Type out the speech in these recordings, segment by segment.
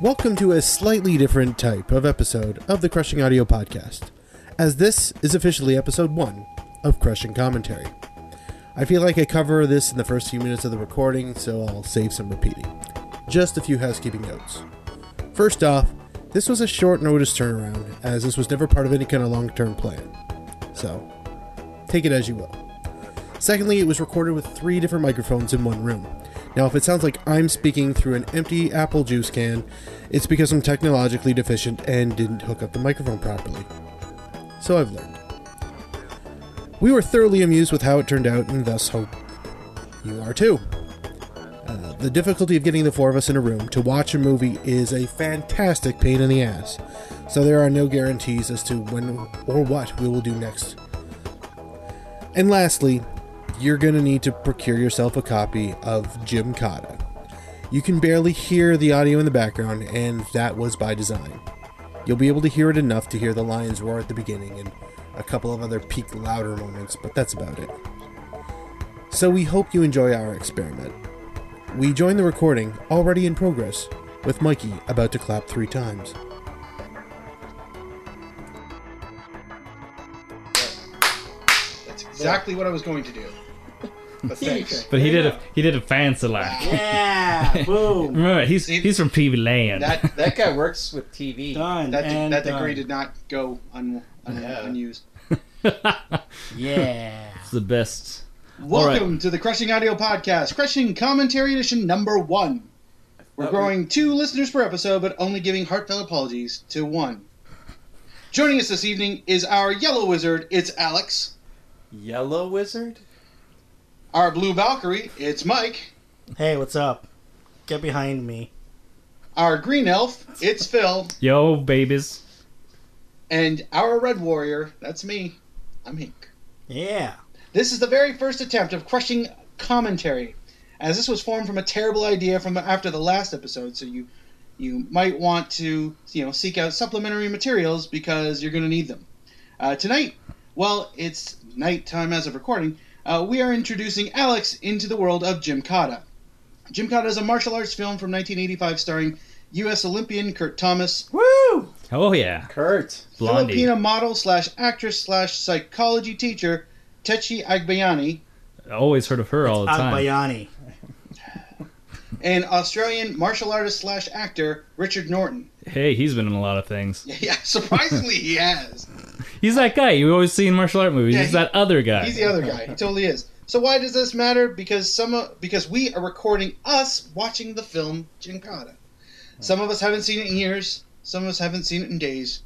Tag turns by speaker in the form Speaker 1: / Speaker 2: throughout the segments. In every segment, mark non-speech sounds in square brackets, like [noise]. Speaker 1: Welcome to a slightly different type of episode of the Crushing Audio Podcast, as this is officially episode one of Crushing Commentary. I feel like I cover this in the first few minutes of the recording, so I'll save some repeating. Just a few housekeeping notes. First off, this was a short notice turnaround, as this was never part of any kind of long term plan. So, take it as you will. Secondly, it was recorded with three different microphones in one room. Now, if it sounds like I'm speaking through an empty apple juice can, it's because I'm technologically deficient and didn't hook up the microphone properly. So I've learned. We were thoroughly amused with how it turned out, and thus hope you are too. Uh, the difficulty of getting the four of us in a room to watch a movie is a fantastic pain in the ass, so there are no guarantees as to when or what we will do next and lastly, you're going to need to procure yourself a copy of Jim Cotta. You can barely hear the audio in the background, and that was by design. You'll be able to hear it enough to hear the lions roar at the beginning and a couple of other peak louder moments, but that's about it. So we hope you enjoy our experiment. We join the recording already in progress with Mikey about to clap three times.
Speaker 2: That's exactly what I was going to do.
Speaker 3: [laughs]
Speaker 2: But thanks.
Speaker 4: But he did a he did a fancy lack.
Speaker 3: Yeah,
Speaker 4: [laughs]
Speaker 3: boom,
Speaker 4: Remember, he's
Speaker 2: See,
Speaker 4: he's from PV Land.
Speaker 2: That that guy works with TV.
Speaker 3: done.
Speaker 2: That
Speaker 3: and
Speaker 2: that
Speaker 3: done.
Speaker 2: degree did not go un, un,
Speaker 3: Yeah.
Speaker 2: unused.
Speaker 3: Yeah.
Speaker 4: It's the best.
Speaker 2: Welcome to the Crushing Audio Podcast, Crushing Commentary Edition Number One. We're
Speaker 3: That
Speaker 2: growing two listeners per episode, but only giving heartfelt apologies to one. Joining us this evening is our yellow wizard. It's Alex.
Speaker 5: Yellow Wizard?
Speaker 2: Our blue Valkyrie. It's Mike.
Speaker 3: Hey, what's up? Get behind me.
Speaker 2: Our green elf. It's Phil.
Speaker 4: Yo, babies.
Speaker 2: And our red warrior. That's me. I'm Hank.
Speaker 3: Yeah.
Speaker 2: This is the very first attempt of crushing commentary, as this was formed from a terrible idea from after the last episode. So you, you might want to you know seek out supplementary materials because you're going to need them. Uh, tonight, well, it's nighttime as of recording. Uh, we are introducing Alex into the world of Jim Cotta. Jim Cotta is a martial arts film from 1985 starring U.S. Olympian Kurt Thomas,
Speaker 3: Woo!
Speaker 4: Oh yeah,
Speaker 5: Kurt.
Speaker 4: Blondie.
Speaker 2: Filipina model slash actress slash psychology teacher Techi Agbayani,
Speaker 4: Always heard of her all the time.
Speaker 3: Agbayani.
Speaker 2: and Australian martial artist slash actor Richard Norton. [laughs]
Speaker 4: Hey, he's been in a lot of things.
Speaker 2: Yeah, surprisingly, he has.
Speaker 4: He's that guy you always see in martial art movies.
Speaker 2: Yeah,
Speaker 4: he's
Speaker 2: he-
Speaker 4: that other guy.
Speaker 2: He's the other guy. He totally is. So why does this matter? Because some of, because we are recording us watching the film Gincana. Some of us haven't seen it in years. Some of us haven't seen it in days.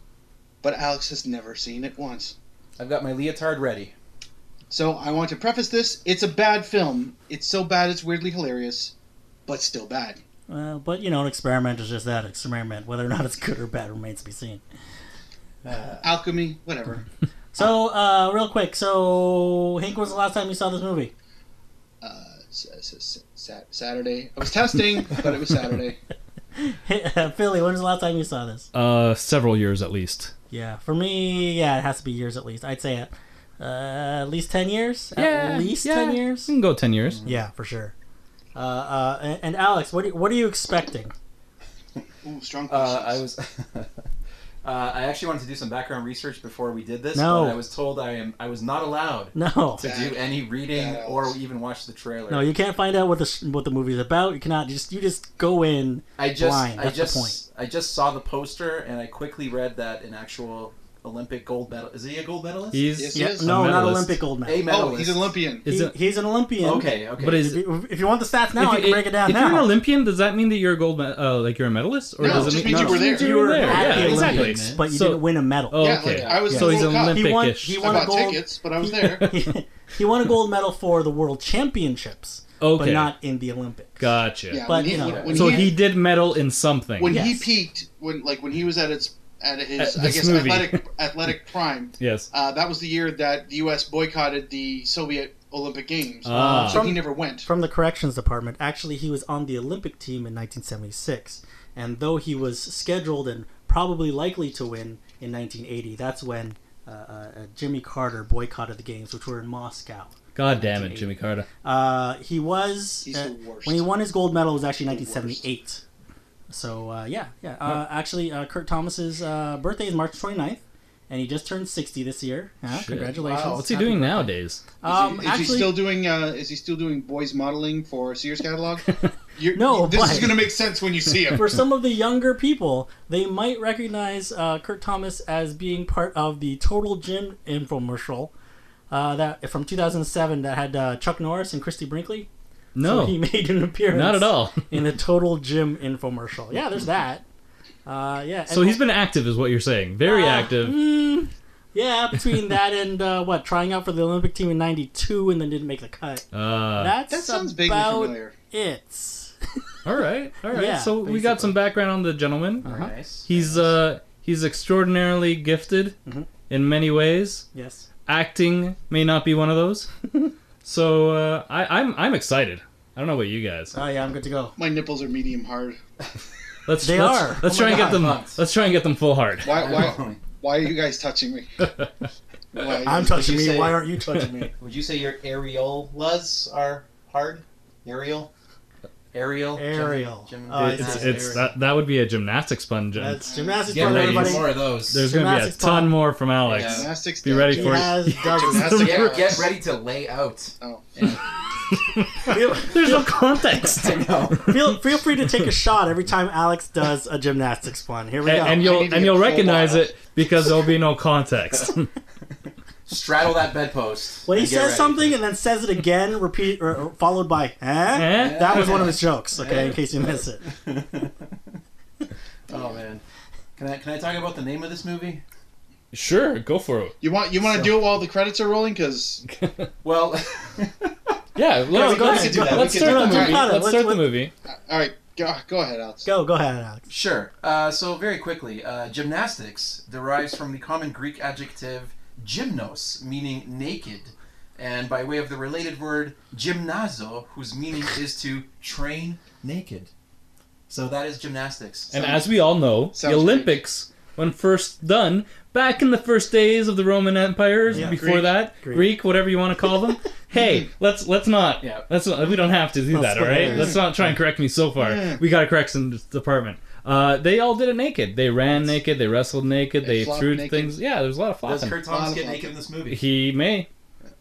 Speaker 2: But Alex has never seen it once.
Speaker 5: I've got my leotard ready.
Speaker 2: So I want to preface this: it's a bad film. It's so bad it's weirdly hilarious, but still bad.
Speaker 3: Well, but you know, an experiment is just that an experiment. Whether or not it's good or bad remains to be seen.
Speaker 5: Uh.
Speaker 2: Alchemy, whatever.
Speaker 3: So, uh, real quick. So, Hank, when was the last time you saw this movie? [laughs]
Speaker 2: S- s- s- Sat- Saturday. I was testing, but it was Saturday.
Speaker 3: Philly, when was the last time you saw this?
Speaker 4: Uh, several years at least.
Speaker 3: Yeah, for me, yeah, it has to be years at least. I'd say it. Uh, at least 10 years? at least 10 years?
Speaker 4: You can go ten years.
Speaker 3: Yeah, for sure. Uh, uh, and, and Alex, what are, what are you expecting?
Speaker 2: [laughs]
Speaker 3: [laughs]
Speaker 2: Ooh, strong
Speaker 5: Uh,
Speaker 2: questions.
Speaker 5: I was. [laughs] uh, I actually wanted to do some background research before we did this,
Speaker 3: No.
Speaker 5: but I was told I am. I was not allowed
Speaker 3: No,
Speaker 5: to do any reading
Speaker 2: Bad.
Speaker 5: or even watch the trailer.
Speaker 3: no, you can't find out what the sh- what the movie's about. You cannot just you just go in.
Speaker 5: I just.
Speaker 3: blind.
Speaker 5: I
Speaker 3: That's the
Speaker 5: just.
Speaker 3: point.
Speaker 5: I just saw the poster and I quickly read that an actual Olympic gold medal. Is he a gold medalist?
Speaker 4: He's
Speaker 2: Yes,
Speaker 3: Yeah,
Speaker 2: is.
Speaker 3: no, not
Speaker 4: medalist.
Speaker 3: Olympic gold medal.
Speaker 5: a medalist.
Speaker 2: oh, he's an Olympian.
Speaker 4: is
Speaker 3: He-
Speaker 4: it,
Speaker 3: he's an Olympian.
Speaker 5: Okay. Okay.
Speaker 4: but is if,
Speaker 3: If, if you want the stats now, I
Speaker 4: you-
Speaker 3: can break it down
Speaker 4: if
Speaker 3: now.
Speaker 4: you're an Olympian, does that mean that you're a gold, me- uh, like you're a medalist, or
Speaker 2: No,
Speaker 4: does
Speaker 2: it
Speaker 4: it
Speaker 2: just
Speaker 4: mean
Speaker 2: means you were there.
Speaker 4: You were there.
Speaker 3: at
Speaker 4: Yeah,
Speaker 3: the
Speaker 4: exactly.
Speaker 3: Olympics, but you
Speaker 4: So-
Speaker 3: didn't win a medal.
Speaker 4: Oh,
Speaker 2: Yeah,
Speaker 4: okay.
Speaker 2: like, I was
Speaker 4: so
Speaker 2: the
Speaker 4: he's
Speaker 2: World Cup.
Speaker 4: Olympic-ish.
Speaker 2: I
Speaker 3: He won- he won a
Speaker 2: bought
Speaker 3: gold.
Speaker 2: tickets, but I was
Speaker 3: [laughs]
Speaker 2: there.
Speaker 3: [laughs] he won a gold medal for the World Championships,
Speaker 4: okay.
Speaker 3: but not in the Olympics.
Speaker 4: gotcha.
Speaker 2: yeah,
Speaker 3: But,
Speaker 2: when he,
Speaker 3: you know,
Speaker 2: when, when
Speaker 4: So
Speaker 2: he,
Speaker 4: he did medal in something.
Speaker 2: when he
Speaker 3: Yes.
Speaker 2: peaked when like when he was at its at his
Speaker 4: At
Speaker 2: I
Speaker 4: this
Speaker 2: guess
Speaker 4: movie.
Speaker 2: athletic athletic prime.
Speaker 4: yes.
Speaker 2: Uh, that was the year that the U.S. boycotted the Soviet Olympic Games,
Speaker 4: Ah.
Speaker 2: so he never went.
Speaker 3: From the corrections department, actually, he was on the Olympic team in 1976, and though he was scheduled and probably likely to win in 1980, that's when uh, uh, Jimmy Carter boycotted the games, which were in Moscow.
Speaker 4: God damn it, Jimmy Carter.
Speaker 3: Uh, he was
Speaker 2: He's
Speaker 3: uh,
Speaker 2: the worst.
Speaker 3: when he won his gold medal it was actually
Speaker 2: worst.
Speaker 3: 1978. So uh, yeah, yeah. Uh, Actually, uh, Kurt Thomas's uh, birthday is March 29th, and he just turned 60 this year. Yeah,
Speaker 4: Shit.
Speaker 3: congratulations.
Speaker 6: Wow,
Speaker 4: What's he
Speaker 3: Happy
Speaker 4: doing
Speaker 3: birthday.
Speaker 4: nowadays?
Speaker 2: is he,
Speaker 3: Um,
Speaker 2: is he
Speaker 3: actually,
Speaker 2: still doing? Uh, is he still doing boys modeling for Sears catalog? You're,
Speaker 3: No,
Speaker 2: this is
Speaker 3: but-
Speaker 2: going to make sense when you see him.
Speaker 3: [laughs] for some of the younger people, they might recognize uh, Kurt Thomas as being part of the Total Gym infomercial uh, that from 2007 that had uh, Chuck Norris and Christy Brinkley.
Speaker 4: No,
Speaker 3: so he [laughs] made an
Speaker 4: [laughs]
Speaker 3: appearance.
Speaker 4: not at all.
Speaker 3: in the Total Gym infomercial. Yeah, there's that. Uh, yeah.
Speaker 4: So
Speaker 3: and-
Speaker 4: he's been active, is what you're saying. Very
Speaker 3: Uh,
Speaker 4: active.
Speaker 3: mm, yeah, between that and uh, what trying out for the Olympic team in '92 and then didn't make the cut.
Speaker 4: Uh,
Speaker 3: That's
Speaker 2: That sounds vaguely
Speaker 3: about
Speaker 2: familiar.
Speaker 3: it.
Speaker 4: all right, all right.
Speaker 3: Yeah,
Speaker 4: so we got some background on the gentleman.
Speaker 6: Nice.
Speaker 4: He's uh he's extraordinarily gifted
Speaker 3: Mhm.
Speaker 4: in many ways.
Speaker 3: Yes.
Speaker 4: Acting may not be one of those. so uh, I, I'm I'm excited. I don't know about you guys.
Speaker 3: Oh yeah, I'm good to go.
Speaker 2: My nipples are medium hard.
Speaker 4: Let's
Speaker 3: They
Speaker 4: let's,
Speaker 3: are.
Speaker 4: let's
Speaker 6: Oh
Speaker 4: try
Speaker 6: my
Speaker 4: and get
Speaker 6: God,
Speaker 4: them.
Speaker 6: nuts.
Speaker 4: Let's try and get them full [laughs] hard.
Speaker 2: Why?
Speaker 3: [laughs]
Speaker 2: Why? Why are you guys touching me? Why
Speaker 3: I'm touching
Speaker 6: you
Speaker 3: me.
Speaker 6: say-
Speaker 3: Why aren't you touching me?
Speaker 6: Would you say your areolas are hard? Aerial? Aerial?
Speaker 3: Aerial.
Speaker 6: Gym, gym,
Speaker 3: Oh, I
Speaker 4: Uh, It's,
Speaker 3: Nice.
Speaker 4: it's that that would be a gymnastics pun, Jen.
Speaker 3: That's gymnastics
Speaker 6: Get
Speaker 3: for
Speaker 6: ready
Speaker 3: everybody.
Speaker 6: for more of those.
Speaker 4: There's gonna be a
Speaker 3: gymnastics pun.
Speaker 4: ton more from Alex.
Speaker 6: Yeah.
Speaker 2: Gymnastics.
Speaker 4: Be ready for it.
Speaker 3: Jazz does
Speaker 2: Gymnastics.
Speaker 6: get,
Speaker 2: Yeah.
Speaker 6: get ready to lay out.
Speaker 2: Oh.
Speaker 4: [laughs]
Speaker 3: it.
Speaker 4: There's no context.
Speaker 6: I know.
Speaker 3: feel, feel free to take a shot every time Alex does a gymnastics one. Here we
Speaker 4: A-
Speaker 3: go.
Speaker 4: and,
Speaker 2: I
Speaker 4: you'll
Speaker 2: need to get
Speaker 4: and you'll
Speaker 2: full
Speaker 4: recognize
Speaker 2: wild.
Speaker 4: it because there'll be no context.
Speaker 6: Straddle that bedpost.
Speaker 3: when he
Speaker 6: and get
Speaker 3: says
Speaker 6: ready.
Speaker 3: something and then says it again, repeat or, or followed by eh?
Speaker 4: Eh? [laughs]
Speaker 3: That was one of his jokes. Okay, in case you miss it.
Speaker 6: [laughs] Oh man. Can I can I talk about the name of this movie?
Speaker 4: Sure, go for it. [laughs]
Speaker 2: You want? You want to
Speaker 6: So-
Speaker 2: do it while the credits are rolling? Because
Speaker 6: Well, [laughs]
Speaker 4: Yeah, let's,
Speaker 3: go
Speaker 4: let's,
Speaker 3: ahead, go
Speaker 4: let's
Speaker 3: ahead.
Speaker 4: start
Speaker 2: No,
Speaker 4: the
Speaker 2: no,
Speaker 4: movie.
Speaker 2: no,
Speaker 4: Let's
Speaker 3: no, let's-
Speaker 4: start the
Speaker 3: let's-
Speaker 4: movie.
Speaker 2: all right, go, go ahead, Alex.
Speaker 3: Go, go ahead, Alex.
Speaker 6: sure. Uh, so very quickly, uh, gymnastics derives from the common Greek adjective gymnos, meaning naked, and by way of the related word gymnazo, whose meaning is to train naked. So that is gymnastics.
Speaker 4: And
Speaker 6: So-
Speaker 4: as we all know, the
Speaker 2: Sounds
Speaker 4: Olympics, when first done, back in the first days of the Roman Empire,
Speaker 3: Yeah.
Speaker 4: before
Speaker 2: Greek.
Speaker 4: that, Greek.
Speaker 3: Greek.
Speaker 4: whatever you want to call them. hey, let's let's not.
Speaker 6: Yeah.
Speaker 4: Let's not, we don't have to do
Speaker 3: Let's
Speaker 4: that. All
Speaker 3: split
Speaker 4: right,
Speaker 3: hairs.
Speaker 4: let's not try and correct me so far.
Speaker 2: Mm.
Speaker 4: We got to correct some this department. Uh, they all did it naked. They ran naked. They wrestled naked.
Speaker 2: They
Speaker 4: They,
Speaker 2: flopped
Speaker 4: threw
Speaker 2: naked.
Speaker 4: things. Yeah, there's a lot of
Speaker 6: does
Speaker 4: flopping.
Speaker 6: Kurt Thomas get naked in this
Speaker 4: [laughs]
Speaker 6: movie?
Speaker 4: He may.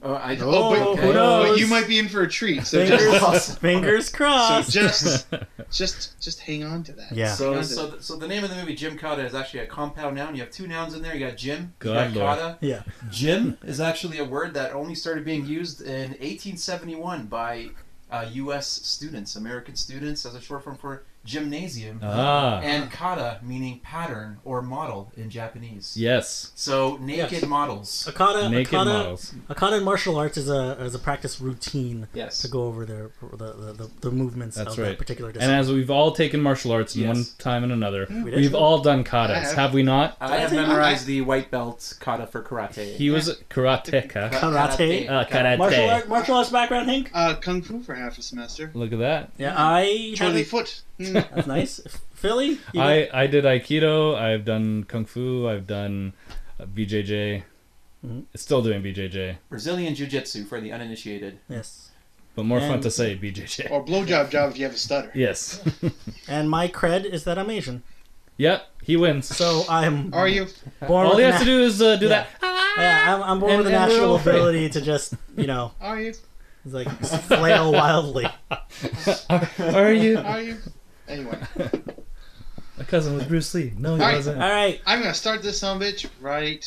Speaker 6: Oh, I
Speaker 2: Oh, but-
Speaker 3: who knows?
Speaker 2: But you might be in for a treat. So just,
Speaker 3: Fingers, fingers
Speaker 2: so
Speaker 3: crossed. [laughs]
Speaker 2: just, just, just hang on to that.
Speaker 3: Yeah.
Speaker 6: So,
Speaker 2: Hang on to
Speaker 6: so,
Speaker 2: that.
Speaker 6: th- so the name of the movie Jim Cotta is actually a compound noun. You have two nouns in there. You got Jim.
Speaker 4: God
Speaker 6: you
Speaker 4: lord.
Speaker 6: got Cotta.
Speaker 3: yeah.
Speaker 6: Jim is actually a word that only started being used in 1871 by uh, U.S. students, American students, as a short form for gymnasium,
Speaker 4: [laughs] Ah,
Speaker 6: and kata meaning pattern or model in Japanese.
Speaker 4: yes.
Speaker 6: So naked
Speaker 3: Yes.
Speaker 6: models.
Speaker 3: Akata,
Speaker 4: Naked
Speaker 3: Akata,
Speaker 4: models.
Speaker 3: Akata in martial arts is a is a practice routine
Speaker 6: Yes.
Speaker 3: to go over the the, the, the, the movements
Speaker 4: That's
Speaker 3: of
Speaker 4: right.
Speaker 3: that particular
Speaker 4: And
Speaker 3: discipline.
Speaker 4: as we've all taken martial arts in
Speaker 6: Yes.
Speaker 4: one time and another,
Speaker 3: We
Speaker 4: we
Speaker 3: did.
Speaker 4: have all done
Speaker 2: I
Speaker 4: katas,
Speaker 2: have.
Speaker 4: have we not?
Speaker 6: I have memorized the white belt kata for karate.
Speaker 4: He was a karateka.
Speaker 3: Karate?
Speaker 4: Uh, karate.
Speaker 3: martial, art, martial arts background, Hank?
Speaker 2: Uh, kung fu for half a semester.
Speaker 4: Look at that.
Speaker 3: Yeah, I have
Speaker 2: Charlie
Speaker 3: a-
Speaker 2: Foot. Hmm.
Speaker 3: That's nice. Philly? You got-
Speaker 4: I, I did Aikido. I've done Kung Fu. I've done uh, BJJ.
Speaker 3: Mhm.
Speaker 4: Still doing BJJ,
Speaker 6: Brazilian jiu-jitsu for the uninitiated.
Speaker 3: Yes.
Speaker 4: but more fun
Speaker 3: And-
Speaker 4: to say
Speaker 2: [laughs]
Speaker 4: BJJ.
Speaker 2: or blowjob job if you have a stutter.
Speaker 4: Yes.
Speaker 3: And my cred is that I'm Asian.
Speaker 4: [laughs] yep. He wins.
Speaker 3: [laughs] So I'm
Speaker 2: Are you?
Speaker 3: born
Speaker 4: all
Speaker 3: with
Speaker 4: he
Speaker 3: a
Speaker 4: has to do is uh, do
Speaker 3: Yeah.
Speaker 4: that. Ah!
Speaker 3: Yeah, I'm, I'm born
Speaker 4: And-
Speaker 3: with a
Speaker 4: and we're
Speaker 3: natural
Speaker 4: all free.
Speaker 3: ability to just, you know,
Speaker 2: Are you?
Speaker 3: it's like flail wildly.
Speaker 4: [laughs] Are
Speaker 2: [laughs]
Speaker 4: you
Speaker 2: Are you? Anyway,
Speaker 4: a cousin with Bruce Lee? No, he
Speaker 2: All right.
Speaker 3: All
Speaker 4: wasn't.
Speaker 3: right.
Speaker 2: I'm gonna start this son of a bitch right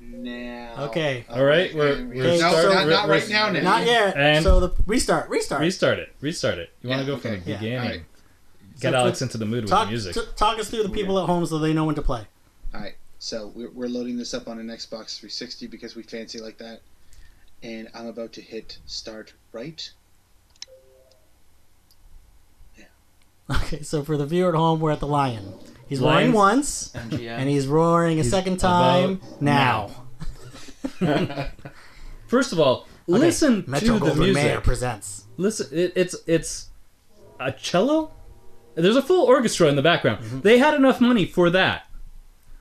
Speaker 2: now.
Speaker 3: Okay.
Speaker 4: All right, we're-
Speaker 2: Okay,
Speaker 4: we're
Speaker 2: no,
Speaker 3: starting-
Speaker 2: not, not
Speaker 4: we're-
Speaker 2: right now. Now.
Speaker 3: Not yet.
Speaker 4: And-
Speaker 3: so the restart, restart.
Speaker 4: Restart it. Restart it. You want to
Speaker 2: Yeah,
Speaker 4: go from
Speaker 2: okay.
Speaker 4: the
Speaker 3: Yeah.
Speaker 4: beginning.
Speaker 2: All right.
Speaker 4: Get
Speaker 3: So
Speaker 4: Alex
Speaker 3: click-
Speaker 4: into the mood with
Speaker 3: talk,
Speaker 4: the music.
Speaker 3: t- talk us through the people at home so they know when to play.
Speaker 2: All right, so we're, we're loading this up on an Xbox 360 because we fancy like that, and I'm about to hit start right.
Speaker 3: Okay, so for the viewer at home, we're at the lion. He's roaring
Speaker 4: Lions.
Speaker 3: once,
Speaker 4: [laughs]
Speaker 3: and
Speaker 6: MGM.
Speaker 3: he's roaring a second time now.
Speaker 4: [laughs] First of all,
Speaker 3: Okay,
Speaker 4: listen
Speaker 3: Metro
Speaker 4: to the
Speaker 3: Goldwyn Mayer
Speaker 4: music.
Speaker 3: presents.
Speaker 4: Listen, it, it's it's a cello. There's a full orchestra in the background.
Speaker 3: Mm-hmm.
Speaker 4: They had enough money for that.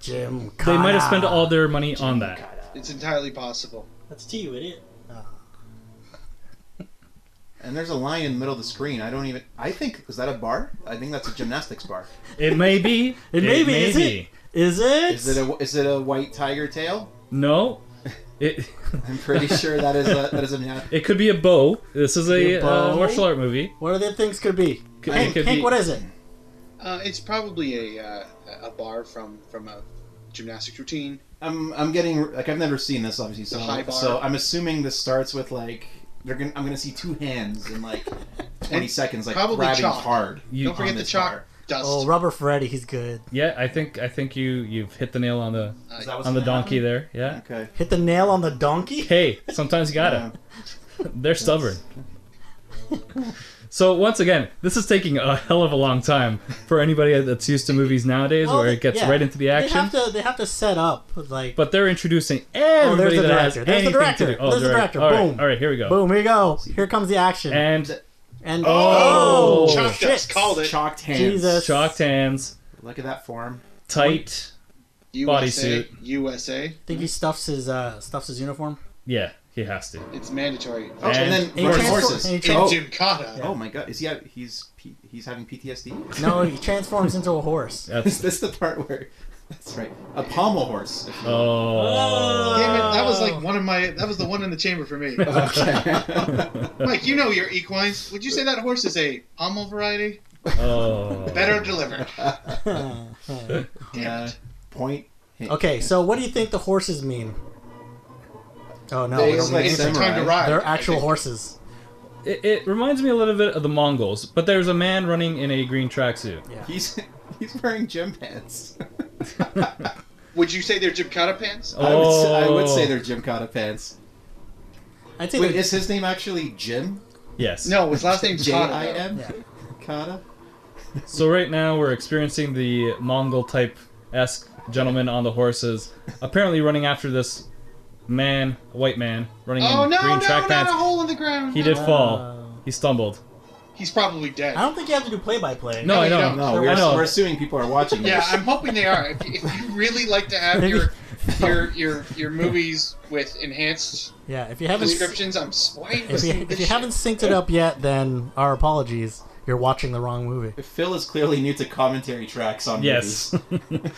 Speaker 3: Jim
Speaker 4: They might have spent all their money on that.
Speaker 2: It's entirely possible.
Speaker 3: That's to you, idiot.
Speaker 6: And there's a line in the middle of the screen. I don't even. I think is that a bar? I think that's a
Speaker 2: [laughs]
Speaker 6: gymnastics bar.
Speaker 4: It may be.
Speaker 3: [laughs] It may be, is
Speaker 4: be.
Speaker 3: it? Is it?
Speaker 6: Is it a is it a white tiger tail?
Speaker 4: No. It
Speaker 6: I'm
Speaker 2: [laughs]
Speaker 6: pretty sure that is a that is a. gymna-
Speaker 4: it could be a bow. This is a,
Speaker 3: A bow?
Speaker 4: Uh, martial art movie.
Speaker 3: What other things could be?
Speaker 4: Could-
Speaker 3: Hank,
Speaker 4: it could
Speaker 3: Hank
Speaker 4: be-
Speaker 3: what is it?
Speaker 2: Uh, it's probably a uh, a bar from from a gymnastics routine.
Speaker 6: I'm I'm getting like I've never seen this obviously. So
Speaker 2: The high bar.
Speaker 6: so I'm assuming this starts with like they're gonna I'm gonna see two hands in
Speaker 2: [laughs]
Speaker 6: like 20
Speaker 2: And
Speaker 6: seconds like
Speaker 2: probably
Speaker 6: grabbing
Speaker 2: chalk.
Speaker 6: hard.
Speaker 4: You-
Speaker 2: Don't forget
Speaker 6: on
Speaker 2: the
Speaker 6: this
Speaker 2: chalk
Speaker 6: bar.
Speaker 2: dust.
Speaker 3: Oh, Rubber Freddy, he's good.
Speaker 4: Yeah, I think I think you you've hit the nail on the
Speaker 2: Uh,
Speaker 6: Is that what's
Speaker 4: on the
Speaker 6: gonna
Speaker 4: donkey
Speaker 6: happen?
Speaker 4: there. Yeah.
Speaker 6: Okay.
Speaker 3: Hit the nail on the donkey?
Speaker 4: Hey, sometimes you gotta. [laughs] They're stubborn. So once again, this is taking a hell of a long time for anybody that's used to movies nowadays,
Speaker 3: Well,
Speaker 4: where
Speaker 3: they-
Speaker 4: it gets
Speaker 3: yeah.
Speaker 4: right into the
Speaker 3: They
Speaker 4: action.
Speaker 3: have to, they have to set up, like,
Speaker 4: But they're introducing everybody
Speaker 3: the
Speaker 4: that has
Speaker 3: director. There's the
Speaker 4: anything
Speaker 3: director.
Speaker 4: to do. Oh,
Speaker 3: There's the director.
Speaker 4: All right,
Speaker 3: Boom.
Speaker 4: all right, here we go.
Speaker 3: boom, here you go. Here comes the action. And,
Speaker 4: And
Speaker 3: oh,
Speaker 4: Oh,
Speaker 2: chalk dust. Called it.
Speaker 6: Chalked hands.
Speaker 3: Jesus.
Speaker 4: chalked hands,
Speaker 6: Look at that form.
Speaker 4: tight.
Speaker 2: USA.
Speaker 4: Bodysuit.
Speaker 2: USA.
Speaker 3: think he stuffs his, uh, stuffs his uniform.
Speaker 4: Yeah, he has to.
Speaker 2: It's mandatory.
Speaker 6: Oh, and,
Speaker 4: And-
Speaker 6: then
Speaker 3: And
Speaker 6: running
Speaker 3: he transfor-
Speaker 6: horses.
Speaker 3: and he
Speaker 2: In
Speaker 3: trans-
Speaker 6: Oh,
Speaker 2: Gymkhana.
Speaker 6: oh my God! Is he? ha- He's P- he's having PTSD.
Speaker 4: [laughs]
Speaker 3: No, he transforms into a horse.
Speaker 6: Is [laughs]
Speaker 4: That's
Speaker 6: this the part where? That's right. A pommel horse. if you will.
Speaker 4: oh.
Speaker 2: Damn it, that was like one of my. That was the one in the chamber for
Speaker 6: [laughs]
Speaker 2: me.
Speaker 6: Okay.
Speaker 2: Mike, you know your equines. Would you say that horse is a pommel variety?
Speaker 4: Oh.
Speaker 2: Better
Speaker 6: [laughs]
Speaker 2: delivered. Damn
Speaker 6: Uh,
Speaker 2: it.
Speaker 6: point. hit.
Speaker 3: okay, so what do you think the horses mean? Oh, no. we
Speaker 6: They look
Speaker 3: don't
Speaker 6: like
Speaker 3: mean
Speaker 2: It's
Speaker 3: anything.
Speaker 6: samurai.
Speaker 2: time to ride.
Speaker 3: They're
Speaker 2: I
Speaker 3: actual
Speaker 2: think.
Speaker 3: horses.
Speaker 4: It, it reminds me a little bit of the Mongols, but there's a man running in a green tracksuit.
Speaker 3: Yeah.
Speaker 6: He's he's wearing gym pants.
Speaker 2: Would you say they're Gymkhana pants?
Speaker 4: Oh.
Speaker 6: I, would say, I would say they're Jim Cotta pants.
Speaker 3: I'd say
Speaker 6: Wait,
Speaker 3: they're-
Speaker 6: is his name actually Jim?
Speaker 4: Yes.
Speaker 2: No, his last name's
Speaker 6: J I
Speaker 2: Kana.
Speaker 6: M.
Speaker 3: Yeah.
Speaker 6: Cotta.
Speaker 4: So right now we're experiencing the Mongol type esque gentleman on the horses, apparently running after this man, a white man, running
Speaker 2: Oh
Speaker 4: in
Speaker 2: no,
Speaker 4: green
Speaker 2: no,
Speaker 4: track
Speaker 2: not
Speaker 4: pants.
Speaker 2: a hole in the ground.
Speaker 4: He did
Speaker 3: Wow.
Speaker 4: fall. He stumbled.
Speaker 2: He's probably dead.
Speaker 3: I don't think you have to do play-by-play.
Speaker 4: No,
Speaker 2: No,
Speaker 4: I
Speaker 2: you
Speaker 4: know.
Speaker 2: don't.
Speaker 6: No,
Speaker 3: There
Speaker 6: we're,
Speaker 4: was- I know.
Speaker 6: we're assuming people are watching this.
Speaker 2: Yeah, I'm hoping they are. If, if you really like to have
Speaker 3: [laughs] Maybe-
Speaker 2: your
Speaker 3: [laughs]
Speaker 2: your your your movies with enhanced
Speaker 3: Yeah, if you haven't...
Speaker 2: descriptions, I'm swaying.
Speaker 3: If you, if you haven't synced it up yet, then our apologies. You're watching the wrong movie.
Speaker 6: Phil is clearly new to commentary tracks on
Speaker 4: Yes. [laughs]
Speaker 6: movies.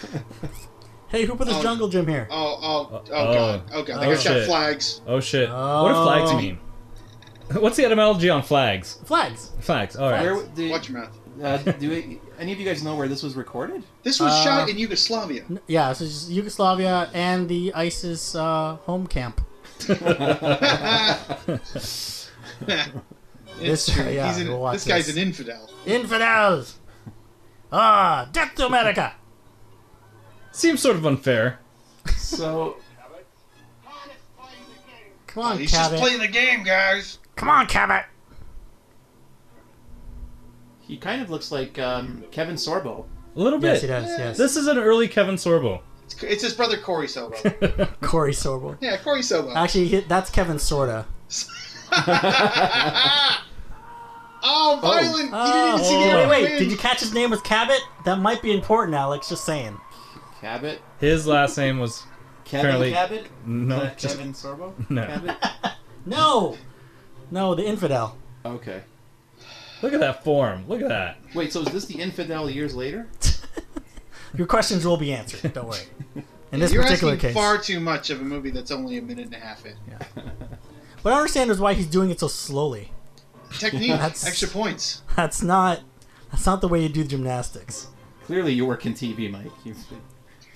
Speaker 3: Hey, who put this
Speaker 2: Um,
Speaker 3: jungle gym here?
Speaker 2: Oh, oh, oh,
Speaker 4: Oh.
Speaker 2: god, oh god, they
Speaker 4: Oh,
Speaker 2: got shot
Speaker 4: shit.
Speaker 2: flags.
Speaker 4: oh shit. What do flags
Speaker 3: Oh.
Speaker 4: mean? [laughs] What's the etymology on flags?
Speaker 3: Flags.
Speaker 4: Flags. All right.
Speaker 6: Where do,
Speaker 2: Watch your mouth.
Speaker 6: uh, do we- any of you guys know where this
Speaker 2: [laughs]
Speaker 6: was recorded?
Speaker 2: This was
Speaker 3: Uh,
Speaker 2: shot in Yugoslavia.
Speaker 3: Yeah, so it's Yugoslavia and the ISIS uh, home camp.
Speaker 2: It's
Speaker 3: This-
Speaker 2: true.
Speaker 3: yeah,
Speaker 2: He's an-
Speaker 3: we'll watch
Speaker 2: this guy's
Speaker 3: this.
Speaker 2: an infidel.
Speaker 3: Infidels! Ah, death to America!
Speaker 4: Seems sort of unfair.
Speaker 6: So
Speaker 3: Come on,
Speaker 2: Oh, He's just
Speaker 3: Cabot.
Speaker 2: playing the game, guys.
Speaker 3: Come on, Cabot.
Speaker 6: he kind of looks like um, Kevin Sorbo.
Speaker 4: A little bit.
Speaker 3: Yes, he does. Yes.
Speaker 4: This is an early Kevin Sorbo.
Speaker 2: It's, it's his brother Corey
Speaker 3: [laughs]
Speaker 2: Sobo.
Speaker 3: Corey Sorbo.
Speaker 2: yeah, Corey Sobo.
Speaker 3: Actually, he- that's Kevin Sorda.
Speaker 2: Oh, violent! you didn't even see the
Speaker 4: Oh.
Speaker 2: arrow
Speaker 3: Wait, wait,
Speaker 2: in.
Speaker 3: did you catch his name was Cabot? That might be important, Alex. Just saying.
Speaker 6: Cabot.
Speaker 4: His last name was
Speaker 6: Kevin
Speaker 4: Apparently-
Speaker 6: Cabot.
Speaker 4: no,
Speaker 6: Not
Speaker 4: just-
Speaker 6: Kevin Sorbo.
Speaker 4: [laughs] No.
Speaker 6: Cabot?
Speaker 3: No, no, the infidel.
Speaker 6: Okay.
Speaker 4: Look at that form. Look at that.
Speaker 6: Wait. So is this the infidel years later?
Speaker 3: Your questions will be answered.
Speaker 2: [laughs]
Speaker 3: Don't worry. In this
Speaker 2: You're
Speaker 3: particular
Speaker 2: asking
Speaker 3: case,
Speaker 2: far too much of a movie that's only a minute and a half in.
Speaker 3: what I understand is why he's doing it so slowly. [laughs]
Speaker 2: Technique,
Speaker 3: That's-
Speaker 2: extra points.
Speaker 3: That's not. That's not the way you do gymnastics.
Speaker 6: Clearly, you work in TV, Mike. You've,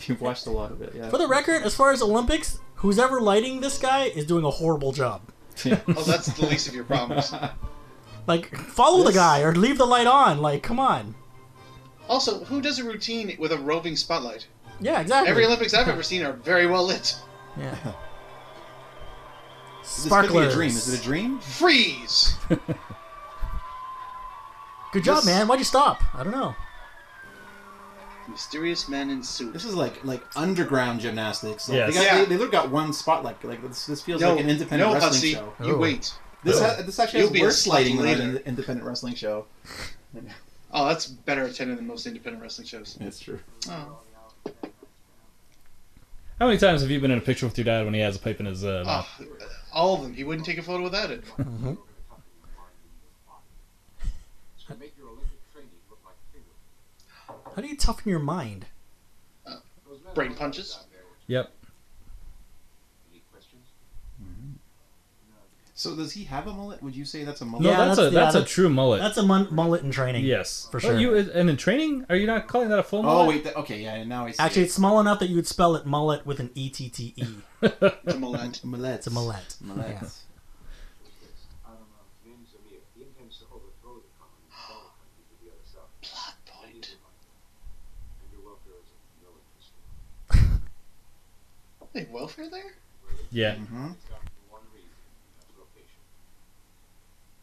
Speaker 6: you've watched a lot of it. Yeah. [laughs]
Speaker 3: For the record, as far as Olympics, who's ever lighting this guy is doing a horrible job.
Speaker 2: Oh, that's the least of your problems.
Speaker 3: Like, follow
Speaker 6: This-
Speaker 3: the guy or leave the light on. Like, come on.
Speaker 2: Also, who does a routine with a roving spotlight?
Speaker 3: Yeah, exactly.
Speaker 2: Every Olympics I've ever seen are very well lit.
Speaker 3: yeah.
Speaker 6: [laughs] This could be
Speaker 3: Sparklers.
Speaker 6: a dream. Is it a dream?
Speaker 2: Freeze!
Speaker 3: Good job,
Speaker 6: This-
Speaker 3: man. Why'd you stop? I don't know.
Speaker 2: Mysterious men in
Speaker 6: This
Speaker 2: suit.
Speaker 6: is like like underground gymnastics. Like,
Speaker 4: Yes.
Speaker 6: They, got,
Speaker 2: Yeah.
Speaker 6: they, they literally got one spotlight. Like this, this feels
Speaker 2: No,
Speaker 6: like an independent
Speaker 2: no,
Speaker 6: wrestling
Speaker 2: hussy.
Speaker 6: show.
Speaker 2: You
Speaker 3: Oh.
Speaker 2: wait.
Speaker 6: This
Speaker 4: Oh.
Speaker 6: ha- this actually
Speaker 2: You'll
Speaker 6: has
Speaker 2: be a
Speaker 6: worse
Speaker 2: slut
Speaker 6: lighting than
Speaker 2: later.
Speaker 6: an independent wrestling show.
Speaker 2: Oh, that's better attended than most independent wrestling shows.
Speaker 6: That's true.
Speaker 2: Oh,
Speaker 4: How many times have you been in a picture with your dad
Speaker 3: Oh.
Speaker 4: when he has a pipe in his uh, mouth?
Speaker 2: oh, all of them. He wouldn't take a photo without it.
Speaker 7: to make your Olympic training look like finger.
Speaker 3: How do you toughen your mind?
Speaker 7: Those men
Speaker 2: Brain
Speaker 7: are
Speaker 2: punches?
Speaker 7: out there with-
Speaker 4: Yep.
Speaker 7: Any questions?
Speaker 6: So does he have a mullet? Would you say that's a mullet?
Speaker 4: No,
Speaker 3: Yeah,
Speaker 4: that's, a
Speaker 3: that's- yeah,
Speaker 4: that's a
Speaker 3: that's-
Speaker 4: true mullet.
Speaker 3: That's a mun- mullet in training.
Speaker 4: yes,
Speaker 3: for
Speaker 4: Oh,
Speaker 3: sure.
Speaker 4: you and in training, are you not calling that a full mullet?
Speaker 6: Oh wait, that, okay, yeah. Now I see.
Speaker 3: Actually,
Speaker 6: it.
Speaker 3: it's small enough that you would spell it mullet with an E T T E.
Speaker 2: It's a millet.
Speaker 6: mullet.
Speaker 3: It's a mullet.
Speaker 6: Mullet.
Speaker 3: Yeah.
Speaker 7: I don't know. His name is Amir. He intends to overthrow the common and sell the country to the other side.
Speaker 2: Plot point.
Speaker 7: And your welfare is of no interest.
Speaker 2: They have welfare there?
Speaker 4: [laughs] Yeah.
Speaker 6: hmm
Speaker 7: It's got one reason. That's location.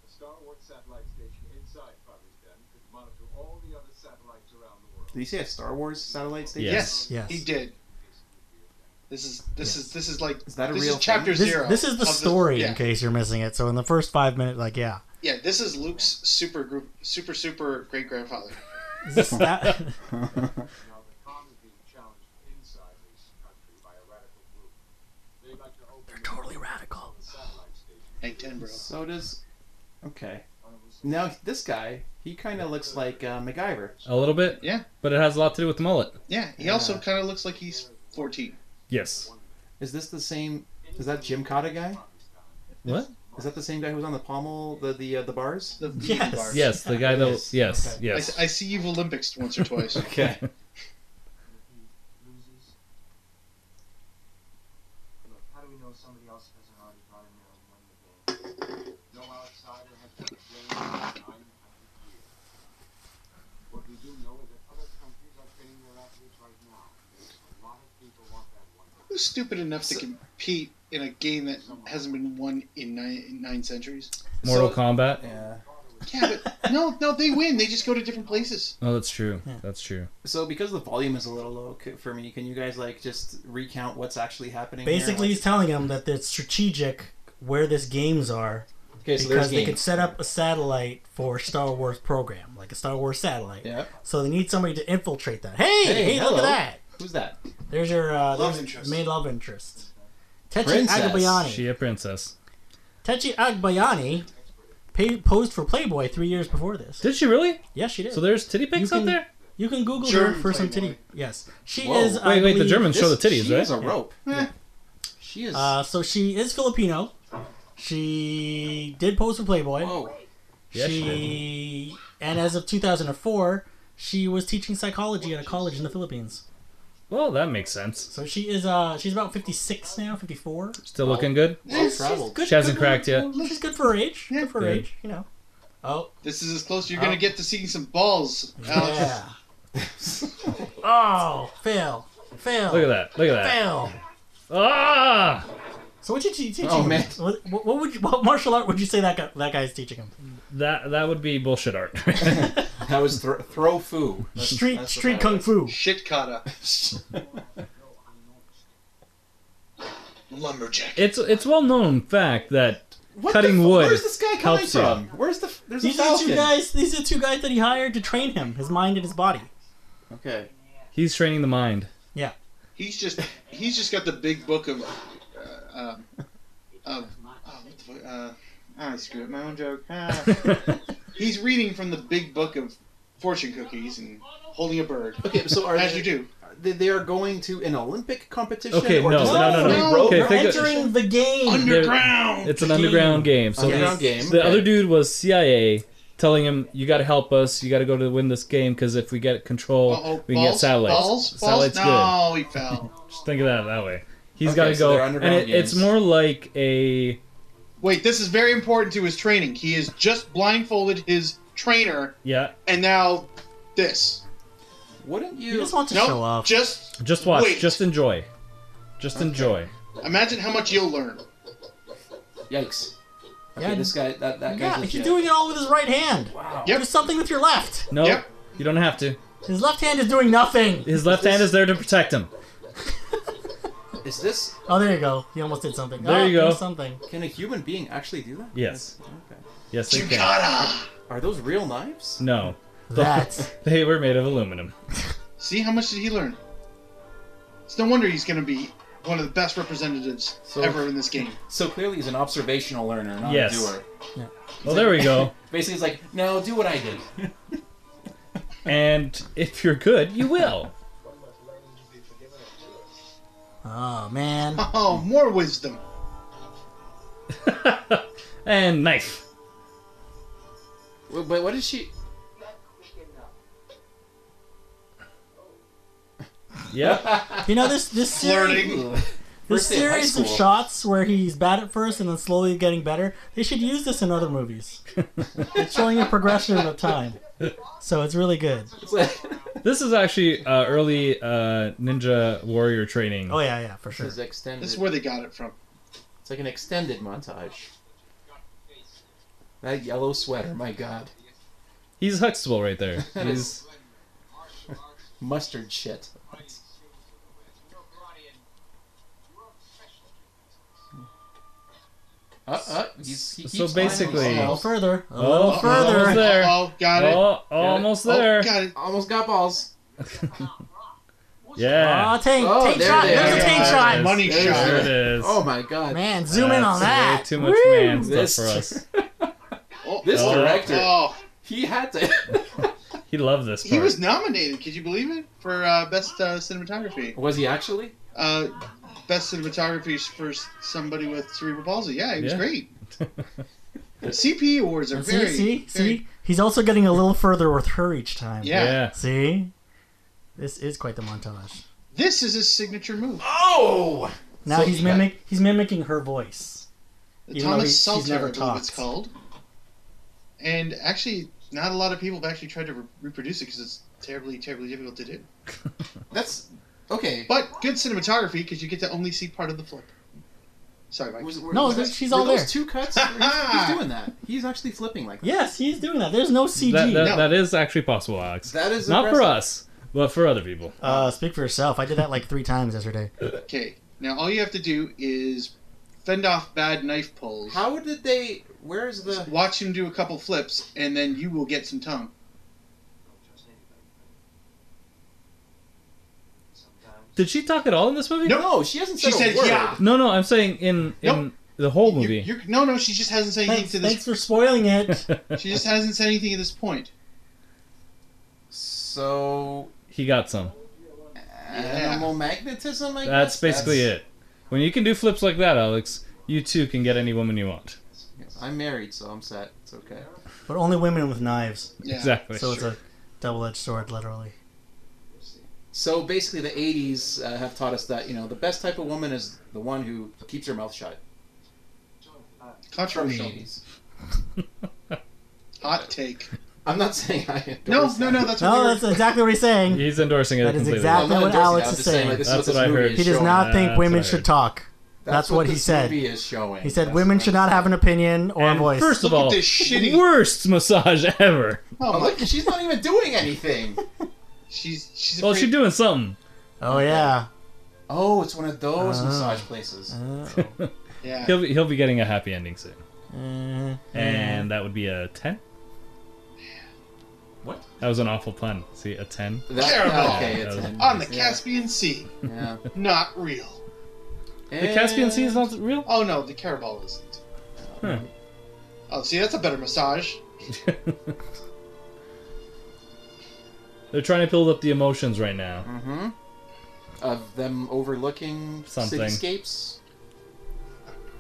Speaker 7: A Star Wars satellite station inside Father's Den could monitor all the other satellites around the world.
Speaker 6: Did he say a Star Wars satellite station?
Speaker 4: Yes.
Speaker 2: Yes.
Speaker 3: Yes.
Speaker 2: He did. This is this is this is like
Speaker 6: Is that a
Speaker 2: this
Speaker 6: real
Speaker 2: is chapter
Speaker 3: This,
Speaker 2: zero.
Speaker 3: this is the
Speaker 2: of
Speaker 3: story,
Speaker 2: yeah,
Speaker 3: in case you're missing it. So in the first five minutes, like, yeah,
Speaker 2: yeah, this is Luke's super group, super super great grandfather.
Speaker 3: Is this that?
Speaker 7: Now, the con is being challenged inside this country by a radical group. They'd like to open
Speaker 3: They're totally radical.
Speaker 7: the satellite station.
Speaker 2: Hank Ten, bro.
Speaker 6: So does. Okay. Now this guy, he kind of looks like uh, MacGyver.
Speaker 4: A little bit.
Speaker 2: Yeah.
Speaker 4: But it has a lot to do with the mullet.
Speaker 2: Yeah, he also kind of looks like he's fourteen.
Speaker 4: Yes.
Speaker 6: Is this the same? Is that Jim Cotta guy?
Speaker 4: What?
Speaker 6: Is that the same guy who was on the pommel, the the uh, the bars?
Speaker 2: The vegan
Speaker 3: Yes.
Speaker 2: bar.
Speaker 4: Yes, the guy that
Speaker 6: Yes.
Speaker 4: yes,
Speaker 2: I, [laughs]
Speaker 4: yes.
Speaker 2: I see you've Olympics once or
Speaker 3: [laughs]
Speaker 2: twice.
Speaker 6: Okay.
Speaker 7: And if he loses, look, how do we know somebody else hasn't already gone in there and won the game? No outsider has been playing in 900 years. What we do know is that other countries are training their athletes right now. A lot of people want that one.
Speaker 2: Who's stupid enough to compete in a game that hasn't been won in nine, in nine
Speaker 3: [laughs]
Speaker 2: centuries?
Speaker 4: Mortal
Speaker 6: So-
Speaker 4: Kombat.
Speaker 6: yeah.
Speaker 2: Yeah, but no, no, they win. They just go to different places.
Speaker 4: Oh, that's true. That's true.
Speaker 6: So because the volume is a little low c- for me, can you guys like just recount what's actually happening? here?
Speaker 3: Basically, he's telling them that it's strategic where this games are
Speaker 6: okay, so there's
Speaker 3: because they could
Speaker 6: games.
Speaker 3: set up a satellite for Star Wars program, like a Star Wars satellite.
Speaker 6: Yeah.
Speaker 3: So they need somebody to infiltrate that. Hey, hey,
Speaker 6: Hey,
Speaker 3: look at
Speaker 6: hello.
Speaker 3: that!
Speaker 6: Who's that?
Speaker 3: There's your uh,
Speaker 2: Love
Speaker 3: there's
Speaker 2: interest.
Speaker 3: main love interest. Tetchi
Speaker 6: Princess.
Speaker 3: Agbayani.
Speaker 4: She a princess.
Speaker 3: Tetchi Agbayani pa posed for Playboy three years before this.
Speaker 4: Did she really?
Speaker 3: Yes, she did.
Speaker 4: So there's titty pics
Speaker 3: You
Speaker 4: out
Speaker 3: can-
Speaker 4: there?
Speaker 3: you can Google her
Speaker 2: German
Speaker 3: for some
Speaker 2: Playboy.
Speaker 3: titty. Yes, she
Speaker 6: Whoa.
Speaker 3: is.
Speaker 6: Wait,
Speaker 3: I
Speaker 4: wait, the
Speaker 3: believe-
Speaker 4: Germans show the
Speaker 6: This-
Speaker 4: titties,
Speaker 6: she
Speaker 4: right?
Speaker 6: is a rope.
Speaker 2: Eh,
Speaker 6: She is.
Speaker 3: Uh, so she is Filipino. She did pose for Playboy.
Speaker 6: whoa.
Speaker 4: Yeah, she
Speaker 3: she and as of 2004, she was teaching psychology at a college in the Philippines.
Speaker 4: Well, that makes sense.
Speaker 3: So she is uh she's about 56 now, 54.
Speaker 4: Still looking good.
Speaker 6: Well traveled.
Speaker 3: Good,
Speaker 4: She hasn't
Speaker 3: good-
Speaker 4: cracked yet.
Speaker 3: She's good for her age. Good for her
Speaker 4: Good.
Speaker 3: age, you know. Oh
Speaker 2: this is as close you're gonna get to seeing some balls, Alex.
Speaker 3: yeah. oh, fail, fail,
Speaker 4: Look at that. Look at that.
Speaker 3: fail.
Speaker 4: Ah!
Speaker 3: So what you te- teaching?
Speaker 6: Oh,
Speaker 3: him?
Speaker 6: man.
Speaker 3: What, what would you, what martial art would you say that guy, that guy's teaching him?
Speaker 4: That that would be bullshit art. [laughs]
Speaker 6: That was thro- throw foo. That's-
Speaker 3: Street
Speaker 6: that's what
Speaker 3: street
Speaker 6: that
Speaker 3: kung fu.
Speaker 2: Shit kata. Lumberjack.
Speaker 4: it's it's well known fact that
Speaker 6: What
Speaker 4: Cutting
Speaker 6: the f-
Speaker 4: wood
Speaker 6: Where's this guy coming
Speaker 4: helps you.
Speaker 6: from? Where's the? f- There's a
Speaker 3: These are
Speaker 6: falcon.
Speaker 3: two guys. These are two guys that he hired to train him, his mind and his body.
Speaker 6: Okay.
Speaker 4: he's training the mind. [laughs]
Speaker 2: He's just he's just got the big book of uh, um, of oh, what the fuck, uh, I screwed up my own joke. Ah. he's reading from the big book of fortune cookies and holding a bird.
Speaker 6: Okay. So are
Speaker 2: As
Speaker 6: they,
Speaker 2: you do.
Speaker 6: They, they are going to an Olympic competition.
Speaker 4: Okay,
Speaker 6: or
Speaker 4: no,
Speaker 6: just
Speaker 3: no, no,
Speaker 6: a
Speaker 3: no.
Speaker 6: free
Speaker 2: No,
Speaker 6: rope?
Speaker 4: Okay,
Speaker 3: We're
Speaker 4: think of-
Speaker 3: entering the game.
Speaker 2: Underground.
Speaker 4: It's an underground game. So
Speaker 6: Underground
Speaker 4: he's-
Speaker 6: game,
Speaker 4: the
Speaker 6: okay.
Speaker 4: other dude was CIA telling him, "You got to help us. You got to go to win this game because if we get control,
Speaker 2: Uh-oh,
Speaker 4: we can get
Speaker 2: balls,
Speaker 4: satellites.
Speaker 2: Balls, balls.
Speaker 4: Satellites good.
Speaker 2: No, he fell.
Speaker 4: Just think of that that way. He's
Speaker 6: Okay,
Speaker 4: got to
Speaker 6: so
Speaker 4: go,
Speaker 6: they're
Speaker 4: and it,
Speaker 6: underground
Speaker 4: it's
Speaker 6: games.
Speaker 4: more like a
Speaker 2: Wait, this is very important to his training. He has just blindfolded his trainer,
Speaker 4: yeah.
Speaker 2: and now this.
Speaker 6: Wouldn't you?
Speaker 3: He just wants to
Speaker 2: No,
Speaker 3: show off.
Speaker 2: just
Speaker 4: Just watch.
Speaker 2: Wait.
Speaker 4: Just enjoy. Just enjoy.
Speaker 2: imagine how much you'll learn.
Speaker 6: Yikes. Okay,
Speaker 3: Yeah,
Speaker 6: this guy, that, that guy's
Speaker 3: yeah,
Speaker 6: legit.
Speaker 3: he's doing it all with his right hand.
Speaker 6: Wow.
Speaker 2: Yep.
Speaker 3: Do something with your left.
Speaker 4: No,
Speaker 2: Yep.
Speaker 4: you don't have to.
Speaker 3: His left hand is doing nothing.
Speaker 4: His left hand is there to protect him.
Speaker 6: Is this?
Speaker 3: Oh, there you go. He almost did something.
Speaker 4: There
Speaker 3: Oh,
Speaker 4: you go.
Speaker 3: there's Something.
Speaker 6: Can a human being actually do that?
Speaker 4: Yes.
Speaker 6: Okay.
Speaker 4: Yes, they can.
Speaker 2: Gymkhana.
Speaker 6: Are those real knives?
Speaker 4: No,
Speaker 3: That's
Speaker 4: they were made of aluminum.
Speaker 2: See how much did he learn? It's no wonder he's going to be one of the best representatives
Speaker 6: So-
Speaker 2: ever in this game.
Speaker 6: So clearly, he's an observational learner, not
Speaker 4: Yes.
Speaker 6: a doer.
Speaker 4: Well, there we go.
Speaker 5: Basically, it's like, no, do what I did.
Speaker 4: And if you're good, you will.
Speaker 3: [laughs] Oh man.
Speaker 2: Oh, more wisdom.
Speaker 4: and knife.
Speaker 6: Well, But what is she?
Speaker 4: Yeah.
Speaker 3: You know this this
Speaker 6: [laughs]
Speaker 3: series,
Speaker 2: Flirting.
Speaker 3: this
Speaker 6: First day of high
Speaker 3: series of
Speaker 6: school.
Speaker 3: shots where he's bad at first and then slowly getting better. They should use this in other movies. it's showing a progression of time, so it's really good.
Speaker 6: It's like- [laughs]
Speaker 4: This is actually uh, early uh, ninja warrior training.
Speaker 3: Oh yeah, yeah, for sure.
Speaker 6: this is extended.
Speaker 2: This is where they got it from.
Speaker 6: It's like an extended montage. That yellow sweater, my god, [laughs]
Speaker 4: He's Huxtable right there.
Speaker 6: That
Speaker 4: He's
Speaker 6: [laughs] mustard shit. Uh, uh, he's, he
Speaker 4: So
Speaker 6: keeps
Speaker 4: basically-
Speaker 6: climbing.
Speaker 3: A little
Speaker 6: almost,
Speaker 3: further. A
Speaker 4: Oh,
Speaker 3: little
Speaker 4: almost
Speaker 3: further.
Speaker 4: there.
Speaker 2: Oh, got it.
Speaker 4: Oh, almost
Speaker 6: Oh,
Speaker 4: there.
Speaker 2: Got it.
Speaker 6: almost got balls.
Speaker 4: [laughs] yeah.
Speaker 3: Oh, tank,
Speaker 6: Oh,
Speaker 3: tank
Speaker 6: there
Speaker 3: shot.
Speaker 6: they
Speaker 3: There's
Speaker 6: are.
Speaker 3: a tank
Speaker 2: Yeah.
Speaker 3: shot.
Speaker 2: Money
Speaker 4: There
Speaker 2: shot.
Speaker 4: It is.
Speaker 6: Oh my god,
Speaker 3: Man, zoom in on
Speaker 4: That's way
Speaker 3: that.
Speaker 4: too much
Speaker 3: Woo!
Speaker 4: man stuff
Speaker 6: This-
Speaker 4: for us.
Speaker 2: Oh,
Speaker 6: [laughs] this
Speaker 4: Oh.
Speaker 6: director,
Speaker 2: oh,
Speaker 6: he had to.
Speaker 4: [laughs]
Speaker 6: [laughs]
Speaker 4: He loved this part.
Speaker 2: he was nominated. Could you believe it for uh, best uh, cinematography?
Speaker 6: was he actually?
Speaker 2: Uh, best cinematography for s- somebody with cerebral palsy. Yeah, it was
Speaker 4: Yeah. [laughs]
Speaker 2: great. CP awards are
Speaker 3: See,
Speaker 2: very,
Speaker 3: see,
Speaker 2: very-
Speaker 3: see. He's also getting a little further with her each time.
Speaker 2: Yeah.
Speaker 4: yeah.
Speaker 3: See, this is quite the montage.
Speaker 2: This is his signature move.
Speaker 6: Oh,
Speaker 3: Now
Speaker 6: So
Speaker 3: he's
Speaker 6: he got-
Speaker 3: mimic. He's mimicking her voice.
Speaker 2: The
Speaker 3: Even though
Speaker 2: Thomas
Speaker 3: he's- he's
Speaker 2: Seltzer, I
Speaker 3: never
Speaker 2: believe it's
Speaker 3: talked.
Speaker 2: called. And actually, not a lot of people have actually tried to re- reproduce it because it's terribly, terribly difficult to do.
Speaker 6: that's okay.
Speaker 2: But good cinematography because you get to only see part of the flip. Sorry, Mike.
Speaker 6: Was, were,
Speaker 3: No,
Speaker 6: was
Speaker 3: th-
Speaker 6: that-
Speaker 3: she's
Speaker 6: were
Speaker 3: all
Speaker 6: those
Speaker 3: there.
Speaker 6: Two cuts.
Speaker 2: [laughs]
Speaker 6: he's doing that. He's actually flipping like that.
Speaker 3: Yes, he's doing that. There's no CG.
Speaker 4: That, that,
Speaker 2: No.
Speaker 4: that is actually possible, Alex.
Speaker 6: That is
Speaker 4: Not for
Speaker 6: impressive.
Speaker 4: us, but for other people.
Speaker 3: Uh, speak for yourself. I did that like three times yesterday.
Speaker 2: Okay, now all you have to do is fend off bad knife pulls.
Speaker 6: How did they? Where is the?
Speaker 2: Watch him do a couple flips, and then you will get some tongue.
Speaker 4: Did she talk at all in this movie?
Speaker 2: Nope.
Speaker 6: No, she hasn't
Speaker 2: She
Speaker 6: said a
Speaker 2: said,
Speaker 6: word.
Speaker 2: "Yeah."
Speaker 4: No, no, I'm saying in in
Speaker 2: Nope.
Speaker 4: the whole
Speaker 2: You-
Speaker 4: movie.
Speaker 2: you're- no, no, she just hasn't said anything
Speaker 3: Thanks,
Speaker 2: to
Speaker 3: thanks
Speaker 2: this.
Speaker 3: for spoiling it. [laughs]
Speaker 4: [laughs]
Speaker 2: She just hasn't said anything at this point.
Speaker 6: So
Speaker 4: he got some.
Speaker 6: animal magnetism. I
Speaker 4: That's
Speaker 6: guess?
Speaker 4: basically
Speaker 6: That's-
Speaker 4: it. When you can do flips like that, Alex, you too can get any woman you want.
Speaker 6: Yes, I'm married, so I'm set. It's okay.
Speaker 3: but only women with knives,
Speaker 2: Yeah.
Speaker 4: Exactly.
Speaker 3: so it's a double-edged sword, literally.
Speaker 6: So basically, the '80s uh, have taught us that you know the best type of woman is the one who keeps her mouth shut. From the
Speaker 2: Controversial.
Speaker 6: '80s.
Speaker 2: Hot take.
Speaker 6: I'm not [laughs] saying I.
Speaker 2: No,
Speaker 6: endorse
Speaker 2: no,
Speaker 6: that.
Speaker 2: no, that's what we
Speaker 3: No,
Speaker 2: were-
Speaker 3: that's exactly what he's
Speaker 4: [laughs] [laughs]
Speaker 3: saying.
Speaker 4: He's endorsing it
Speaker 3: That is
Speaker 4: completely.
Speaker 3: exact-
Speaker 6: I'm not
Speaker 3: what
Speaker 6: endorsing
Speaker 3: Alex
Speaker 6: it. I'm
Speaker 3: is
Speaker 6: just saying.
Speaker 3: saying.
Speaker 6: like, this
Speaker 4: That's
Speaker 6: is what,
Speaker 4: what I
Speaker 6: this movie
Speaker 4: heard.
Speaker 6: is
Speaker 3: He does
Speaker 6: showing.
Speaker 3: not
Speaker 4: That's
Speaker 3: think
Speaker 4: what I
Speaker 3: women should
Speaker 4: heard.
Speaker 3: talk. That's what he
Speaker 6: this
Speaker 3: said.
Speaker 6: Movie is showing.
Speaker 3: He said
Speaker 6: That's
Speaker 3: women
Speaker 6: what
Speaker 3: should
Speaker 6: I'm
Speaker 3: not have an opinion or
Speaker 4: And
Speaker 3: a voice.
Speaker 4: First of
Speaker 2: Look at
Speaker 4: all,
Speaker 2: this shitty-
Speaker 4: worst massage [laughs] ever.
Speaker 2: Oh,
Speaker 6: Oh,
Speaker 2: my.
Speaker 6: look, she's not even doing anything.
Speaker 2: [laughs] She's she's.
Speaker 4: Well,
Speaker 2: afraid-
Speaker 4: she's doing something.
Speaker 3: oh yeah.
Speaker 6: [laughs] Oh, it's one of those
Speaker 3: Oh.
Speaker 4: Ah.
Speaker 6: massage places.
Speaker 3: Uh,
Speaker 2: Yeah.
Speaker 4: He'll be, he'll be getting a happy ending soon,
Speaker 3: uh,
Speaker 6: Mm.
Speaker 4: and that would be a ten.
Speaker 6: What?
Speaker 4: That was an awful pun. See, a ten.
Speaker 2: Terrible.
Speaker 6: That, okay, it's
Speaker 4: That was-
Speaker 6: in-
Speaker 2: On the
Speaker 6: yeah,
Speaker 2: Caspian Sea,
Speaker 6: Yeah.
Speaker 2: not real.
Speaker 4: The Caspian Sea is not
Speaker 6: [laughs]
Speaker 4: real.
Speaker 2: Oh no, the Carabao isn't.
Speaker 4: Huh.
Speaker 2: Oh, see, that's a better massage.
Speaker 4: They're trying to build up the emotions right now.
Speaker 6: Mm-hmm. Of them overlooking
Speaker 4: Something.
Speaker 6: cityscapes.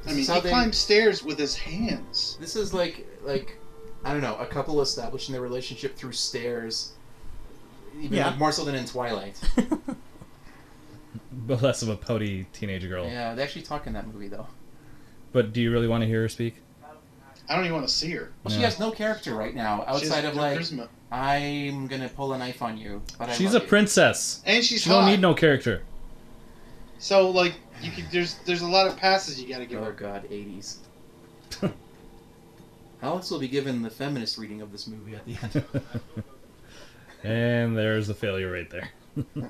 Speaker 2: I mean,
Speaker 6: is how
Speaker 2: he
Speaker 6: they-
Speaker 2: climbed stairs with his hands.
Speaker 6: This is like like I don't know a couple establishing their relationship through stairs. Even
Speaker 3: Yeah.
Speaker 6: like more so than in Twilight.
Speaker 4: But less of a pouty teenage girl.
Speaker 6: yeah, they actually talk in that movie though.
Speaker 4: But do you really want to hear her speak?
Speaker 2: I don't even want to see her.
Speaker 6: Well, she
Speaker 4: Yeah.
Speaker 6: has no character right now
Speaker 2: She has
Speaker 6: outside of
Speaker 2: no
Speaker 6: like
Speaker 2: charisma.
Speaker 6: I'm gonna pull a knife on you. But I
Speaker 4: She's a
Speaker 6: love you."
Speaker 4: princess.
Speaker 2: and she's
Speaker 4: She
Speaker 2: hot.
Speaker 4: don't need no character. [laughs]
Speaker 2: So like, you could there's there's a lot of passes you got to give
Speaker 6: Oh
Speaker 2: her.
Speaker 6: god, 80s. [laughs] Alex will be given the feminist reading of this movie at
Speaker 4: [laughs]
Speaker 6: the end.
Speaker 4: And there's the failure right there.
Speaker 6: Oh.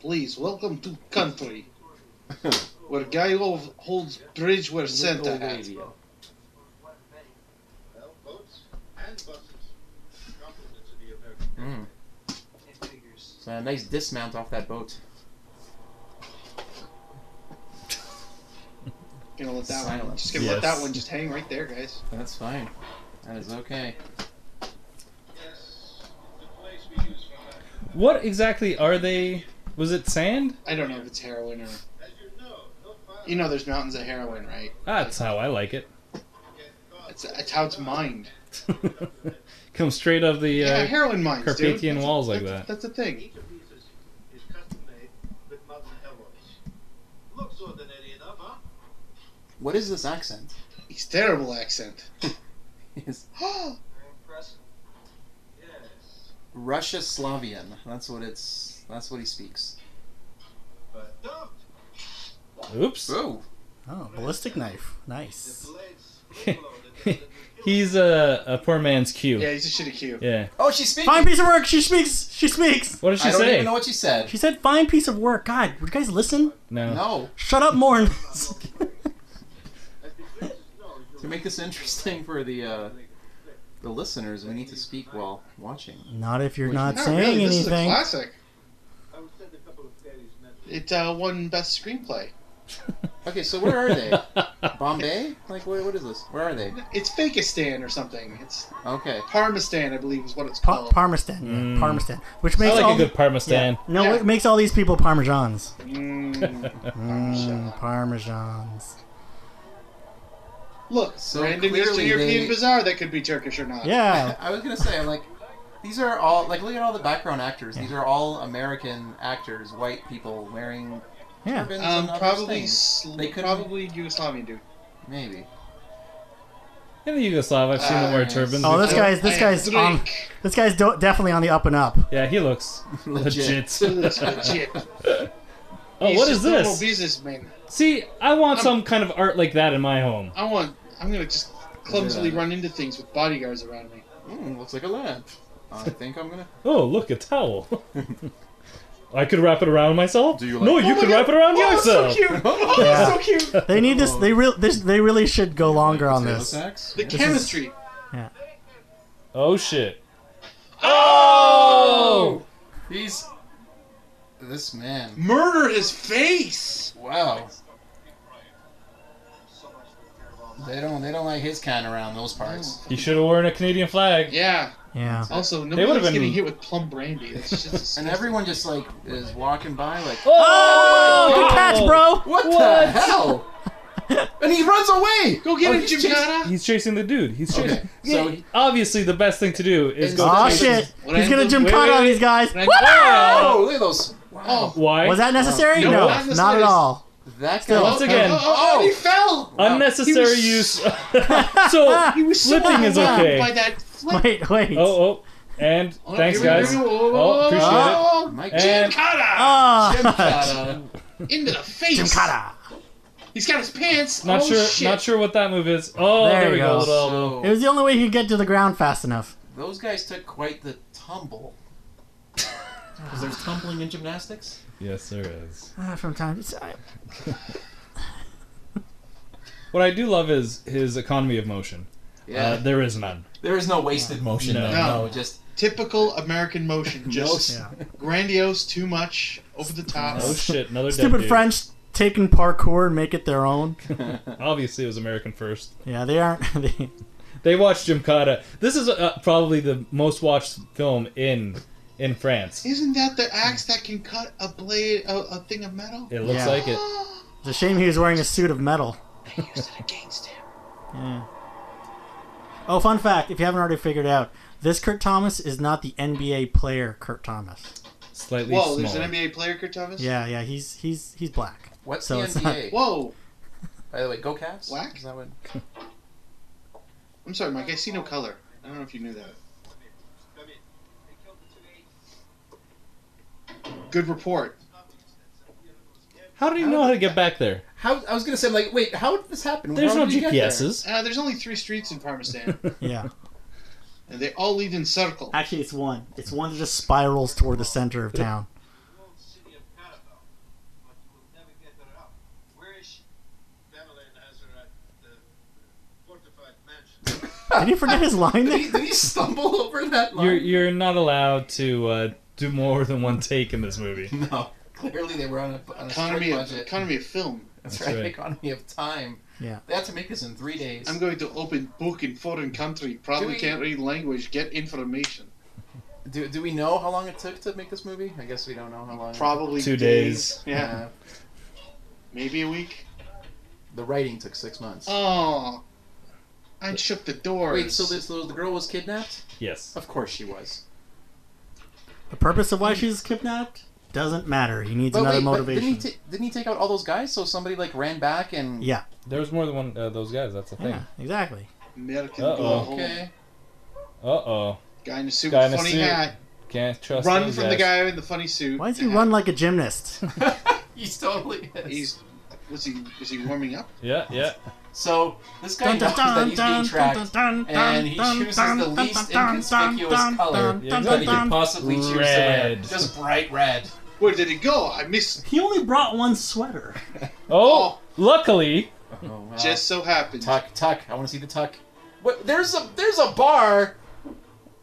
Speaker 2: Please welcome to country,
Speaker 6: [laughs]
Speaker 2: where guy hol- holds bridge where Santa
Speaker 6: Little
Speaker 2: hat.
Speaker 6: radio.
Speaker 7: Well, boats and buses. Compliment to the American.
Speaker 6: Mm. So a nice dismount off that boat.
Speaker 2: gonna let that one.
Speaker 6: Silence.
Speaker 2: Just gonna let
Speaker 4: Yes.
Speaker 2: that one just hang right there, guys.
Speaker 6: That's fine. That is okay.
Speaker 4: What exactly are they? Was it sand?
Speaker 2: I don't know if it's heroin or. You know, there's mountains of heroin, right?
Speaker 4: That's how I like it.
Speaker 2: It's, it's how it's mined.
Speaker 4: [laughs] Come straight out of the
Speaker 2: Yeah,
Speaker 4: uh,
Speaker 2: heroin mines, dude.
Speaker 4: Carpathian
Speaker 2: That's a-
Speaker 4: walls like
Speaker 2: that's-
Speaker 4: that.
Speaker 2: That's the thing.
Speaker 7: Each of these is, is custom made with modern alloys. Looks ordinary enough, huh?
Speaker 6: What is this accent? [laughs]
Speaker 2: He's terrible accent. [gasps]
Speaker 6: It's
Speaker 7: Very impressive. Yes,
Speaker 6: Russia Slavian. That's what it's. That's what he speaks.
Speaker 7: but dumped.
Speaker 4: Oops. [laughs]
Speaker 6: Oh,
Speaker 3: [laughs] Oh, ballistic knife. Nice.
Speaker 7: The [laughs] blades overload the dead and the killers.
Speaker 4: He's a, a poor man's Q.
Speaker 2: Yeah, he's a shitty Q.
Speaker 4: Yeah.
Speaker 6: oh, she's speaking.
Speaker 3: Fine piece of work. She speaks. She speaks.
Speaker 4: What did she
Speaker 6: I don't
Speaker 4: say?
Speaker 6: even know what she said.
Speaker 3: She said, "Fine piece of work." God, would you guys listen?
Speaker 4: No.
Speaker 6: No.
Speaker 3: Shut up, Morn.
Speaker 7: As the blades know
Speaker 6: To
Speaker 7: you're
Speaker 6: make this [laughs] interesting for the uh, the listeners, we need to speak while watching.
Speaker 3: [laughs] not if you're not
Speaker 2: Not
Speaker 3: saying
Speaker 2: really. This is a
Speaker 3: anything.
Speaker 2: classic.
Speaker 7: I would send a couple of fairies messages.
Speaker 2: It uh, won best screenplay.
Speaker 4: [laughs]
Speaker 6: Okay, so where are they? Bombay? Like, what, what is this? Where are they?
Speaker 2: It's Fakistan or something. It's
Speaker 6: Okay.
Speaker 2: Parmistan, I believe, is what it's
Speaker 3: Pa-
Speaker 2: called.
Speaker 3: Parmesan, yeah,
Speaker 4: Mm.
Speaker 3: Parmesan, which
Speaker 4: I
Speaker 3: makes
Speaker 4: like
Speaker 3: all
Speaker 4: a good Parma
Speaker 3: yeah.
Speaker 4: stand.
Speaker 3: no,
Speaker 2: Yeah.
Speaker 3: it makes all these people parmesans.
Speaker 4: [laughs]
Speaker 2: Mm.
Speaker 3: Mm,
Speaker 2: Parmesan.
Speaker 3: [laughs] parmesans.
Speaker 2: Look,
Speaker 6: So
Speaker 2: random Eastern
Speaker 6: clearly
Speaker 2: European
Speaker 6: they-
Speaker 2: bazaar that could be Turkish or not.
Speaker 3: Yeah,
Speaker 6: I was gonna say, I'm like, these are all like, look at all the background actors. These are all American actors, white people wearing
Speaker 3: yeah.
Speaker 6: ribbons
Speaker 2: Um,
Speaker 6: and other
Speaker 2: probably,
Speaker 6: things.
Speaker 2: sl-
Speaker 6: They could-
Speaker 2: probably Yugoslavian dude.
Speaker 6: Maybe.
Speaker 4: In the Yugoslav, I've seen him wear
Speaker 6: Ah,
Speaker 4: turbans.
Speaker 3: Oh, this
Speaker 2: I-
Speaker 3: guy's
Speaker 2: I
Speaker 3: this guy's um, on
Speaker 2: drink.
Speaker 3: this guy's do- definitely on the up and up.
Speaker 4: Yeah, he looks legit.
Speaker 6: Legit.
Speaker 2: It's
Speaker 4: [laughs]
Speaker 2: legit.
Speaker 4: Oh,
Speaker 2: He's
Speaker 4: what
Speaker 2: just
Speaker 4: is
Speaker 2: normal
Speaker 4: this?
Speaker 2: businessman.
Speaker 4: See, I want
Speaker 2: I'm-
Speaker 4: some kind of art like that in my home.
Speaker 2: I want. I'm gonna just clumsily
Speaker 6: Yeah.
Speaker 2: run into things with bodyguards around me.
Speaker 6: Mm, looks like a lab.
Speaker 3: [laughs]
Speaker 6: I think I'm gonna.
Speaker 4: Oh, look, a towel. [laughs] I could wrap it around myself.
Speaker 6: Do you
Speaker 4: no,
Speaker 6: like-
Speaker 4: you
Speaker 2: my
Speaker 4: could
Speaker 2: God.
Speaker 4: wrap it around
Speaker 2: Oh, that's
Speaker 4: yourself.
Speaker 2: so cute.
Speaker 4: [laughs]
Speaker 2: Oh,
Speaker 3: Yeah.
Speaker 2: that's so cute.
Speaker 3: They need this. They real this. They really should go longer on
Speaker 6: Potato
Speaker 3: this.
Speaker 6: sacks?
Speaker 2: The
Speaker 6: Yeah.
Speaker 2: chemistry.
Speaker 4: Oh shit.
Speaker 6: Oh! He's this man.
Speaker 2: Murder his face.
Speaker 6: Wow.
Speaker 7: So much for care of all
Speaker 6: They don't. They don't like his kind around those parts.
Speaker 3: Oh.
Speaker 4: He should have worn a Canadian flag.
Speaker 2: Yeah.
Speaker 3: Yeah.
Speaker 2: Also,
Speaker 4: They
Speaker 2: nobody
Speaker 4: would've
Speaker 2: likes
Speaker 4: been-
Speaker 2: getting hit with plum brandy. That's [laughs] just disgusting.
Speaker 6: And everyone just like is walking by like,
Speaker 3: Oh, good
Speaker 4: Oh!
Speaker 3: catch, bro.
Speaker 6: what,
Speaker 4: What?
Speaker 6: the hell? and he runs away.
Speaker 2: Go get
Speaker 6: Oh,
Speaker 2: him,
Speaker 6: he's
Speaker 2: Jim
Speaker 6: chasing-
Speaker 4: He's chasing the dude. He's
Speaker 6: Okay,
Speaker 4: chasing.
Speaker 6: so-
Speaker 4: Yeah, obviously the best thing to do is go.
Speaker 3: Oh
Speaker 4: chase-
Speaker 3: shit!
Speaker 2: When
Speaker 3: He's
Speaker 2: I
Speaker 3: gonna
Speaker 2: look-
Speaker 3: jump
Speaker 2: wait,
Speaker 3: cut
Speaker 2: wait,
Speaker 3: on
Speaker 2: wait.
Speaker 3: these guys.
Speaker 2: When I-
Speaker 3: Wow!
Speaker 6: Oh, look at those. Wow.
Speaker 2: Oh.
Speaker 4: Why?
Speaker 3: Was that necessary?
Speaker 2: No,
Speaker 3: No,
Speaker 2: not in the
Speaker 3: not at
Speaker 2: slightest.
Speaker 3: all.
Speaker 6: That guy.
Speaker 3: Still-
Speaker 4: Once again,
Speaker 2: Oh, oh, oh, he fell.
Speaker 6: Wow.
Speaker 4: unnecessary
Speaker 2: He was-
Speaker 4: use. [laughs] oh, so.
Speaker 2: He was so
Speaker 4: Flipping is
Speaker 2: overwhelmed
Speaker 4: okay.
Speaker 2: by
Speaker 4: [laughs]
Speaker 2: that flip.
Speaker 3: Wait, wait. Oh,
Speaker 4: Oh oh. And
Speaker 2: Oh,
Speaker 4: thanks
Speaker 2: here we go,
Speaker 4: guys.
Speaker 2: here we go.
Speaker 4: Oh, appreciate
Speaker 2: Oh,
Speaker 6: Mike
Speaker 4: And
Speaker 2: Gymkhana!
Speaker 6: [laughs]
Speaker 3: Ah,
Speaker 6: Gymkhana.
Speaker 2: into the face.
Speaker 3: Gymkhana.
Speaker 2: He's got his pants.
Speaker 4: not
Speaker 2: oh,
Speaker 4: sure.
Speaker 2: Shit.
Speaker 4: Not sure what that move is. Oh,
Speaker 3: There
Speaker 4: there,
Speaker 3: you
Speaker 4: we go.
Speaker 3: go.
Speaker 4: Little elbow.
Speaker 3: [laughs] It
Speaker 6: So,
Speaker 3: was the only way he could get to the ground fast enough.
Speaker 6: those guys took quite the tumble. Because there's tumbling in gymnastics.
Speaker 4: Yes, there is.
Speaker 3: Ah, from time to time.
Speaker 4: What I do love is his economy of motion.
Speaker 6: Yeah.
Speaker 4: Uh, there is none.
Speaker 6: there is no wasted motion.
Speaker 4: No.
Speaker 6: there.
Speaker 2: No.
Speaker 6: no just
Speaker 2: Typical American [laughs] motion. Just
Speaker 3: Yeah.
Speaker 2: grandiose, too much, over the top.
Speaker 6: [laughs]
Speaker 4: Oh shit! Another dead
Speaker 3: Stupid
Speaker 4: dude.
Speaker 3: French taking parkour and make it their own.
Speaker 4: Obviously, it was American first.
Speaker 3: Yeah, they aren't. [laughs] They,
Speaker 4: They watched Gymkhana. This is uh, probably the most watched film in in France.
Speaker 2: Isn't that the axe that can cut a blade, a, a thing of metal?
Speaker 4: It looks
Speaker 3: Yeah.
Speaker 4: like it.
Speaker 3: it's a shame he was wearing a suit of metal.
Speaker 2: They used it against him.
Speaker 3: Yeah. Oh, fun fact! If you haven't already figured out, this Kurt Thomas is not the NBA player Kurt Thomas.
Speaker 4: Slightly
Speaker 2: Whoa,
Speaker 4: smaller.
Speaker 2: there's an NBA player, Kurt Thomas?
Speaker 3: Yeah, yeah, he's he's he's black.
Speaker 6: what's
Speaker 3: So
Speaker 6: the
Speaker 3: it's not-
Speaker 6: NBA?
Speaker 2: Whoa.
Speaker 6: By the way, go Cavs.
Speaker 2: Whack?
Speaker 6: Is that what?
Speaker 2: I'm sorry, Mike. I see no color. I don't know if you knew that.
Speaker 7: They killed the two eights.
Speaker 2: Good report.
Speaker 4: How did he know how to get back there?
Speaker 6: How I was gonna say, like, wait, how did this happen?
Speaker 4: There's
Speaker 6: How
Speaker 4: no
Speaker 6: did you get there?
Speaker 4: GPSs.
Speaker 6: [laughs]
Speaker 2: Uh, there's only three streets in
Speaker 4: [laughs]
Speaker 2: Parmesan,
Speaker 3: Yeah,
Speaker 2: and they all lead in circle.
Speaker 3: actually, it's one. It's one that just spirals toward the center of town.
Speaker 7: The old city of Carabao. But you will never get her out. Where is she? Tamerlane has her at the fortified
Speaker 6: [laughs]
Speaker 7: mansion.
Speaker 3: Did you forget his line?
Speaker 6: Did he,
Speaker 3: There?
Speaker 6: did he stumble over that line?
Speaker 4: You're you're not allowed to uh, do more than one take in this movie.
Speaker 6: [laughs] No. Clearly, they were on a, on a strict
Speaker 2: Economy of,
Speaker 6: budget.
Speaker 2: economy of film.
Speaker 6: That's,
Speaker 4: That's
Speaker 6: right.
Speaker 4: right.
Speaker 6: Economy of time.
Speaker 3: Yeah.
Speaker 6: They had to make this in three days.
Speaker 2: I'm going to open book in foreign country. Probably
Speaker 6: Do we-
Speaker 2: can't read language. Get information.
Speaker 6: do, do we know how long it took to make this movie? I guess we don't know how long. it-
Speaker 2: Probably
Speaker 4: Two days.
Speaker 2: Yeah,
Speaker 6: Uh,
Speaker 2: maybe a week.
Speaker 6: the writing took six months.
Speaker 2: Oh, I shook the doors.
Speaker 6: Wait, so this, the girl was kidnapped?
Speaker 4: Yes.
Speaker 6: Of course she was.
Speaker 3: The purpose of why she's kidnapped doesn't matter. He needs
Speaker 6: But
Speaker 3: another
Speaker 6: wait, but
Speaker 3: motivation.
Speaker 6: didn't, he ta- didn't he take out all those guys? So somebody like ran back and.
Speaker 3: Yeah.
Speaker 4: There was more than one uh, those guys. That's the thing.
Speaker 3: yeah, exactly.
Speaker 2: American
Speaker 4: Uh-oh.
Speaker 2: go home.
Speaker 6: Okay.
Speaker 4: Uh oh.
Speaker 2: Guy in a suit,
Speaker 4: Guy in a
Speaker 2: funny
Speaker 4: suit.
Speaker 2: hat.
Speaker 4: Can't trust.
Speaker 2: Run
Speaker 4: these
Speaker 2: from the
Speaker 4: guys.
Speaker 2: guy in the funny suit.
Speaker 3: Why does he
Speaker 2: The hat.
Speaker 3: run like a
Speaker 6: [laughs]
Speaker 3: gymnast?
Speaker 6: He's totally. Is.
Speaker 2: He's was he is he warming up?
Speaker 4: Yeah,
Speaker 2: [laughs]
Speaker 4: yeah.
Speaker 6: So this guy
Speaker 3: Dun,
Speaker 6: knows
Speaker 3: dun,
Speaker 6: that
Speaker 3: dun,
Speaker 6: he's being
Speaker 3: dun, dun,
Speaker 6: tracked,
Speaker 3: dun, dun,
Speaker 6: and he
Speaker 3: dun,
Speaker 6: chooses
Speaker 3: dun,
Speaker 6: the
Speaker 3: dun,
Speaker 6: least
Speaker 3: dun, dun,
Speaker 6: inconspicuous color
Speaker 3: dun,
Speaker 4: Yeah,
Speaker 3: dun,
Speaker 6: that he
Speaker 3: dun,
Speaker 6: could
Speaker 3: dun.
Speaker 6: possibly choose to wear.
Speaker 4: Red.
Speaker 6: Just bright red.
Speaker 2: Where did he go? I missed.
Speaker 3: He only brought one sweater.
Speaker 4: Oh, luckily.
Speaker 6: Oh,
Speaker 4: Uh,
Speaker 6: wow.
Speaker 2: Just so happened.
Speaker 6: tuck, tuck. I want to see the tuck. What? There's a there's a bar.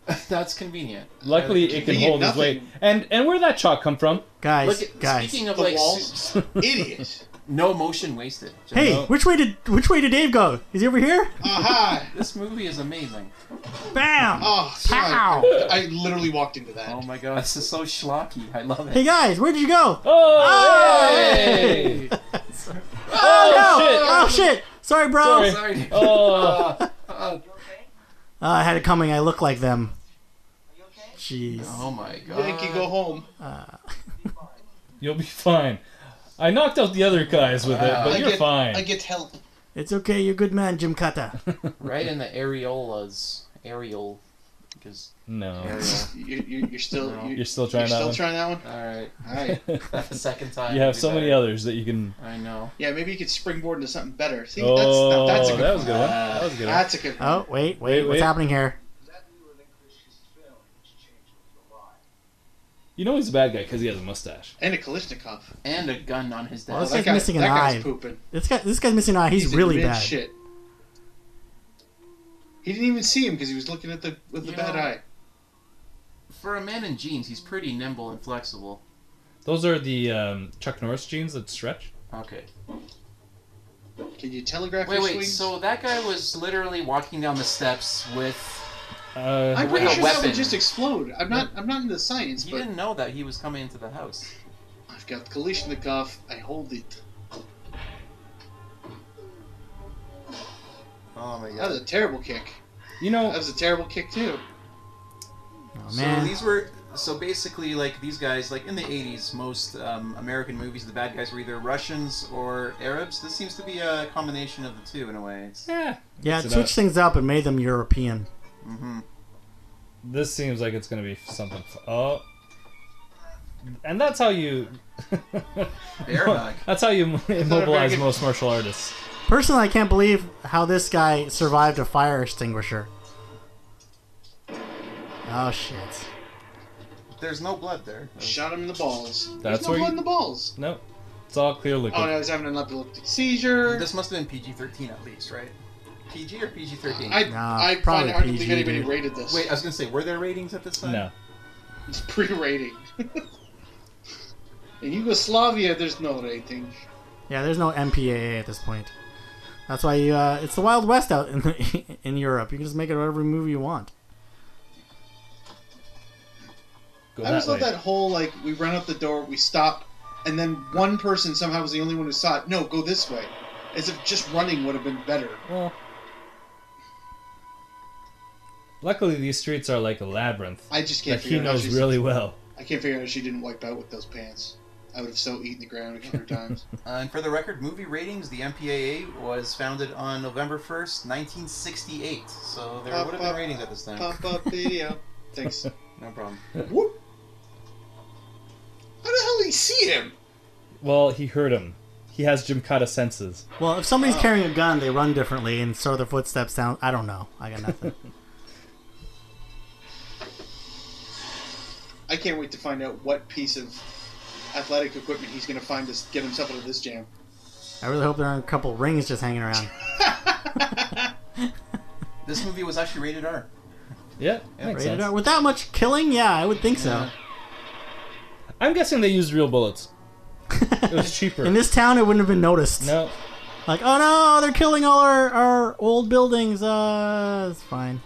Speaker 6: [laughs] That's convenient.
Speaker 4: Luckily, it can
Speaker 2: Convenient
Speaker 4: hold its weight.
Speaker 2: nothing.
Speaker 4: And and where did that chalk come from?
Speaker 3: Guys,
Speaker 6: Look at,
Speaker 3: guys.
Speaker 6: speaking of
Speaker 2: The
Speaker 6: like
Speaker 2: walls.
Speaker 6: su-
Speaker 2: Idiot.
Speaker 6: no motion wasted.
Speaker 3: [laughs]
Speaker 6: Just-
Speaker 3: hey,
Speaker 4: No.
Speaker 3: which way did which way did Dave go? Is he over here?
Speaker 4: [laughs]
Speaker 2: Aha.
Speaker 6: this movie is amazing.
Speaker 3: Bam!
Speaker 2: Oh,
Speaker 3: Pow!
Speaker 2: God. I literally walked into that.
Speaker 6: Oh my god, this is so schlocky. I love
Speaker 3: Hey
Speaker 6: it.
Speaker 3: guys, where did you go?
Speaker 4: Oh,
Speaker 2: Ah! [laughs]
Speaker 3: Hey!
Speaker 4: hey!
Speaker 3: no!
Speaker 4: oh
Speaker 3: Oh shit! Sorry, bro.
Speaker 4: Sorry.
Speaker 6: Sorry.
Speaker 4: [laughs]
Speaker 8: You
Speaker 4: Oh.
Speaker 8: okay?
Speaker 3: Uh, I had it coming. I look like them.
Speaker 8: Are you okay?
Speaker 3: Jeez.
Speaker 6: Oh my god.
Speaker 2: Yankee, go home.
Speaker 4: You'll be fine. I knocked out the other guys with it,
Speaker 6: Wow.
Speaker 4: but
Speaker 2: Uh, I
Speaker 4: you're
Speaker 2: get,
Speaker 4: fine.
Speaker 2: I get help.
Speaker 3: It's okay. You're a good man, Jim Kata.
Speaker 4: [laughs]
Speaker 6: Right in the areolas. Aerial. Because
Speaker 4: no.
Speaker 6: aerial.
Speaker 2: You, you, you're still
Speaker 6: No.
Speaker 2: you,
Speaker 4: You're still
Speaker 2: you're
Speaker 4: trying that
Speaker 2: still
Speaker 4: one.
Speaker 2: trying that one.
Speaker 6: All right.
Speaker 2: All right.
Speaker 6: [laughs]
Speaker 4: [laughs]
Speaker 2: [laughs]
Speaker 6: That's the second time.
Speaker 4: you have
Speaker 6: Do
Speaker 4: so many
Speaker 6: better.
Speaker 4: others that you can.
Speaker 6: I know.
Speaker 2: Yeah, maybe you could springboard into something better. See,
Speaker 4: Oh,
Speaker 2: that's, that, that's a good
Speaker 4: that was
Speaker 2: one.
Speaker 4: a good one. That was a good one.
Speaker 2: That's a good one.
Speaker 3: Oh wait, wait,
Speaker 4: Wait,
Speaker 3: what's
Speaker 4: wait.
Speaker 3: happening here?
Speaker 8: That we relinquish his film and exchange with your life.
Speaker 4: You know he's a bad guy because he has a mustache.
Speaker 2: And a Kalishnikov. Oh,
Speaker 6: And a gun on his
Speaker 3: Well,
Speaker 6: desk.
Speaker 3: This guy's missing an
Speaker 2: that
Speaker 3: eye.
Speaker 2: guy's pooping.
Speaker 3: This guy, this guy's missing an eye. He's,
Speaker 2: in
Speaker 3: really
Speaker 2: mid
Speaker 3: bad.
Speaker 2: Shit. He didn't even see him because he was looking at the with the
Speaker 6: You
Speaker 2: bad
Speaker 6: know-
Speaker 2: eye.
Speaker 6: For a man in jeans, he's pretty nimble and flexible.
Speaker 4: Those are the um, Chuck Norris jeans that stretch.
Speaker 6: Okay.
Speaker 2: Can you telegraph
Speaker 6: Wait,
Speaker 2: your
Speaker 6: wait.
Speaker 2: swings?
Speaker 6: So that guy was literally walking down the steps with.
Speaker 2: I'm
Speaker 4: Uh,
Speaker 2: pretty
Speaker 6: with a
Speaker 2: sure that
Speaker 6: weapon.
Speaker 2: would just explode. I'm not. I'm not into science,
Speaker 6: He
Speaker 2: but
Speaker 6: didn't know that he was coming into the house.
Speaker 2: I've got Kalishnikov. I hold it.
Speaker 6: Oh my
Speaker 2: That was a terrible kick.
Speaker 4: you
Speaker 2: That
Speaker 4: know,
Speaker 2: was a terrible kick too.
Speaker 3: Oh
Speaker 6: So
Speaker 3: man.
Speaker 6: these were so basically like these guys like in the 80s most um, American movies the bad guys were either Russians or Arabs. This seems to be a combination of the two in a way. It's,
Speaker 4: yeah,
Speaker 3: yeah,
Speaker 4: it's
Speaker 3: it
Speaker 4: about-
Speaker 3: switched things up and made them European.
Speaker 6: hmm
Speaker 4: uh, this seems like it's gonna be something. F- oh, and that's how you. [laughs]
Speaker 6: Airbag.
Speaker 4: that's how you
Speaker 2: very
Speaker 4: immobilize
Speaker 2: good-
Speaker 4: most martial artists.
Speaker 3: Personally, I can't believe how this guy survived a fire extinguisher. Oh shit.
Speaker 6: There's no blood there.
Speaker 2: Shot him in the balls.
Speaker 4: That's
Speaker 2: There's no
Speaker 4: where
Speaker 2: blood
Speaker 4: you-
Speaker 2: in the balls.
Speaker 4: No, it's all clear liquid.
Speaker 2: Oh no, he's having an epileptic seizure.
Speaker 6: This must have been PG-13 at least, right? PG or PG-13?
Speaker 2: I,
Speaker 3: Nah,
Speaker 2: I find
Speaker 3: probably
Speaker 2: it hard to believe
Speaker 3: PG,
Speaker 2: anybody
Speaker 3: dude.
Speaker 2: rated this.
Speaker 6: Wait, uh- I was gonna say, were there ratings at this time?
Speaker 4: no.
Speaker 2: [laughs] It's pre-rating. [laughs] In Yugoslavia, there's no rating.
Speaker 3: Yeah, there's no MPAA at this point. That's why you, uh, it's the Wild West out in [laughs] in Europe. You can just make it whatever movie you want.
Speaker 4: Go
Speaker 2: I always
Speaker 4: that way.
Speaker 2: love that whole like we run out the door, we stop, and then one person somehow was the only one who saw it. No, go this way, as if just running would have been better.
Speaker 4: Well, luckily these streets are like a labyrinth
Speaker 2: I just can't
Speaker 4: that he
Speaker 2: figure out. how
Speaker 4: knows
Speaker 2: she's-
Speaker 4: really well.
Speaker 2: I can't figure out if she didn't wipe out with those pants. I would have so eaten the ground a hundred
Speaker 4: [laughs]
Speaker 2: times.
Speaker 6: Uh, and for the record, movie ratings, the MPAA was founded on November 1st, 1968. So there
Speaker 2: Pop,
Speaker 6: would have been
Speaker 2: pop,
Speaker 6: ratings at this time.
Speaker 2: Pop up video. Thanks. How
Speaker 6: No problem.
Speaker 2: the hell did he see him?
Speaker 4: Well, he heard him. He has Gymkata senses.
Speaker 3: Well, if somebody's carrying a gun, they run differently, and so their footsteps sound. I don't know. I got nothing.
Speaker 2: I can't wait to find out what piece of athletic equipment he's going to find to get himself out of this jam.
Speaker 3: I really hope there aren't a couple rings just hanging around.
Speaker 6: This movie was actually rated R.
Speaker 4: Yeah, makes
Speaker 3: Rated
Speaker 4: sense.
Speaker 3: R. With that much killing, yeah, I would think so.
Speaker 6: Yeah.
Speaker 4: I'm guessing they used real bullets. It was cheaper.
Speaker 3: In this town, it wouldn't have been noticed.
Speaker 4: no,
Speaker 3: Like, oh no, they're killing all our, our old buildings. Uh, it's fine.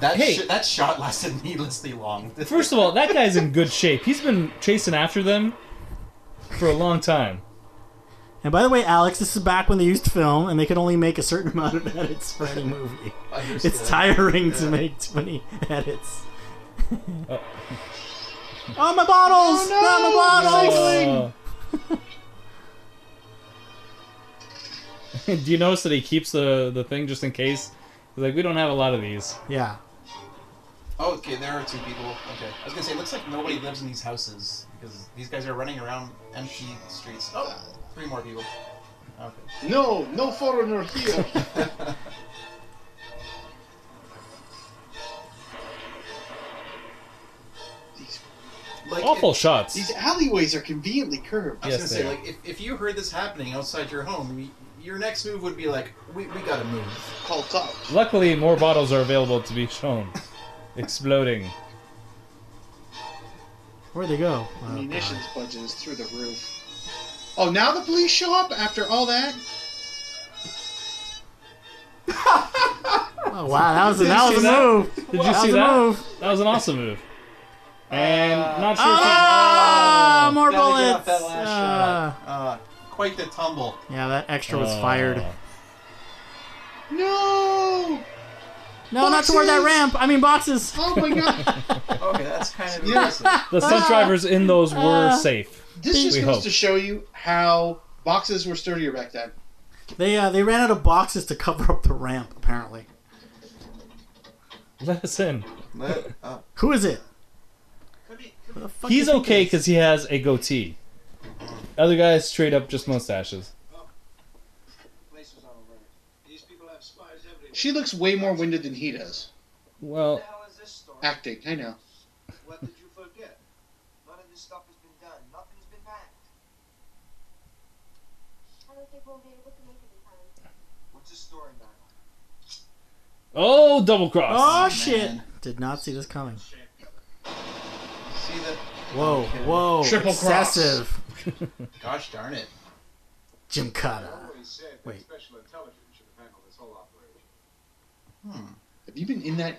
Speaker 6: That
Speaker 4: Hey.
Speaker 6: sh- that shot lasted [laughs] needlessly long. [laughs]
Speaker 4: First of all, that guy's in good shape. He's been chasing after them for a long time.
Speaker 3: And by the way, Alex, this is back when they used film and they could only make a certain [laughs] amount of edits for any movie.
Speaker 6: Understood.
Speaker 3: It's tiring to make 20 edits. [laughs]
Speaker 4: Oh.
Speaker 3: oh, my bottles!
Speaker 2: Oh, no!
Speaker 3: Not my bottles!
Speaker 4: Uh, [laughs] do you notice that he keeps the the thing just in case? He's like, we don't have a lot of these.
Speaker 3: Yeah.
Speaker 6: Oh, okay, there are two people. Okay, I was gonna say, it looks like nobody lives in these houses because these guys are running around empty streets. Oh, three more people. Okay.
Speaker 2: No, no foreigner here. these,
Speaker 6: Like,
Speaker 4: Awful
Speaker 6: If,
Speaker 4: shots.
Speaker 2: these alleyways are conveniently curved.
Speaker 6: I was
Speaker 4: Yes,
Speaker 6: gonna
Speaker 4: they
Speaker 6: say,
Speaker 4: are.
Speaker 6: like, if, if you heard this happening outside your home, y- your next move would be like, we, we gotta move.
Speaker 2: Called top.
Speaker 4: Luckily, more bottles are available to be shown. Exploding.
Speaker 3: Where'd they go? Oh,
Speaker 2: Munitions budget is through the roof. Oh, now the police show up after all that?
Speaker 3: God. Oh, wow, that was a, that
Speaker 4: you
Speaker 3: was
Speaker 4: see
Speaker 3: a
Speaker 4: that?
Speaker 3: move.
Speaker 4: Did you
Speaker 3: that
Speaker 4: see
Speaker 3: was
Speaker 4: that?
Speaker 3: a move.
Speaker 4: That was an awesome move. And
Speaker 2: Uh,
Speaker 4: not sure.
Speaker 3: Ah,
Speaker 4: if
Speaker 3: more
Speaker 6: Gotta get
Speaker 3: bullets.
Speaker 6: off that last
Speaker 3: Ah.
Speaker 6: shot. Uh, quite the tumble.
Speaker 3: Yeah, that extra
Speaker 4: he-
Speaker 3: was fired.
Speaker 4: Oh.
Speaker 2: No!
Speaker 3: No, not toward that
Speaker 2: Boxes!
Speaker 3: ramp. I mean boxes.
Speaker 2: Oh my
Speaker 4: [laughs]
Speaker 2: god.
Speaker 6: Okay, that's kind of
Speaker 2: Yeah.
Speaker 6: impressive.
Speaker 4: The stunt drivers in those were
Speaker 3: Ah.
Speaker 4: safe.
Speaker 2: This just
Speaker 4: We
Speaker 2: goes
Speaker 4: hope.
Speaker 2: to show you how boxes were sturdier back then.
Speaker 3: They uh, they ran out of boxes to cover up the ramp. Apparently,
Speaker 4: [laughs] Let us in.
Speaker 6: Let up.
Speaker 3: who is it? Who the fuck
Speaker 4: He's
Speaker 3: do you think
Speaker 4: okay
Speaker 3: it is?
Speaker 4: because he has a goatee. Other guys straight up just mustaches.
Speaker 7: Place was on alert. These people have spies everywhere.
Speaker 2: She looks way more winded than he does.
Speaker 7: What
Speaker 4: Well,
Speaker 7: the hell is this story?
Speaker 2: Acting, I know.
Speaker 7: What did you forget? None of this stuff has been done. Nothing's been hacked.
Speaker 9: I don't think we'll be able to make it in time.
Speaker 7: What's this story now?
Speaker 4: oh, double
Speaker 3: Oh
Speaker 4: cross.
Speaker 3: shit!
Speaker 6: man.
Speaker 3: Did not see this coming.
Speaker 6: See that?
Speaker 3: Whoa,
Speaker 6: Okay.
Speaker 3: whoa!
Speaker 2: Triple cross.
Speaker 3: excessive.
Speaker 6: Gosh darn it.
Speaker 3: Jim Cotta.
Speaker 7: always said that
Speaker 3: Wait.
Speaker 7: special intelligence should have handled this whole operation.
Speaker 2: Have you been in that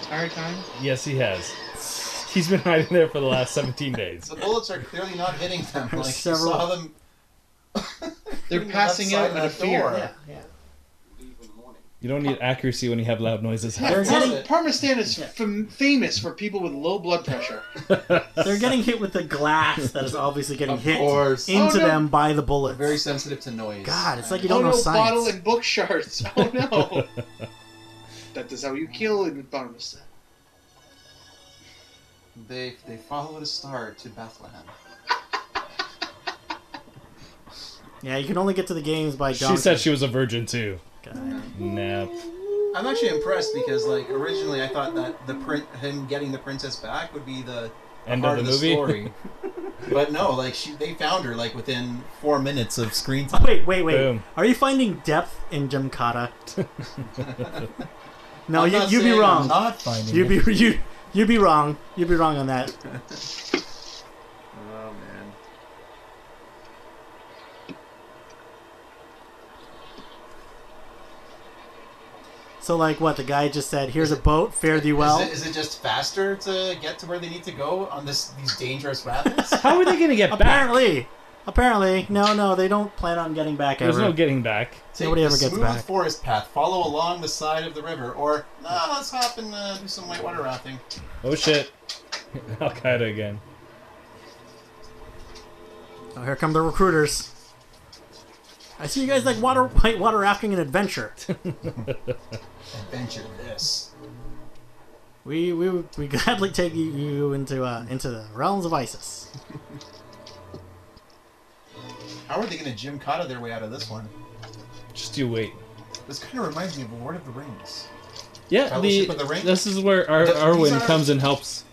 Speaker 2: entire time?
Speaker 4: [laughs] Yes, he has. He's been hiding there for the last 17 days.
Speaker 6: The bullets are clearly not hitting them. Like, you
Speaker 3: Several-
Speaker 6: saw [laughs] them.
Speaker 2: They're
Speaker 6: Left
Speaker 2: passing
Speaker 6: side
Speaker 2: out
Speaker 6: of
Speaker 2: out of
Speaker 6: that door.
Speaker 2: fear.
Speaker 3: Yeah, yeah.
Speaker 7: Leave in the morning.
Speaker 4: You don't need accuracy when you have loud noises.
Speaker 2: Yeah,
Speaker 6: Where is
Speaker 2: Parma-
Speaker 6: it?
Speaker 2: Parmesan is fam- famous for people with low blood pressure.
Speaker 3: They're getting hit with the glass that is obviously getting
Speaker 6: Of
Speaker 3: hit
Speaker 6: course.
Speaker 3: into
Speaker 2: Oh, no.
Speaker 3: them by the bullets.
Speaker 6: Very sensitive to noise.
Speaker 3: God, it's like you
Speaker 2: oh no,
Speaker 3: don't know
Speaker 2: bottle
Speaker 3: science.
Speaker 2: and book shards. Oh [laughs] no. that is how you kill in Parmesan.
Speaker 6: They they followed a star to Bethlehem.
Speaker 3: Yeah, you can only get to the games by.
Speaker 4: She
Speaker 3: donkey.
Speaker 4: said she was a virgin too.
Speaker 3: God.
Speaker 4: Nap.
Speaker 6: I'm actually impressed because like originally I thought that the print him getting the princess back would be the
Speaker 4: End
Speaker 6: part
Speaker 4: of the movie. [laughs]
Speaker 6: story. but no, like she they found her like within four minutes of screen time.
Speaker 3: Oh, Wait, wait, wait.
Speaker 4: Boom.
Speaker 3: Are you finding depth in
Speaker 4: [laughs]
Speaker 3: Jim Cotta? no,
Speaker 6: I'm
Speaker 3: you,
Speaker 6: not
Speaker 3: you'd be
Speaker 6: saying I'm
Speaker 3: wrong.
Speaker 6: Not finding
Speaker 3: You'd
Speaker 6: it.
Speaker 3: be you you'd be wrong. You'd be wrong on that.
Speaker 6: Oh man.
Speaker 3: So like what the guy just said, here's a boat, fare thee well.
Speaker 6: is, it, is it just faster to get to where they need to go on this these dangerous rapids?
Speaker 4: How are they gonna get back?
Speaker 3: Apparently. Apparently. No, no, they don't plan on getting back
Speaker 4: There's
Speaker 3: ever.
Speaker 4: no getting back.
Speaker 6: Take
Speaker 3: Nobody
Speaker 6: the
Speaker 3: ever gets
Speaker 6: smooth
Speaker 3: back.
Speaker 6: forest path. Follow along the side of the river, or nah, let's hop and uh, do some whitewater rafting.
Speaker 4: Oh [laughs] shit. Al Qaeda again.
Speaker 3: oh, here come the recruiters. I see you guys like water [laughs] white water rafting and
Speaker 6: [laughs]
Speaker 3: adventure.
Speaker 6: Adventure this.
Speaker 3: We we we gladly take you, you into uh, into the realms of ISIS.
Speaker 6: How are they gonna Jim Cotta their way out of this one?
Speaker 4: Just you wait.
Speaker 6: This kind of reminds me of Lord of the Rings.
Speaker 4: Yeah, the,
Speaker 6: Fellowship of the Ring?
Speaker 4: this is where Ar-
Speaker 6: Th- these
Speaker 4: Arwen
Speaker 6: are-
Speaker 4: comes and helps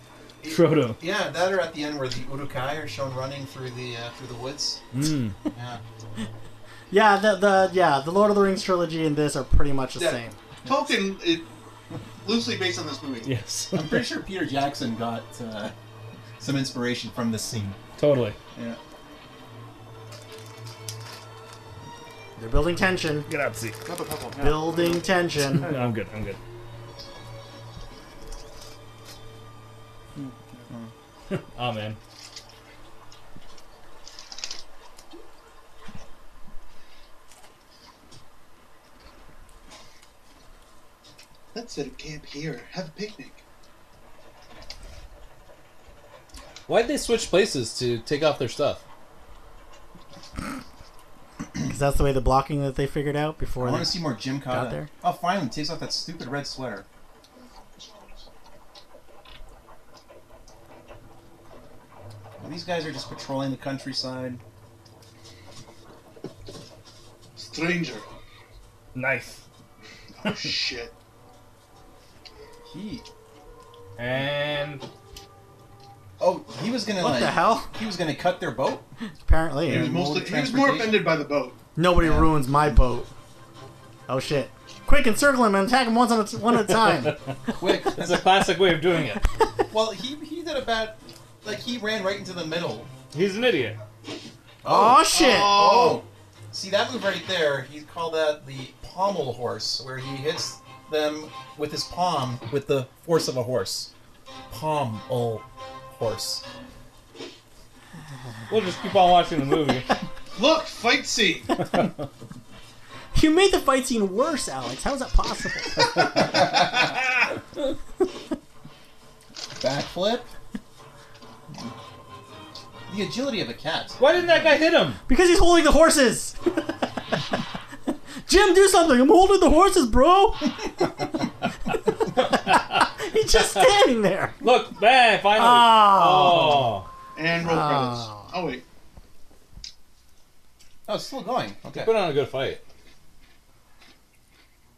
Speaker 4: Frodo. [laughs]
Speaker 6: Yeah, that or at the end where the Urukai are shown running through the uh, through the woods.
Speaker 3: Hmm.
Speaker 4: Mm.
Speaker 6: Yeah.
Speaker 3: Yeah, the the yeah, the Lord of the Rings trilogy and this are pretty much the
Speaker 2: Yeah.
Speaker 3: same.
Speaker 2: Tolkien it,
Speaker 7: loosely based on this movie.
Speaker 4: Yes.
Speaker 6: I'm pretty sure Peter Jackson got uh, some inspiration from this scene.
Speaker 4: [laughs] totally.
Speaker 6: Yeah.
Speaker 3: They're building tension.
Speaker 4: Grazie.
Speaker 7: Another puzzle.
Speaker 6: [laughs]
Speaker 3: Building tension.
Speaker 4: I'm good. I'm good. oh man.
Speaker 2: Let's set up camp here. Have a picnic.
Speaker 6: Why'd they switch places to take off their stuff?
Speaker 3: Because that's the way the blocking that they figured out before.
Speaker 6: I want
Speaker 3: They,
Speaker 6: to see more Jim
Speaker 3: Got there?
Speaker 6: Oh, finally, takes off that stupid red sweater. Well, these guys are just patrolling the countryside.
Speaker 2: Stranger.
Speaker 4: Knife.
Speaker 2: Oh, shit.
Speaker 6: He,
Speaker 4: And
Speaker 6: oh, he was gonna
Speaker 3: what
Speaker 6: like,
Speaker 3: the hell?
Speaker 6: he was gonna cut their boat.
Speaker 3: Apparently,
Speaker 2: He was,
Speaker 6: mobile
Speaker 2: mostly, he was more
Speaker 6: transportation.
Speaker 2: offended by the boat.
Speaker 3: nobody ruins my boat. Oh shit! Quick, encircle him and attack him once on a t- one at a
Speaker 6: [laughs]
Speaker 3: time. [laughs]
Speaker 6: Quick!
Speaker 4: that's a classic way of doing it.
Speaker 6: well, he he did a bad, like he ran right into the middle.
Speaker 4: He's an idiot.
Speaker 3: oh shit!
Speaker 6: Oh. See that move right there? He called that the pommel horse, where he hits them with his palm with the force of a horse. Pommel horse.
Speaker 4: We'll just keep on watching the [laughs] movie.
Speaker 2: Look, fight scene.
Speaker 3: You made the fight scene worse, Alex. How is that possible?
Speaker 6: [laughs] Backflip. the agility of a cat.
Speaker 4: Why didn't that guy hit him?
Speaker 3: because he's holding the horses. [laughs] Jim, do something! I'm holding the horses, bro. [laughs] he's just standing there.
Speaker 4: Look, bang! Finally. Ah.
Speaker 3: Oh.
Speaker 2: And roll credits.
Speaker 3: Oh.
Speaker 2: Oh, wait.
Speaker 6: Oh, it's still going. Okay.
Speaker 4: Put on a good fight.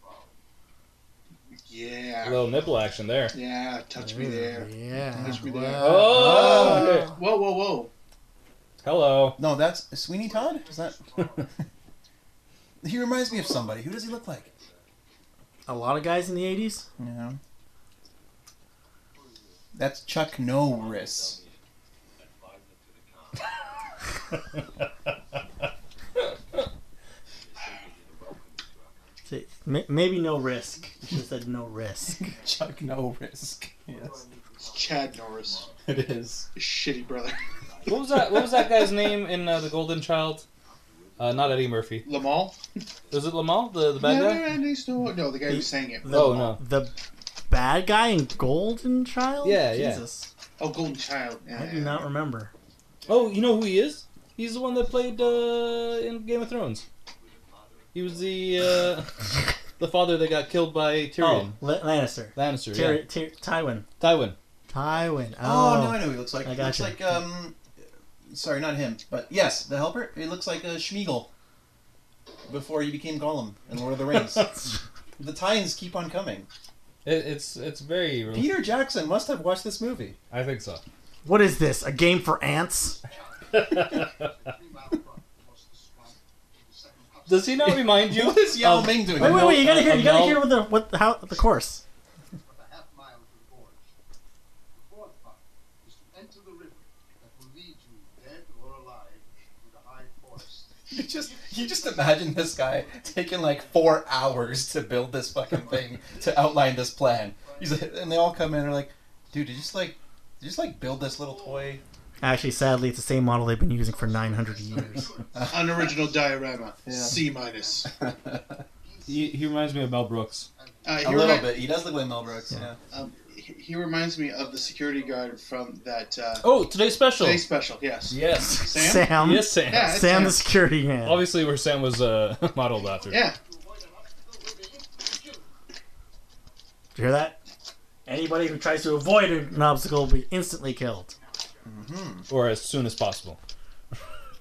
Speaker 4: A
Speaker 2: Yeah.
Speaker 4: little nipple action there.
Speaker 2: Yeah, touch me there.
Speaker 3: Yeah.
Speaker 2: Touch me there.
Speaker 4: Oh. shit.
Speaker 2: Whoa, whoa, whoa.
Speaker 4: Hello.
Speaker 6: No, that's Sweeney Todd. Is [laughs] that? he reminds me of somebody. Who does he look like?
Speaker 3: A lot of guys in the '80s.
Speaker 6: Yeah. That's Chuck Norris.
Speaker 3: Say, ma- Maybe no risk. She said no risk.
Speaker 6: [laughs] Chuck Norris. Yes,
Speaker 2: It's Chad Norris.
Speaker 6: it is.
Speaker 2: His shitty brother. [laughs]
Speaker 4: What was that? What was that guy's name in uh, the Golden Child? Uh, not Eddie Murphy.
Speaker 2: Lamal?
Speaker 4: Was it Lamal, the the bad
Speaker 2: Never
Speaker 4: guy?
Speaker 2: ending story. No, the guy who sang it.
Speaker 3: The,
Speaker 4: Oh, no.
Speaker 3: The bad guy in Golden Child.
Speaker 4: Yeah, yeah.
Speaker 3: Jesus.
Speaker 2: Oh, Golden Child. Yeah,
Speaker 3: I do not remember.
Speaker 4: Oh, you know who he is? He's the one that played uh, in Game of Thrones. He was the uh, [laughs] the father that got killed by Tyrion
Speaker 3: Oh, La- Lannister.
Speaker 4: Lannister.
Speaker 3: Tyr-
Speaker 4: yeah.
Speaker 3: Tyr- Tywin.
Speaker 4: Tywin.
Speaker 3: Tywin.
Speaker 6: Oh,
Speaker 3: Oh,
Speaker 6: no, I know who he looks like.
Speaker 3: I
Speaker 6: he looks
Speaker 3: gotcha.
Speaker 6: like um, sorry, not him, but yes, the helper. He looks like a Schmeagle before he became Gollum in Lord of
Speaker 3: [laughs]
Speaker 6: the Rings. the tie-ins keep on coming.
Speaker 4: It, it's it's very.
Speaker 6: Peter Jackson must have watched this [laughs] movie.
Speaker 4: I think [laughs] so.
Speaker 3: What is this? A game for ants?
Speaker 4: Does he not remind you?
Speaker 6: What is Yao
Speaker 4: of-
Speaker 6: Ming doing?
Speaker 3: Wait, wait, wait! You gotta
Speaker 4: uh,
Speaker 3: hear.
Speaker 4: a
Speaker 3: You gotta
Speaker 4: mel-
Speaker 3: hear what the what the, how the course.
Speaker 7: But a half mile to the gorge. The fourth part is to enter the river that will lead you, dead or alive, to the high forest.
Speaker 6: You just you just imagine this guy taking like four hours to build this fucking thing to outline this plan. He's like, and they all come in and are like, dude, did you just like did you just like build this little toy? [laughs]
Speaker 3: Actually, sadly, it's the same model they've been using for 900 years.
Speaker 2: Unoriginal diorama. C minus.
Speaker 4: He, he reminds me of Mel Brooks.
Speaker 2: Uh, he
Speaker 6: A little
Speaker 2: remi-
Speaker 6: bit. He does look like Mel Brooks. Yeah.
Speaker 2: Um, he he reminds me of the security guard from that uh,
Speaker 4: Oh, today's special.
Speaker 2: day special. Yes.
Speaker 4: Yes.
Speaker 2: Sam?
Speaker 3: Sam.
Speaker 4: Yes, [laughs] Sam.
Speaker 2: Yeah, it's
Speaker 3: Sam the security man.
Speaker 4: Obviously, where Sam was uh, [laughs] modeled after.
Speaker 2: Yeah.
Speaker 3: Did you hear that? Anybody who tries to avoid an obstacle will be instantly killed.
Speaker 4: Or as soon as possible.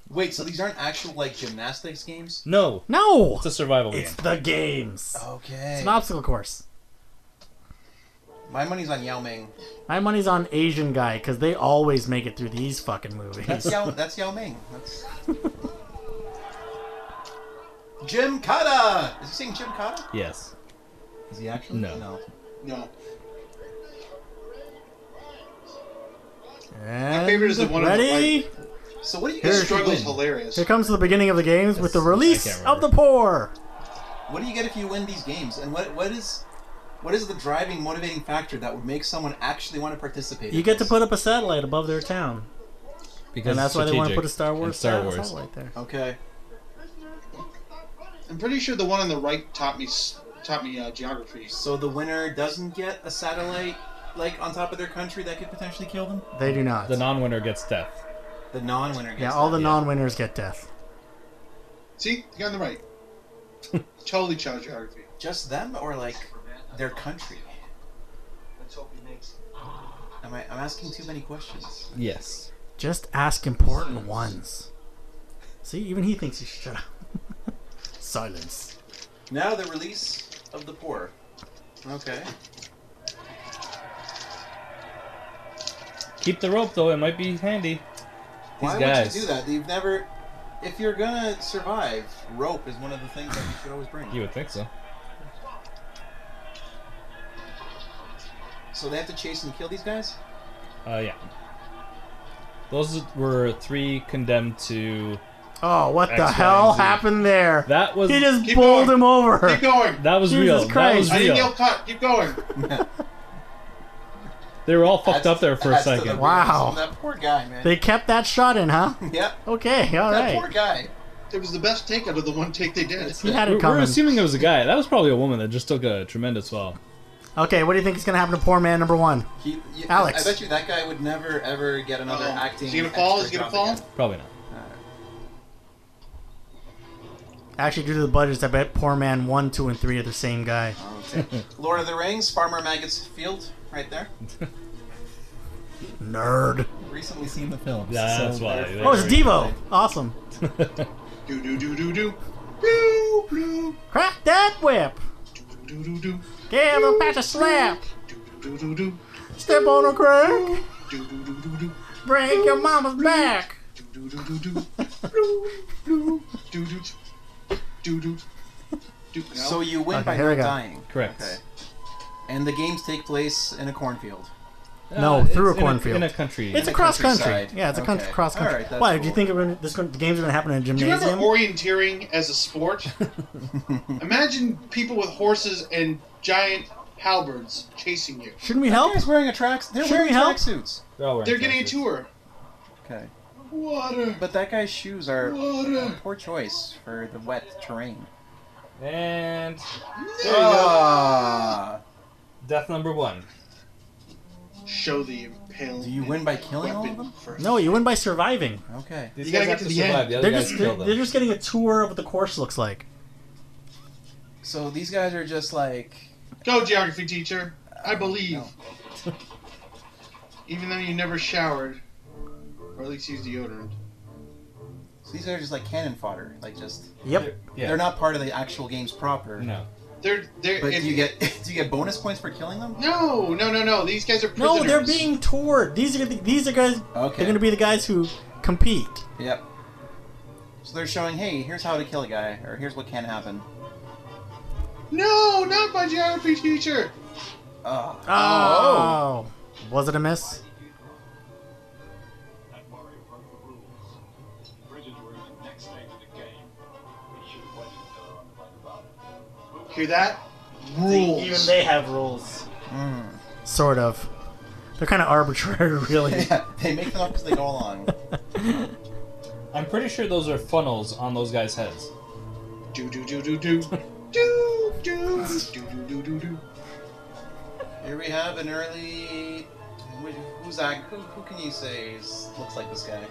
Speaker 6: Wait, so these aren't actual like gymnastics games?
Speaker 4: No,
Speaker 3: No!
Speaker 4: it's a survival
Speaker 3: It's
Speaker 4: game. Oh,
Speaker 3: the games.
Speaker 6: Okay.
Speaker 3: It's an obstacle course.
Speaker 6: My money's on Yao Ming.
Speaker 3: My money's on Asian guy because they always make it through these fucking
Speaker 6: That's
Speaker 3: movies.
Speaker 6: Yao. That's Yao Ming. That's. Jim Kata! Is he saying Jim Kata?
Speaker 4: Yes.
Speaker 6: Is he actually?
Speaker 4: No.
Speaker 6: No.
Speaker 2: No.
Speaker 3: And
Speaker 2: favorite is the one on the
Speaker 3: ready?
Speaker 2: So what do you
Speaker 3: Here
Speaker 2: guys
Speaker 3: she
Speaker 2: struggle is
Speaker 3: win.
Speaker 2: hilarious.
Speaker 3: Here comes the beginning of the games with the release of the poor.
Speaker 6: What do you get if you win these games? And what what is what is the driving motivating factor that would make someone actually want to participate?
Speaker 3: You
Speaker 6: in
Speaker 3: get to
Speaker 6: this?
Speaker 3: put up a satellite above their town,
Speaker 4: Because
Speaker 3: and that's why they want to put a Star
Speaker 4: strategic and
Speaker 3: Wars
Speaker 4: Star
Speaker 3: sat-
Speaker 4: Wars.
Speaker 3: satellite there.
Speaker 6: Okay.
Speaker 2: I'm pretty sure the one on the right taught me s- taught me uh, geography.
Speaker 6: So the winner doesn't get a satellite like on top of their country that could potentially kill them.
Speaker 3: They do not.
Speaker 4: The non-winner gets death.
Speaker 6: The non-winner gets.
Speaker 3: yeah, all the
Speaker 6: that.
Speaker 3: non-winners get death.
Speaker 2: See, the guy on the right. totally taught geography.
Speaker 6: Just them or like their country.
Speaker 7: Let's hope he makes it.
Speaker 6: Am I? I'm asking too many questions.
Speaker 4: Yes.
Speaker 3: Just ask important ones. See, even he thinks you should shut up. [laughs] Silence.
Speaker 6: Now the release of the poor. Okay.
Speaker 4: Keep the rope though; it might be handy. These
Speaker 6: Why
Speaker 4: guys.
Speaker 6: would you do that? You've never. If you're gonna survive, rope is one of the things that you should always bring.
Speaker 4: You would think so.
Speaker 6: So they have to chase and kill these guys.
Speaker 4: Uh, yeah. Those were three condemned to.
Speaker 3: Oh, what the
Speaker 4: X, Y,
Speaker 3: hell
Speaker 4: and Z.
Speaker 3: happened there?
Speaker 4: That was
Speaker 3: he just
Speaker 2: Keep
Speaker 3: bowled
Speaker 2: going.
Speaker 3: him over.
Speaker 2: Keep going.
Speaker 4: that was
Speaker 3: Jesus
Speaker 4: real.
Speaker 3: Christ.
Speaker 2: I
Speaker 4: That was
Speaker 2: didn't yell
Speaker 4: real.
Speaker 2: cut. Keep going.
Speaker 4: They were all fucked
Speaker 6: That's-
Speaker 4: up there for a
Speaker 6: that's to the
Speaker 4: second.
Speaker 6: realism.
Speaker 3: Wow.
Speaker 6: That poor guy, man.
Speaker 3: They kept that shot in, huh?
Speaker 6: yep.
Speaker 3: Okay, all
Speaker 6: that poor
Speaker 3: right.
Speaker 6: guy.
Speaker 2: It was the best take out of the one take they did.
Speaker 3: He had
Speaker 4: We're,
Speaker 3: it
Speaker 4: we're
Speaker 3: coming.
Speaker 4: assuming it was a guy. That was probably a woman that just took a tremendous fall.
Speaker 3: Okay, what do you think is gonna happen to poor man number one?
Speaker 6: He, you,
Speaker 3: Alex.
Speaker 6: I bet you that guy would never ever get another
Speaker 2: Uh-oh.
Speaker 6: acting.
Speaker 2: Is he gonna fall?
Speaker 6: extra
Speaker 2: Is he gonna
Speaker 6: job
Speaker 2: fall?
Speaker 6: again.
Speaker 4: Probably not.
Speaker 3: Actually, due to the budgets, I bet poor man one, two, and three are the same guy.
Speaker 6: Okay. Lord of the Rings, Farmer Maggot's Field, right there.
Speaker 3: Nerd.
Speaker 6: Recently seen the film.
Speaker 4: That's why. There
Speaker 3: Oh, it's
Speaker 4: we go.
Speaker 3: Devo. Awesome.
Speaker 2: [laughs] Do do do do do. Blue blue.
Speaker 3: Crack that whip.
Speaker 2: Do do do.
Speaker 3: Give the patch a slap.
Speaker 2: Do do do do.
Speaker 3: Step on a crack.
Speaker 2: Do do do do do.
Speaker 3: Break your mama's back.
Speaker 2: Do do do do do. Blue blue. Do do do do. Do no.
Speaker 6: Oh, So you win
Speaker 3: Okay,
Speaker 6: by
Speaker 3: here we
Speaker 6: not
Speaker 3: go.
Speaker 6: dying.
Speaker 4: Correct.
Speaker 6: Okay. And the games take place in a cornfield.
Speaker 3: No,
Speaker 4: Uh, it's
Speaker 3: through a
Speaker 4: in
Speaker 3: cornfield.
Speaker 4: In a country.
Speaker 3: It's a
Speaker 6: the
Speaker 3: cross country.
Speaker 6: countryside.
Speaker 3: Yeah, it's a country
Speaker 6: Okay.
Speaker 3: cross country.
Speaker 6: Alright, that's
Speaker 3: Why do you
Speaker 6: cool.
Speaker 3: think we're gonna, this gonna, the game's gonna happen in a
Speaker 2: Do you remember
Speaker 3: gymnasium?
Speaker 2: orienteering as a sport? Imagine people with horses and giant halberds chasing you.
Speaker 3: Shouldn't we help?
Speaker 6: Guys wearing a track. They're
Speaker 3: Should
Speaker 6: wearing
Speaker 3: we help?
Speaker 6: tracksuits.
Speaker 4: They're, all wearing
Speaker 2: They're getting a
Speaker 4: dresses.
Speaker 2: tour.
Speaker 6: Okay.
Speaker 2: Water.
Speaker 6: But that guy's shoes are
Speaker 2: Water.
Speaker 6: poor choice for the wet terrain.
Speaker 4: And
Speaker 6: Ah.
Speaker 4: death number one.
Speaker 2: Show the impaled.
Speaker 6: Do you win by killing all of
Speaker 2: weapon
Speaker 6: them?
Speaker 2: first.
Speaker 3: No, you win by surviving.
Speaker 6: Okay.
Speaker 4: These
Speaker 2: You
Speaker 4: guys
Speaker 2: gotta
Speaker 4: have
Speaker 2: get to
Speaker 4: to
Speaker 2: the end.
Speaker 4: survive. The other
Speaker 3: They're
Speaker 4: guys
Speaker 3: just
Speaker 4: kill
Speaker 3: they're,
Speaker 4: them.
Speaker 3: they're just getting a tour of what the course looks like.
Speaker 6: So these guys are just like
Speaker 2: Go, geography teacher. I believe. Even though you never showered, or at least used deodorant.
Speaker 6: so these guys are just like cannon fodder. Like just
Speaker 3: Yep.
Speaker 4: yeah.
Speaker 6: they're not part of the actual games proper.
Speaker 4: No.
Speaker 2: They're they're.
Speaker 6: But
Speaker 2: if
Speaker 6: do you get [laughs] do you get bonus points for killing them?
Speaker 2: No, no, no, no. These guys are prisoners.
Speaker 3: No, they're being toured. These are the, these are guys.
Speaker 6: Okay.
Speaker 3: They're gonna be the guys who compete.
Speaker 6: Yep. So they're showing, hey, here's how to kill a guy, or here's what can happen.
Speaker 2: No, not my geography teacher.
Speaker 6: Ugh.
Speaker 3: Ah. Oh. Was it a miss?
Speaker 7: That warrior broke the rules. Bridges were in the next stage of the game. He should have waited until on the right about it.
Speaker 2: Hear that? Rules.
Speaker 3: have rules. Mm. Sort of. They're kind of arbitrary, [laughs] really.
Speaker 6: [laughs] Yeah, they make them up as they go along.
Speaker 4: I'm pretty sure those are funnels on those guys' heads.
Speaker 2: Do do do do
Speaker 3: [laughs]
Speaker 2: do. Do do do do do do do.
Speaker 6: Here we have an early. wh- Who's that? Who, who can you say is, looks like this guy?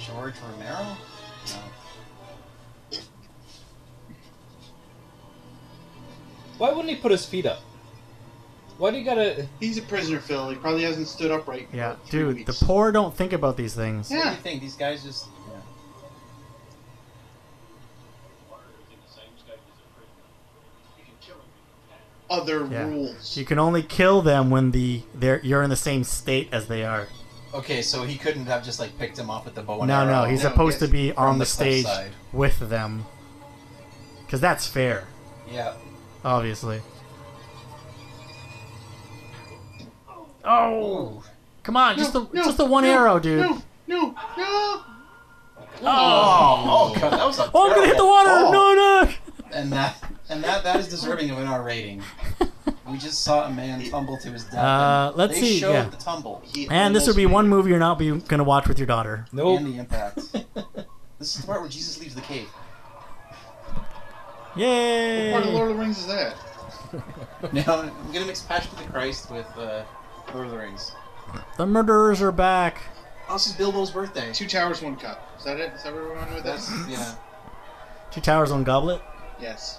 Speaker 6: George Romero? No.
Speaker 4: Why wouldn't he put his feet up? Why do you gotta?
Speaker 2: He's a prisoner, Phil. He probably hasn't stood upright. in
Speaker 3: [laughs] Yeah,
Speaker 2: about three
Speaker 3: dude, the
Speaker 2: weeks.
Speaker 3: poor don't think about these things.
Speaker 6: What do
Speaker 2: Yeah.
Speaker 6: you think? These guys just. Yeah.
Speaker 7: Warriors in the same stage as a prisoner. You can kill him if you can.
Speaker 2: Other
Speaker 3: Yeah.
Speaker 2: rules.
Speaker 3: You can only kill them when the they're you're in the same state as they are.
Speaker 6: Okay, so he couldn't have just like picked him off with the bow and
Speaker 3: no,
Speaker 6: arrow.
Speaker 3: no, he's
Speaker 2: No,
Speaker 3: supposed
Speaker 2: yes,
Speaker 3: to be on
Speaker 6: the
Speaker 3: the stage
Speaker 6: cliffside.
Speaker 3: with them. Cause that's fair.
Speaker 6: Yeah.
Speaker 3: obviously.
Speaker 6: Oh!
Speaker 3: Come on, just the just the one
Speaker 2: no,
Speaker 3: arrow, dude.
Speaker 2: No, no, no.
Speaker 6: Oh, god, that was a
Speaker 3: Oh, I'm gonna hit the
Speaker 6: terrible
Speaker 3: water!
Speaker 6: ball.
Speaker 3: No, no!
Speaker 6: And that and that that is deserving of an R rating. We just saw a man tumble to his death.
Speaker 3: Uh,
Speaker 6: and
Speaker 3: let's
Speaker 6: they
Speaker 3: see,
Speaker 6: showed
Speaker 3: yeah.
Speaker 6: the tumble. He
Speaker 3: And this would
Speaker 6: almost
Speaker 3: be
Speaker 6: made
Speaker 3: one movie you're not be gonna watch with your daughter.
Speaker 6: it,
Speaker 4: Nope.
Speaker 6: And the impact. this is the part where Jesus leaves the cave.
Speaker 3: Yay!
Speaker 2: What part of Lord of the Rings is that?
Speaker 6: Now I'm gonna mix Passion of the Christ with uh, Lord of the Rings.
Speaker 3: The murderers are back.
Speaker 6: Also, it's Bilbo's birthday.
Speaker 2: Two towers, one cup. Is that it? Is that where we're going with
Speaker 6: That's
Speaker 2: that?
Speaker 6: yeah.
Speaker 3: Two towers, one goblet.
Speaker 2: Yes.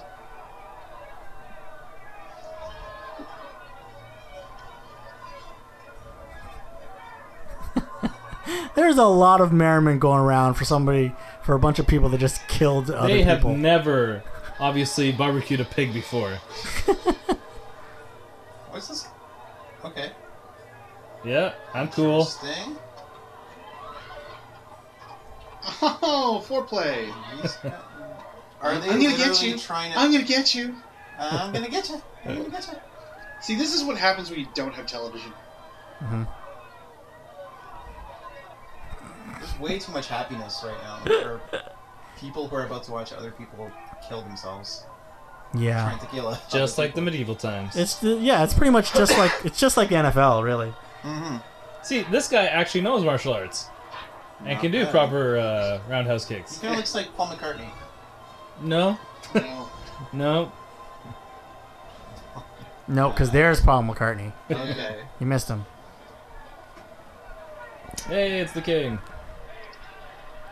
Speaker 3: There's a lot of merriment going around for somebody, for a bunch of people that just killed other
Speaker 4: They have
Speaker 3: people.
Speaker 4: never, obviously, barbecued a pig before.
Speaker 6: What's this? Okay.
Speaker 4: Yeah, I'm cool.
Speaker 6: Sting.
Speaker 2: Oh, foreplay.
Speaker 6: Are they
Speaker 2: I'm gonna get
Speaker 6: literally
Speaker 2: you.
Speaker 6: Trying to,
Speaker 2: I'm gonna get you.
Speaker 6: [laughs] I'm gonna get you. I'm gonna get you.
Speaker 2: See, this is what happens when you don't have television.
Speaker 6: There's way too much happiness right now for people who are about to watch other people kill themselves
Speaker 3: yeah,
Speaker 6: trying to kill us.
Speaker 4: Just like the medieval times.
Speaker 3: it's the, yeah, it's pretty much just like it's just like the NFL, really.
Speaker 4: See, this guy actually knows martial arts and can do
Speaker 6: bad.
Speaker 4: proper uh, roundhouse kicks.
Speaker 6: kind of looks like Paul McCartney.
Speaker 4: No,
Speaker 2: You know?
Speaker 4: [laughs] no.
Speaker 3: No, because there's Paul McCartney.
Speaker 6: Okay.
Speaker 3: You missed him.
Speaker 4: Hey, it's the king.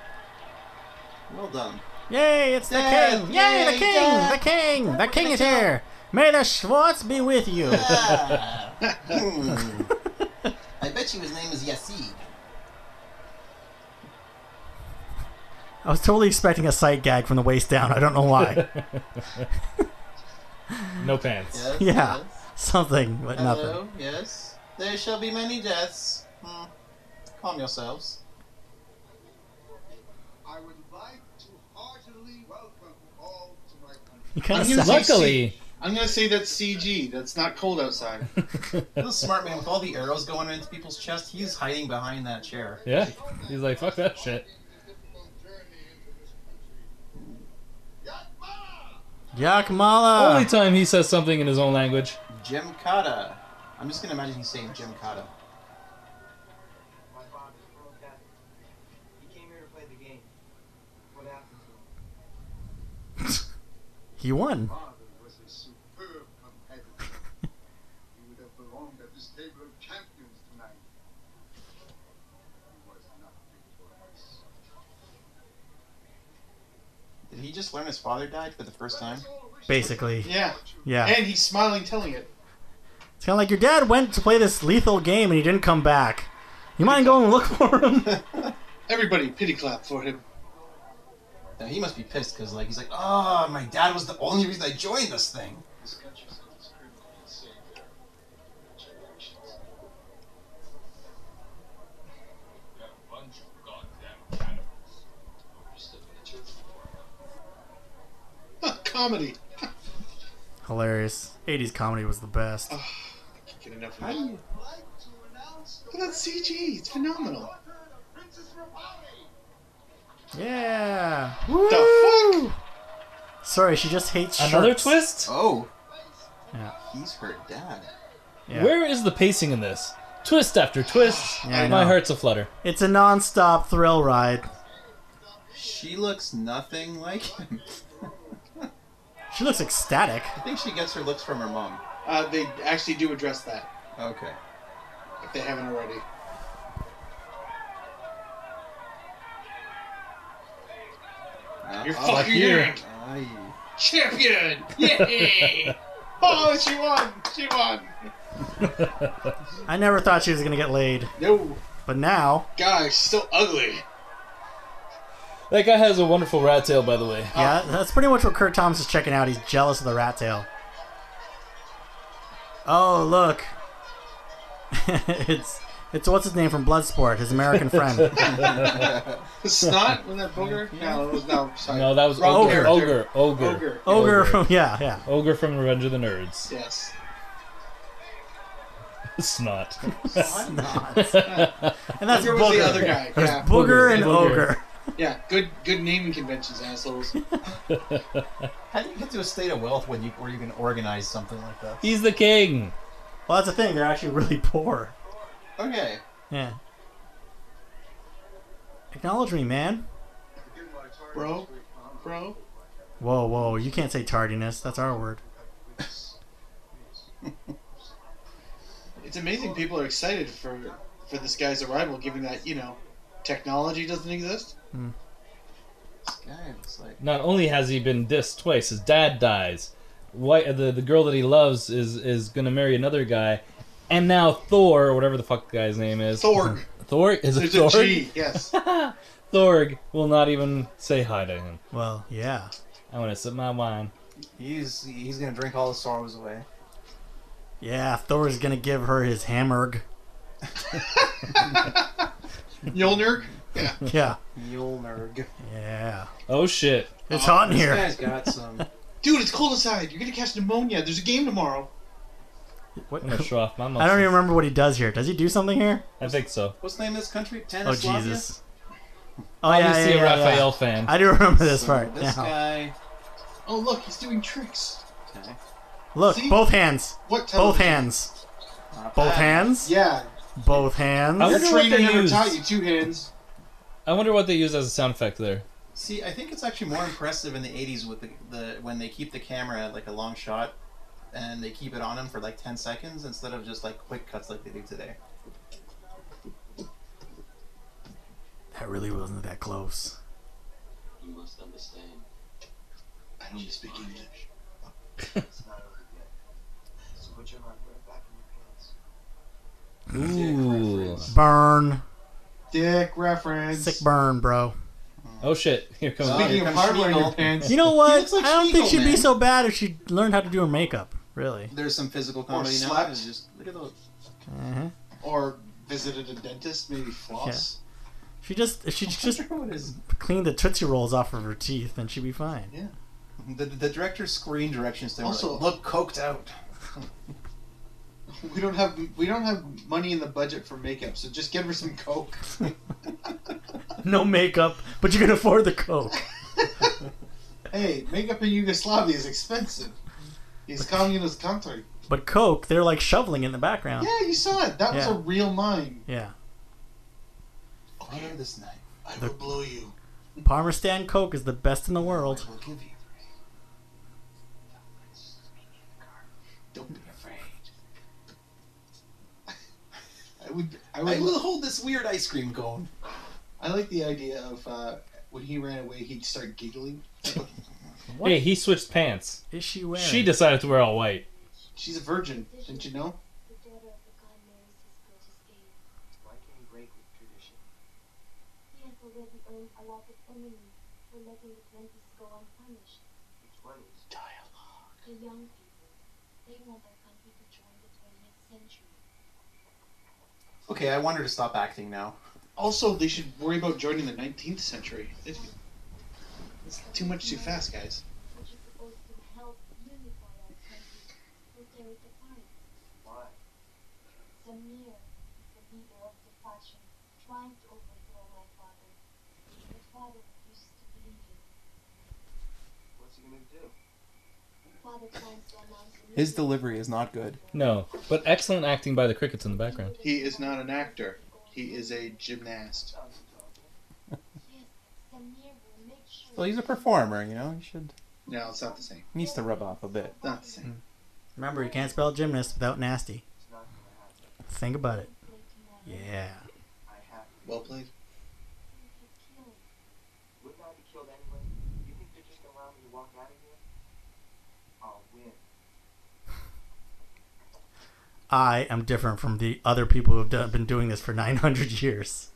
Speaker 6: [laughs] well done.
Speaker 3: Yay! It's the
Speaker 6: Yay,
Speaker 3: king! Yay! The
Speaker 6: yay,
Speaker 3: king!
Speaker 6: yeah.
Speaker 3: The king! The king is here. May the Schwartz be with you.
Speaker 6: Ah. Hmm. I bet you his name is Yassid.
Speaker 3: I was totally expecting a sight gag from the waist down. I don't know why.
Speaker 4: No pants.
Speaker 6: Yes,
Speaker 3: Yeah.
Speaker 6: yes.
Speaker 3: Something, but nothing.
Speaker 6: Hello, yes. There shall be many deaths. Hmm.
Speaker 4: [laughs]
Speaker 6: Calm yourselves.
Speaker 7: I would like to heartily welcome you all to my country.
Speaker 3: You kind
Speaker 2: I'm
Speaker 3: of
Speaker 2: gonna
Speaker 3: sound.
Speaker 2: say-
Speaker 4: Luckily,
Speaker 2: I'm gonna say that's CG. That's not cold outside.
Speaker 6: This smart man with all the arrows going into people's chest, he's hiding behind that chair.
Speaker 4: [laughs] yeah. He's like, fuck that shit.
Speaker 7: A difficult journey into this country. Yatma!
Speaker 3: Yakmala.
Speaker 4: Only time he says something in his own language.
Speaker 6: Jim Cotta. I'm just gonna imagine he's saying Jim Cotta.
Speaker 10: My father's a world guy. He came here to play the game. What happened to him?
Speaker 3: He
Speaker 7: [laughs]
Speaker 3: won.
Speaker 7: Father was a superb competitor. he would have belonged at this table of champions tonight. He was not victorious.
Speaker 6: Did he just learn his father died for the first time?
Speaker 3: Basically.
Speaker 2: Yeah.
Speaker 3: Yeah.
Speaker 2: And he's smiling, telling it.
Speaker 3: It's kind of like your dad went to play this lethal game and he didn't come back. You mind going and look for him?
Speaker 2: Everybody, pity clap for him.
Speaker 6: Now, he must be pissed because, like, he's like, oh, my dad was the only reason I joined this thing.
Speaker 7: This country's indiscriminately savior for generations. They're a bunch of goddamn cannibals. Nobody stood in the church before.
Speaker 2: Comedy.
Speaker 3: Hilarious. 80s comedy was the best.
Speaker 2: Can't get enough of
Speaker 6: How do
Speaker 2: that.
Speaker 6: you.
Speaker 7: Like to announce the
Speaker 2: Look at that CG. It's phenomenal.
Speaker 7: daughter of Princess Rapali.
Speaker 3: Yeah.
Speaker 2: The fuck?
Speaker 3: Sorry, she just hates
Speaker 4: Another
Speaker 3: sharks.
Speaker 4: twist?
Speaker 6: Oh,
Speaker 3: Yeah.
Speaker 6: he's her dad.
Speaker 3: yeah.
Speaker 4: Where is the pacing in this? Twist after twist.
Speaker 3: Yeah, I
Speaker 4: My
Speaker 3: know.
Speaker 4: heart's a flutter.
Speaker 3: It's a non-stop thrill ride.
Speaker 6: She looks nothing like him.
Speaker 3: She looks ecstatic.
Speaker 6: I think she gets her looks from her mom.
Speaker 2: Uh, they actually do address that
Speaker 6: Okay.
Speaker 2: if they haven't already.
Speaker 6: Uh,
Speaker 2: You're
Speaker 6: oh,
Speaker 2: fucking
Speaker 4: here.
Speaker 2: in.
Speaker 6: aye.
Speaker 2: [laughs] champion! Yay! oh, she won! She won!
Speaker 3: I never thought she was gonna get laid,
Speaker 2: No,
Speaker 3: but now,
Speaker 2: guys, so ugly. [laughs]
Speaker 4: That guy has a wonderful rat tail, by the way.
Speaker 3: yeah, that's pretty much what Kurt Thomas is checking out. He's jealous of the rat tail. Oh look, [laughs] it's It's what's his name from Bloodsport, his
Speaker 2: [laughs]
Speaker 3: American friend.
Speaker 2: Snot? Wasn't that Booger? No, it was, no, [laughs] sorry.
Speaker 4: No, that was
Speaker 2: Wrong
Speaker 4: ogre.
Speaker 2: character.
Speaker 4: Ogre. Ogre. Ogre.
Speaker 2: Ogre.
Speaker 3: Ogre from yeah, yeah.
Speaker 4: from Revenge of the Nerds.
Speaker 2: Yes.
Speaker 3: [laughs]
Speaker 4: Snot. [laughs]
Speaker 3: And that's
Speaker 2: Ogre
Speaker 3: Booger.
Speaker 2: was the other guy.
Speaker 3: There's
Speaker 2: Yeah.
Speaker 3: Booger
Speaker 4: Booger.
Speaker 3: and
Speaker 4: Booger.
Speaker 3: Ogre.
Speaker 2: Yeah. Good good naming conventions, assholes.
Speaker 6: How do you get to a state of wealth when you where you can organize something like that?
Speaker 4: He's the king.
Speaker 3: Well, that's the thing. They're actually really poor.
Speaker 6: Okay.
Speaker 3: Yeah. Acknowledge me, man.
Speaker 2: Bro. Bro.
Speaker 3: Whoa, whoa. You can't say tardiness. That's our word.
Speaker 2: It's amazing people are excited for for this guy's arrival given that, you know, technology doesn't exist.
Speaker 6: This guy looks like
Speaker 4: Not only has he been dissed twice, his dad dies. White, the, the girl that he loves is is gonna marry another guy, and now Thor, or whatever the fuck the guy's name is,
Speaker 2: [laughs] Thorg.
Speaker 4: Thor is it
Speaker 2: There's a
Speaker 4: Thorg?
Speaker 2: G, yes.
Speaker 4: Thorg will not even say hi to him.
Speaker 3: Well, yeah.
Speaker 4: I want to sip my wine.
Speaker 6: he's he's gonna drink all his sorrows away.
Speaker 3: Yeah, Thor's gonna give her his hammerg.
Speaker 2: [laughs] Mjolnir?
Speaker 3: Yeah.
Speaker 6: Mjolnir.
Speaker 3: Yeah.
Speaker 4: Oh shit!
Speaker 3: It's hot in
Speaker 6: This
Speaker 3: here.
Speaker 6: guy's got some.
Speaker 2: Dude, it's cold outside. You're gonna catch pneumonia. There's a game tomorrow.
Speaker 3: What?
Speaker 4: I'm gonna show off my muscles.
Speaker 3: [laughs] I don't even remember what he does here. Does he do something here?
Speaker 4: I think so.
Speaker 6: What's the name of this country?
Speaker 3: Oh
Speaker 6: Tannislavia?
Speaker 3: Jesus. Oh
Speaker 4: I
Speaker 3: yeah, yeah,
Speaker 4: Obviously
Speaker 3: yeah,
Speaker 4: a
Speaker 3: yeah.
Speaker 4: Raphael fan.
Speaker 3: I do remember this
Speaker 6: So
Speaker 3: part.
Speaker 6: This
Speaker 3: now.
Speaker 6: guy.
Speaker 2: Oh look, he's doing tricks.
Speaker 6: Okay.
Speaker 3: Look,
Speaker 2: See?
Speaker 3: both hands.
Speaker 2: What
Speaker 3: Both
Speaker 2: television?
Speaker 3: hands.
Speaker 6: Not
Speaker 3: Both
Speaker 6: bad.
Speaker 3: hands.
Speaker 2: Yeah.
Speaker 3: Both hands.
Speaker 4: I
Speaker 2: Your
Speaker 4: wonder what
Speaker 2: trainer
Speaker 4: they
Speaker 2: never
Speaker 4: used.
Speaker 2: taught you two hands.
Speaker 4: I wonder what they use as a sound effect there.
Speaker 6: See, I think it's actually more impressive in the '80s with the, the when they keep the camera at like a long shot, and they keep it on him for like 10 seconds instead of just like quick cuts like they do today.
Speaker 3: That really wasn't that close.
Speaker 7: You must understand.
Speaker 2: I don't speak English.
Speaker 7: It's not over yet. So put your hardware back in your pants.
Speaker 4: Ooh.
Speaker 3: Burn.
Speaker 2: Dick reference.
Speaker 3: Sick burn, bro.
Speaker 4: Oh shit! [laughs] Here comes.
Speaker 6: Oh,
Speaker 2: Speaking
Speaker 6: here
Speaker 2: of
Speaker 6: comes
Speaker 2: hardware in your
Speaker 6: Schlegel.
Speaker 2: pants.
Speaker 3: You know what?
Speaker 6: looks like
Speaker 3: I don't think
Speaker 6: Schmeagol,
Speaker 3: she'd be
Speaker 6: man.
Speaker 3: so bad if she learned how to do her makeup. Really.
Speaker 6: There's some physical comedy now.
Speaker 2: slapped.
Speaker 6: [laughs] It's just look at those.
Speaker 2: Mm-hmm.
Speaker 3: Uh-huh.
Speaker 2: Or visited a dentist, maybe floss.
Speaker 3: She just if she just
Speaker 6: what is
Speaker 3: cleaned the tootsie rolls off of her teeth, then she'd be fine.
Speaker 6: the, the director's screen directions to him are
Speaker 2: Also-
Speaker 6: like, look coked out.
Speaker 2: [laughs] We don't have we don't have money in the budget for makeup, so just give her some [laughs] coke.
Speaker 3: No makeup, but you can afford the coke.
Speaker 2: hey, makeup in Yugoslavia is expensive. It's communist country.
Speaker 3: But coke, they're like shoveling in the background.
Speaker 2: Yeah, you saw it. That was
Speaker 3: Yeah.
Speaker 2: a real mine.
Speaker 3: Yeah.
Speaker 6: Honor this night.
Speaker 2: I will blow you.
Speaker 3: Parmesan coke is the best in the
Speaker 6: I
Speaker 3: world.
Speaker 6: will give you.
Speaker 2: Don't be afraid. I would. I would.
Speaker 6: I will hold this weird ice cream cone.
Speaker 2: I like the idea of uh, when he ran away, he'd start giggling.
Speaker 4: Hey, he switched pants.
Speaker 3: Is she wearing?
Speaker 4: She decided to wear all white.
Speaker 2: She's a virgin, didn't you know?
Speaker 9: The daughter of the god marries his greatest aid.
Speaker 7: Why can't you break with tradition?
Speaker 9: He has already earned a lot of enemies for letting the twenties go unpunished.
Speaker 7: The 20s.
Speaker 9: The young people, they want our country to join the 20th century.
Speaker 6: Okay, I want her to stop acting now.
Speaker 2: Also, they should worry about joining the 19th century. It's, it's too much too fast, guys.
Speaker 9: which is supposed to help unify our country, were tear it apart.
Speaker 7: Why?
Speaker 9: Samir is the leader of the faction trying to overthrow my father. But father refuses to believe it.
Speaker 7: What's he gonna do?
Speaker 9: Father plans to announce a
Speaker 6: His
Speaker 9: new
Speaker 6: delivery is not good.
Speaker 4: No, but excellent acting by the crickets in the background.
Speaker 2: He is not an actor. He is a gymnast.
Speaker 9: Yes, Samir will make sure.
Speaker 6: Well, he's a performer, you know. He should
Speaker 2: No, it's not the same.
Speaker 6: needs to rub off a bit.
Speaker 2: Not the
Speaker 6: Hmm.
Speaker 2: same.
Speaker 3: Remember, you can't spell gymnast without nasty. Think about it. Yeah.
Speaker 7: I have to.
Speaker 2: Well played.
Speaker 7: Wouldn't I be killed anyway? You think they're just gonna allow me to walk out of here? I'll win.
Speaker 3: I am different from the other people who have done, been doing this for [laughs] 900 years.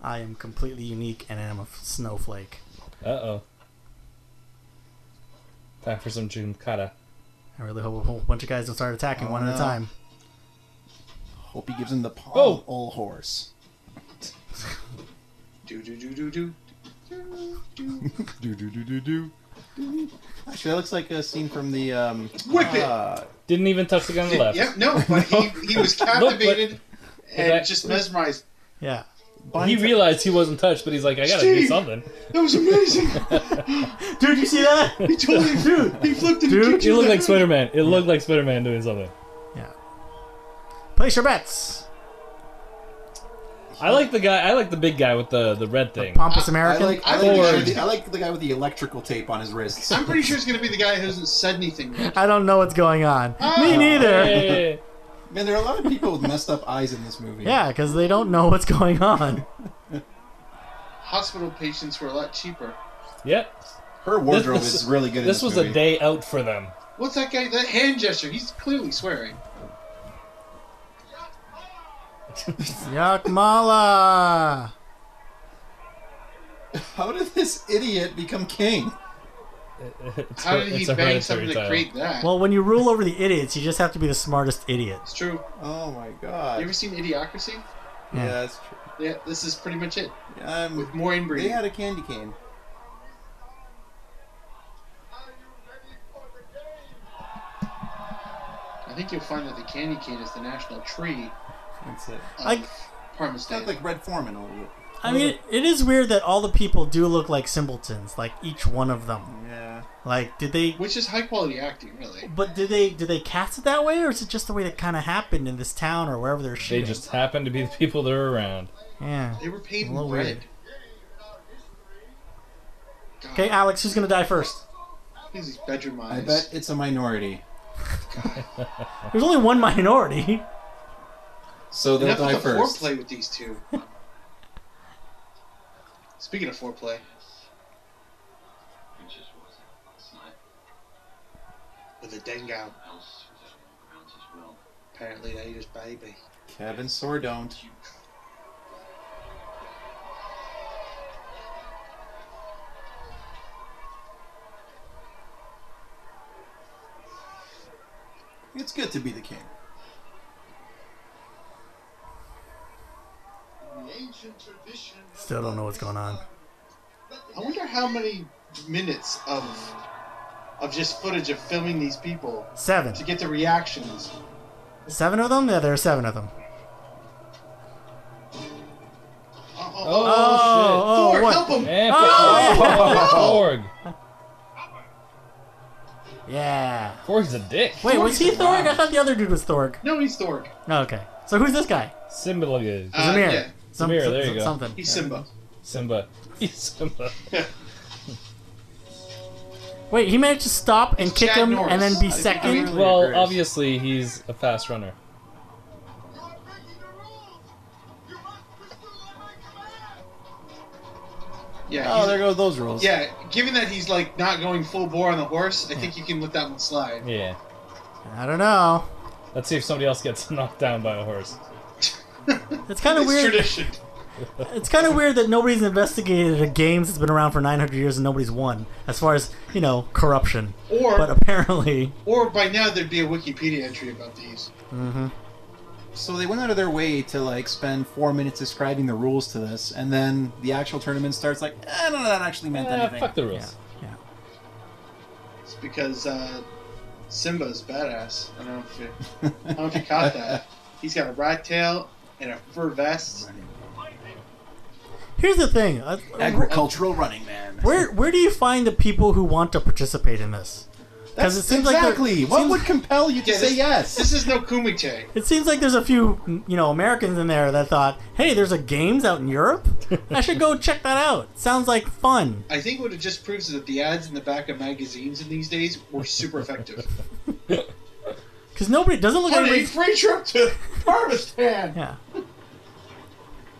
Speaker 3: I am completely unique and I am a f- snowflake.
Speaker 4: Uh oh. Time for some Junkata.
Speaker 3: I really hope a whole bunch of guys don't start attacking
Speaker 6: Oh,
Speaker 3: one at a
Speaker 6: no.
Speaker 3: time.
Speaker 6: Hope he gives him the paw
Speaker 4: Oh.
Speaker 6: old horse.
Speaker 2: Do do do do do.
Speaker 6: Do do do do do. Actually, that looks like a scene from the um.
Speaker 2: Wicked.
Speaker 6: Uh,
Speaker 4: Didn't even touch the gun
Speaker 2: [laughs]
Speaker 4: on the left.
Speaker 2: Yeah, no, but
Speaker 4: [laughs]
Speaker 2: he, he was captivated and
Speaker 4: that-
Speaker 2: just mesmerized.
Speaker 3: Yeah.
Speaker 4: He
Speaker 6: Bind-
Speaker 4: realized he wasn't touched, but he's like, I gotta do
Speaker 2: Steve!
Speaker 4: something.
Speaker 2: That was amazing.
Speaker 3: Dude, you see [laughs] that?
Speaker 2: he
Speaker 4: [laughs]
Speaker 2: totally dude. He flipped it.
Speaker 3: Dude,
Speaker 2: and kicked
Speaker 4: It
Speaker 2: you in the
Speaker 4: looked like
Speaker 3: [laughs]
Speaker 2: head.
Speaker 4: Spider Man. It looked like Spider Man doing something.
Speaker 3: yeah. Place your bets.
Speaker 4: I like the guy. I like the big guy with the the red thing.
Speaker 3: Pompous
Speaker 6: I
Speaker 3: American.
Speaker 6: like, I,
Speaker 2: Or-
Speaker 6: like the, I like the guy with the electrical tape on his
Speaker 4: [laughs]
Speaker 6: wrists.
Speaker 2: I'm pretty sure it's gonna be the guy who hasn't said anything. Yet.
Speaker 3: I don't know what's going on. Me
Speaker 6: Oh.
Speaker 2: Ah.
Speaker 3: neither. Yeah, 'cause
Speaker 4: Hey.
Speaker 6: Man, there are a lot of people with messed up eyes in this movie.
Speaker 3: Yeah, because they don't know what's going on.
Speaker 2: Hospital patients were a lot cheaper.
Speaker 4: Yep.
Speaker 6: Her wardrobe
Speaker 4: This-
Speaker 6: is really good. in
Speaker 4: This
Speaker 6: This,
Speaker 4: was
Speaker 6: movie.
Speaker 4: a day out for them. [laughs]
Speaker 2: What's that guy? That hand gesture. He's clearly swearing.
Speaker 3: Yakmala.
Speaker 6: How did this idiot become king?
Speaker 4: It's
Speaker 2: How
Speaker 4: her-
Speaker 2: did he
Speaker 4: it's a
Speaker 2: bang
Speaker 4: hereditary
Speaker 2: something to
Speaker 4: title.
Speaker 2: create that?
Speaker 3: Well, when you rule over the idiots, you just have to be the smartest idiot.
Speaker 2: it's true.
Speaker 6: Oh my
Speaker 2: You
Speaker 6: god.
Speaker 2: ever seen Idiocracy?
Speaker 4: Hmm.
Speaker 6: yeah, that's true.
Speaker 2: Yeah, this is pretty much it.
Speaker 6: Yeah, I'm-
Speaker 2: With more
Speaker 6: Um, they
Speaker 2: inbreeding.
Speaker 6: had a candy cane.
Speaker 2: I think you'll find that the candy cane is the national tree
Speaker 6: That's it.
Speaker 2: of
Speaker 3: I-
Speaker 2: Parma
Speaker 6: It's
Speaker 2: State.
Speaker 6: kind of like Red Foreman a little bit.
Speaker 3: I mean, it is weird that all the people do look like simpletons, like each one of them.
Speaker 6: Yeah.
Speaker 3: Like, did they?
Speaker 2: which is high quality acting, really.
Speaker 3: But did they? Did they cast it that way, or is it just the way that kind of happened in this town or wherever they're
Speaker 4: They
Speaker 3: shooting?
Speaker 4: just happen to be the people that are around.
Speaker 3: yeah.
Speaker 2: They were paid
Speaker 3: A little
Speaker 2: in bread.
Speaker 3: weird. Okay, Alex, who's gonna die first?
Speaker 2: These is bedroom eyes.
Speaker 6: I bet it's a minority.
Speaker 3: There's only one minority. [laughs]
Speaker 6: So they'll
Speaker 2: Enough
Speaker 6: die
Speaker 2: with the
Speaker 6: first.
Speaker 2: foreplay with these two. Speaking of foreplay,
Speaker 7: It just wasn't last night.
Speaker 2: with the Dengao,
Speaker 7: Else was out on the grounds as well.
Speaker 2: apparently they ate his baby.
Speaker 6: Kevin Sordone. It's good to be the king.
Speaker 7: In the ancient tradition of
Speaker 3: Still don't know what's going on.
Speaker 2: I wonder how many minutes of of just footage of filming these people
Speaker 3: Seven.
Speaker 2: to get the reactions.
Speaker 3: Seven of them. Yeah, there are seven of them.
Speaker 2: Oh,
Speaker 4: Oh,
Speaker 2: oh,
Speaker 4: shit!
Speaker 3: oh,
Speaker 2: Thor,
Speaker 3: what?
Speaker 2: help him!
Speaker 4: And for-
Speaker 3: Oh,
Speaker 4: Forg.
Speaker 3: Yeah.
Speaker 4: Forg's a dick.
Speaker 3: Wait, was he Thorg? I thought the other dude was Thorg.
Speaker 2: No, he's Thor.
Speaker 3: Oh, okay. So who's this guy?
Speaker 4: Simba is
Speaker 2: Uh,
Speaker 3: Zamir.
Speaker 2: yeah.
Speaker 3: Some-
Speaker 4: Zamir,
Speaker 3: some-
Speaker 4: there you go.
Speaker 3: Something.
Speaker 2: He's Simba.
Speaker 4: Simba. [laughs] He's Simba.
Speaker 3: Wait, he managed to stop and
Speaker 2: It's
Speaker 3: kick
Speaker 2: Chad
Speaker 3: him
Speaker 2: Norris.
Speaker 3: and then be
Speaker 2: I think
Speaker 3: second.
Speaker 6: I mean-
Speaker 4: Well,
Speaker 6: Agrees.
Speaker 4: obviously he's a fast runner.
Speaker 2: Yeah.
Speaker 6: Oh,
Speaker 2: he's-
Speaker 6: there go those rules.
Speaker 2: Yeah, given that he's like not going full bore on the horse, I think you can let that one slide.
Speaker 4: Yeah.
Speaker 3: I don't know.
Speaker 4: Let's see if somebody else gets [laughs] knocked down by a horse.
Speaker 3: It's kind of
Speaker 2: It's
Speaker 3: weird.
Speaker 2: tradition.
Speaker 3: It's kind of weird that nobody's investigated a game that's been around for 900 years and nobody's won, as far as you know, corruption.
Speaker 2: Or
Speaker 3: But apparently,
Speaker 2: or by now there'd be a Wikipedia entry about these.
Speaker 6: So they went out of their way to like spend four minutes describing the rules to this, and then the actual tournament starts like, eh, none of that actually meant
Speaker 4: Eh,
Speaker 6: anything.
Speaker 4: fuck the
Speaker 3: yeah,
Speaker 4: rules.
Speaker 3: yeah.
Speaker 2: It's because uh, Simba's badass. I don't know if you, I don't know if you caught [laughs] that. He's got a rat tail and a fur vest.
Speaker 3: Here's the thing. uh,
Speaker 6: [laughs] Agricultural running man.
Speaker 3: Where where do you find the people who want to participate in this? Because it seems like there-
Speaker 6: exactly. what
Speaker 3: seems-
Speaker 6: would compel you to
Speaker 2: Yeah,
Speaker 6: say
Speaker 2: this-
Speaker 6: yes?
Speaker 2: This is no Kumite.
Speaker 3: It seems like there's a few, you know, Americans in there that thought, "Hey, there's a games out in Europe. I should go check that out. Sounds like fun."
Speaker 2: I think what it just proves is that the ads in the back of magazines in these days were super [laughs] effective.
Speaker 3: Because nobody doesn't look at
Speaker 2: Honey,
Speaker 3: everybody's
Speaker 2: free trip to Parmistan.
Speaker 3: yeah.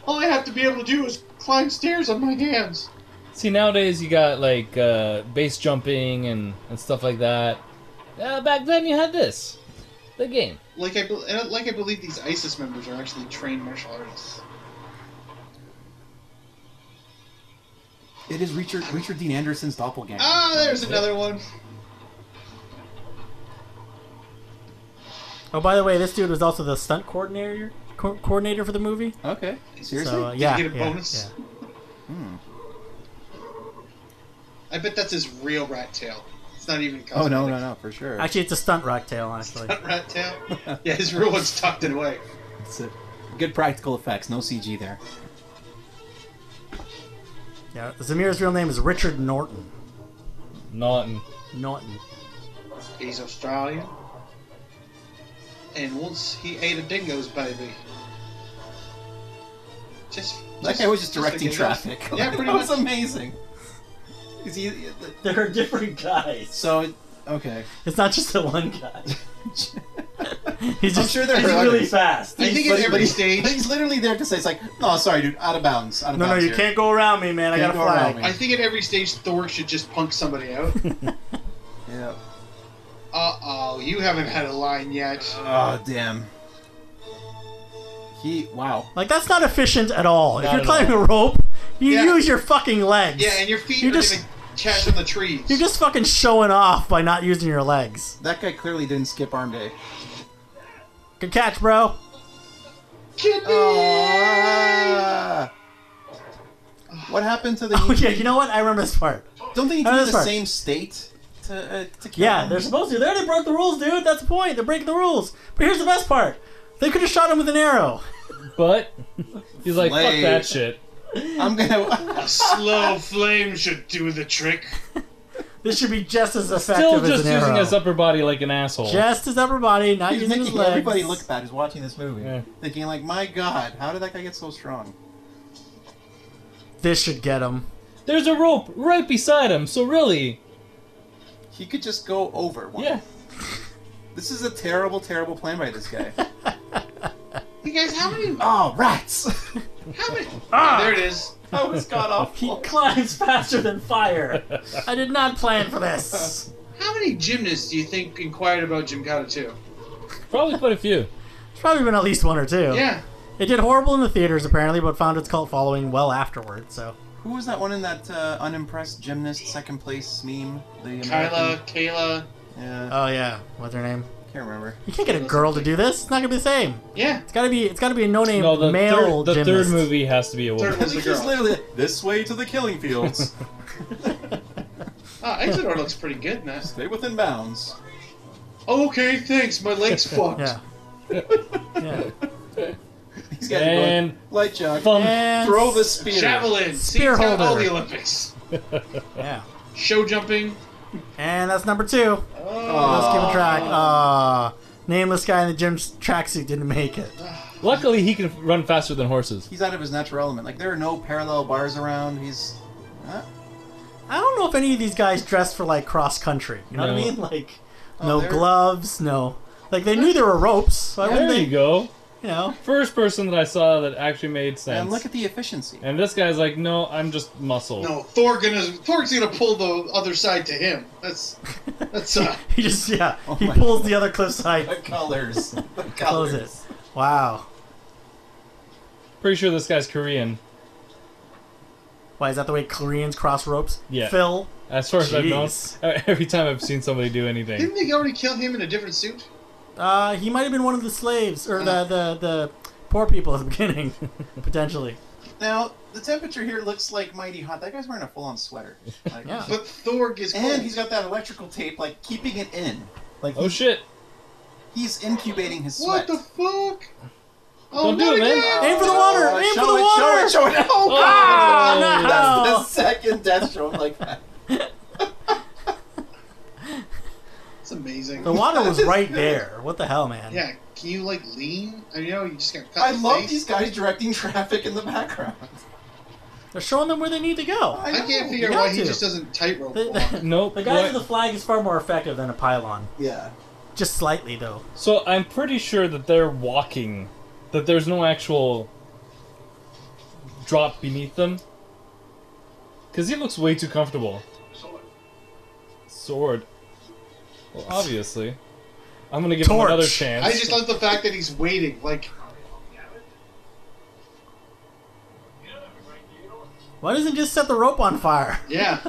Speaker 2: All I have to be able to do is climb stairs on my hands.
Speaker 4: See, nowadays you got like uh, base jumping and, and stuff like that. Uh, back then you had this, the game.
Speaker 2: Like I, bel- and like I believe these ISIS members are actually trained martial artists.
Speaker 6: It is Richard Richard Dean Anderson's doppelganger.
Speaker 2: Ah, there's another one.
Speaker 3: Oh, by the way, this dude was also the stunt coordinator co- coordinator for the movie.
Speaker 6: Okay. Seriously?
Speaker 3: So uh,
Speaker 2: Did
Speaker 3: yeah,
Speaker 2: he get a
Speaker 3: yeah,
Speaker 2: bonus?
Speaker 3: yeah.
Speaker 6: Hmm.
Speaker 2: I bet that's his real rat tail. It's not even.
Speaker 6: oh no,
Speaker 2: cosmetic. [laughs]
Speaker 6: no, no, for sure.
Speaker 3: Actually, it's a stunt rock tail,
Speaker 6: [laughs]
Speaker 3: honestly.
Speaker 2: Rat tail. Yeah, his real one's tucked it away.
Speaker 6: It's a good practical effects, no CG there.
Speaker 3: Yeah, Zamir's real name is Richard Norton.
Speaker 4: Norton.
Speaker 3: Norton.
Speaker 2: He's Australian. And once he ate a dingo's baby. Just.
Speaker 6: That
Speaker 2: just-
Speaker 6: guy was just
Speaker 2: a
Speaker 6: directing
Speaker 2: dingo.
Speaker 6: traffic. [laughs]
Speaker 2: Yeah, pretty
Speaker 6: that was
Speaker 2: much.
Speaker 6: amazing. Is he-
Speaker 3: They're different guys.
Speaker 6: so okay.
Speaker 3: It's not just the one
Speaker 6: [laughs]
Speaker 3: guy. He's
Speaker 6: I'm
Speaker 3: just
Speaker 6: sure there
Speaker 3: he's
Speaker 6: are
Speaker 3: really
Speaker 6: others.
Speaker 3: fast.
Speaker 2: I think at every stage,
Speaker 6: He's literally there to say, "It's like, no, sorry, dude, out of bounds, out of
Speaker 3: No, no,
Speaker 6: bounds."
Speaker 3: you
Speaker 6: here."
Speaker 3: can't go around me, man. I
Speaker 6: Can't
Speaker 3: got a
Speaker 6: go around
Speaker 3: flag.
Speaker 6: me.
Speaker 2: I think at every stage Thor should just punk somebody
Speaker 6: [laughs]
Speaker 2: out.
Speaker 6: Yeah.
Speaker 2: uh oh, you haven't had a line yet.
Speaker 6: Oh damn. He wow.
Speaker 3: Like that's not efficient at all. if
Speaker 4: Not
Speaker 3: you're
Speaker 4: at
Speaker 3: climbing a rope, you
Speaker 2: Yeah.
Speaker 3: use your fucking legs.
Speaker 2: Yeah, and your feet
Speaker 3: You're
Speaker 2: are
Speaker 3: just-
Speaker 2: gonna catch on the trees.
Speaker 3: You're just fucking showing off by not using your legs.
Speaker 6: That guy clearly didn't skip arm day.
Speaker 3: Good catch, bro. [laughs]
Speaker 2: Kidney!
Speaker 6: Ah. What happened to the?
Speaker 3: [laughs] Oh yeah, you know what? I remember this part.
Speaker 6: Don't they do
Speaker 3: Oh,
Speaker 6: the
Speaker 3: that's fine.
Speaker 6: same state to uh, to kill
Speaker 3: Yeah,
Speaker 6: him?
Speaker 3: they're supposed to. They already broke the rules, dude. That's the point. They're breaking the rules. But here's the best part. They could have shot him with an arrow.
Speaker 4: But he's like, fuck
Speaker 6: Slave.
Speaker 4: that shit.
Speaker 6: I'm
Speaker 4: [laughs]
Speaker 6: gonna. [laughs]
Speaker 2: A slow flame should do the trick.
Speaker 3: This should be just as effective
Speaker 4: Still
Speaker 3: as
Speaker 4: just
Speaker 3: an
Speaker 4: using
Speaker 3: arrow.
Speaker 4: his upper body like an asshole.
Speaker 3: just his upper body, not
Speaker 6: He's
Speaker 3: using his
Speaker 6: making
Speaker 3: legs.
Speaker 6: everybody look bad who's watching this movie,
Speaker 4: Yeah.
Speaker 6: thinking like, "My God, how did that guy get so strong?"
Speaker 3: This should get him.
Speaker 4: There's a rope right beside him, so really,
Speaker 6: He could just go over. One.
Speaker 4: yeah.
Speaker 6: This is a terrible, terrible plan by this guy. [laughs]
Speaker 2: You guys, how many?
Speaker 6: oh, rats! [laughs]
Speaker 2: How many? There it is.
Speaker 6: that was god
Speaker 3: He
Speaker 6: awful.
Speaker 3: climbs [laughs] faster than fire. I did not plan for this.
Speaker 2: How many gymnasts do you think inquired about Gymkhana 2?
Speaker 4: Probably quite a few.
Speaker 3: There's probably been at least one or two.
Speaker 2: Yeah.
Speaker 3: It did horrible in the theaters apparently, but found its cult following well afterward. So
Speaker 6: Who was that one in that uh, unimpressed gymnast second place meme? The
Speaker 2: Kyla, Uh,
Speaker 6: American-
Speaker 2: Kayla.
Speaker 6: Yeah,
Speaker 3: Oh yeah, what's her name?
Speaker 2: [laughs]
Speaker 6: can't remember.
Speaker 3: You can't get a girl to do this. It's not gonna be the same.
Speaker 2: Yeah.
Speaker 3: It's gotta be. It's gotta be a no-name
Speaker 4: No, the,
Speaker 3: male
Speaker 4: third, the third
Speaker 3: gymnast.
Speaker 4: movie has to be a
Speaker 2: Third
Speaker 4: woman.
Speaker 2: was the
Speaker 6: He's just
Speaker 2: girl.
Speaker 6: literally this way to the killing
Speaker 4: [laughs]
Speaker 6: fields.
Speaker 2: Ah, Exodor looks pretty good in that.
Speaker 6: Stay within bounds.
Speaker 2: Okay, thanks. My leg's fucked.
Speaker 3: Yeah. yeah.
Speaker 6: These guys are going,
Speaker 4: And
Speaker 6: light jock.
Speaker 4: fun.
Speaker 3: And
Speaker 6: Throw the spear.
Speaker 2: Javelin. See,
Speaker 3: Spear
Speaker 2: it's got all
Speaker 3: holder.
Speaker 2: the Olympics.
Speaker 3: Yeah.
Speaker 2: Show jumping.
Speaker 3: And that's number two.
Speaker 6: Oh. Aw.
Speaker 3: Let's give a track. Uh, nameless guy in the gym's tracksuit didn't make it.
Speaker 4: Luckily, he can run faster than horses.
Speaker 6: He's out of his natural element. Like there are no parallel bars around. He's huh?
Speaker 3: I don't know if any of these guys dressed for like cross country. You know what I
Speaker 4: No.
Speaker 3: mean? Like,
Speaker 6: Oh,
Speaker 3: no
Speaker 6: they're-
Speaker 3: gloves, no. Like they knew there were ropes. So I wouldn't
Speaker 4: There
Speaker 3: think,
Speaker 4: you go.
Speaker 3: you know. [laughs]
Speaker 4: First person that I saw that actually made sense.
Speaker 6: and look at the efficiency.
Speaker 4: And this guy's like, no, I'm just muscle.
Speaker 2: No, Thor gonna Thor's gonna pull the other side to him. That's that's uh,
Speaker 3: He just yeah.
Speaker 6: Oh
Speaker 3: he
Speaker 6: my
Speaker 3: pulls the other cliffside. [laughs]
Speaker 6: The colors. The
Speaker 3: Close
Speaker 6: colors.
Speaker 3: it. Wow.
Speaker 4: Pretty sure this guy's Korean.
Speaker 3: Why is that the way Koreans cross ropes?
Speaker 4: Yeah.
Speaker 3: Phil.
Speaker 4: As far as I've known,
Speaker 3: Jeez.
Speaker 4: [laughs] every time I've seen somebody do anything.
Speaker 2: didn't they already kill him in a different suit?
Speaker 3: Uh, he might have been one of the slaves or the the, the poor people at the beginning, [laughs] potentially.
Speaker 6: Now the temperature here looks like mighty hot. That guy's wearing a
Speaker 3: [laughs]
Speaker 6: full-on sweater. Like,
Speaker 3: Yeah.
Speaker 2: But Thor gets
Speaker 6: And
Speaker 2: cold.
Speaker 6: he's got that electrical tape, like keeping it in. Like
Speaker 4: Oh shit!
Speaker 6: he's incubating his
Speaker 2: what
Speaker 6: sweat.
Speaker 2: the fuck? Oh,
Speaker 4: Don't do
Speaker 2: not
Speaker 4: it, man.
Speaker 2: again.
Speaker 3: Aim for the water!
Speaker 6: Uh,
Speaker 3: Aim for
Speaker 6: show
Speaker 3: the
Speaker 6: it,
Speaker 3: water!
Speaker 6: Show it! Show it!
Speaker 4: Oh,
Speaker 6: Oh god!
Speaker 3: no.
Speaker 2: Ah,
Speaker 6: That's the second death stroke like that.
Speaker 2: It's amazing.
Speaker 3: The water was right there. What the hell, man?
Speaker 2: Yeah, can you like lean? I know you just got cut.
Speaker 6: I
Speaker 2: in the
Speaker 6: love
Speaker 2: face.
Speaker 6: these guys directing traffic in the background.
Speaker 3: They're showing them where they need to go.
Speaker 2: I
Speaker 6: know.
Speaker 2: can't figure out
Speaker 3: you
Speaker 2: why
Speaker 3: got
Speaker 2: he
Speaker 3: to.
Speaker 2: just doesn't tightrope.
Speaker 3: The,
Speaker 2: walk.
Speaker 3: the, [laughs]
Speaker 4: Nope.
Speaker 3: the guy with the
Speaker 4: What?
Speaker 3: flag is far more effective than a pylon.
Speaker 6: Yeah.
Speaker 3: Just slightly, though.
Speaker 4: So I'm pretty sure that they're walking, that there's no actual drop beneath them, because he looks way too comfortable. Sword. Well, obviously. I'm gonna give him
Speaker 3: Torch.
Speaker 4: another chance.
Speaker 2: I just love the fact that he's waiting. Like,
Speaker 3: Why doesn't he just set the rope on fire?
Speaker 2: yeah,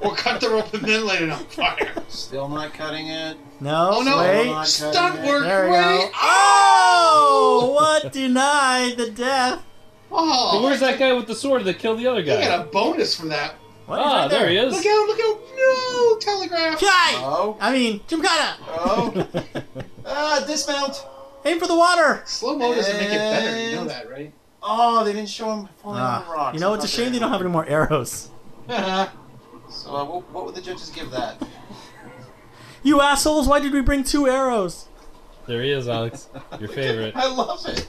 Speaker 2: Or cut the rope and then light it on fire.
Speaker 6: Still not cutting it.
Speaker 3: No,
Speaker 2: Oh no!
Speaker 3: wait.
Speaker 2: Stunt work,
Speaker 3: There we
Speaker 2: Ray!
Speaker 3: go. Oh, what denied the death?
Speaker 2: Oh,
Speaker 4: But where's that guy with the sword that killed the other
Speaker 2: You
Speaker 4: guy?
Speaker 2: got a bonus for that.
Speaker 3: What is
Speaker 4: ah,
Speaker 3: right
Speaker 4: there. he is.
Speaker 2: Look out! Look out! No telegraph.
Speaker 3: Kai!
Speaker 6: Oh.
Speaker 3: I mean, Gymkhana!
Speaker 6: Oh. [laughs] ah, dismount.
Speaker 3: Aim for the water!
Speaker 2: Slow mo doesn't make it better. You know that, right?
Speaker 6: Oh, they didn't show him falling on the
Speaker 3: Ah,
Speaker 6: rocks.
Speaker 3: you know,
Speaker 6: I
Speaker 3: it's a
Speaker 6: thought
Speaker 3: shame they
Speaker 6: did.
Speaker 3: don't have any more arrows.
Speaker 6: So, uh, what, what would the judges give that?
Speaker 3: You assholes, why did we bring two arrows?
Speaker 4: There he is, Alex.
Speaker 2: [laughs]
Speaker 4: Your favorite.
Speaker 6: I love it.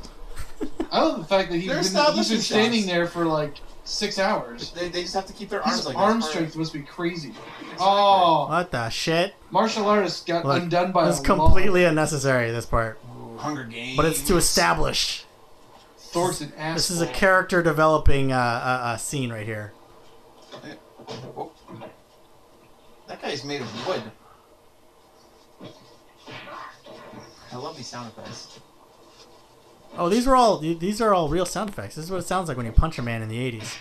Speaker 2: I love the fact that he
Speaker 6: They're
Speaker 2: has been, he's
Speaker 6: establishing
Speaker 2: been
Speaker 6: shots.
Speaker 2: standing there for like six hours.
Speaker 6: They, they just have to keep their arms
Speaker 2: His
Speaker 6: like
Speaker 2: arm
Speaker 6: that.
Speaker 2: strength must be crazy. Oh,
Speaker 3: What the shit?
Speaker 2: martial artists got
Speaker 3: Look,
Speaker 2: undone by
Speaker 3: this is
Speaker 2: a law.
Speaker 3: completely unnecessary, this part.
Speaker 6: Hunger Games.
Speaker 3: But it's to establish.
Speaker 2: Thor's an asshole.
Speaker 3: This is a character developing uh, uh, uh, scene right here.
Speaker 6: That guy's made of wood. I love these sound effects.
Speaker 3: Oh, these were all these are all real sound effects. This is what it sounds like when you punch a man in the '80s.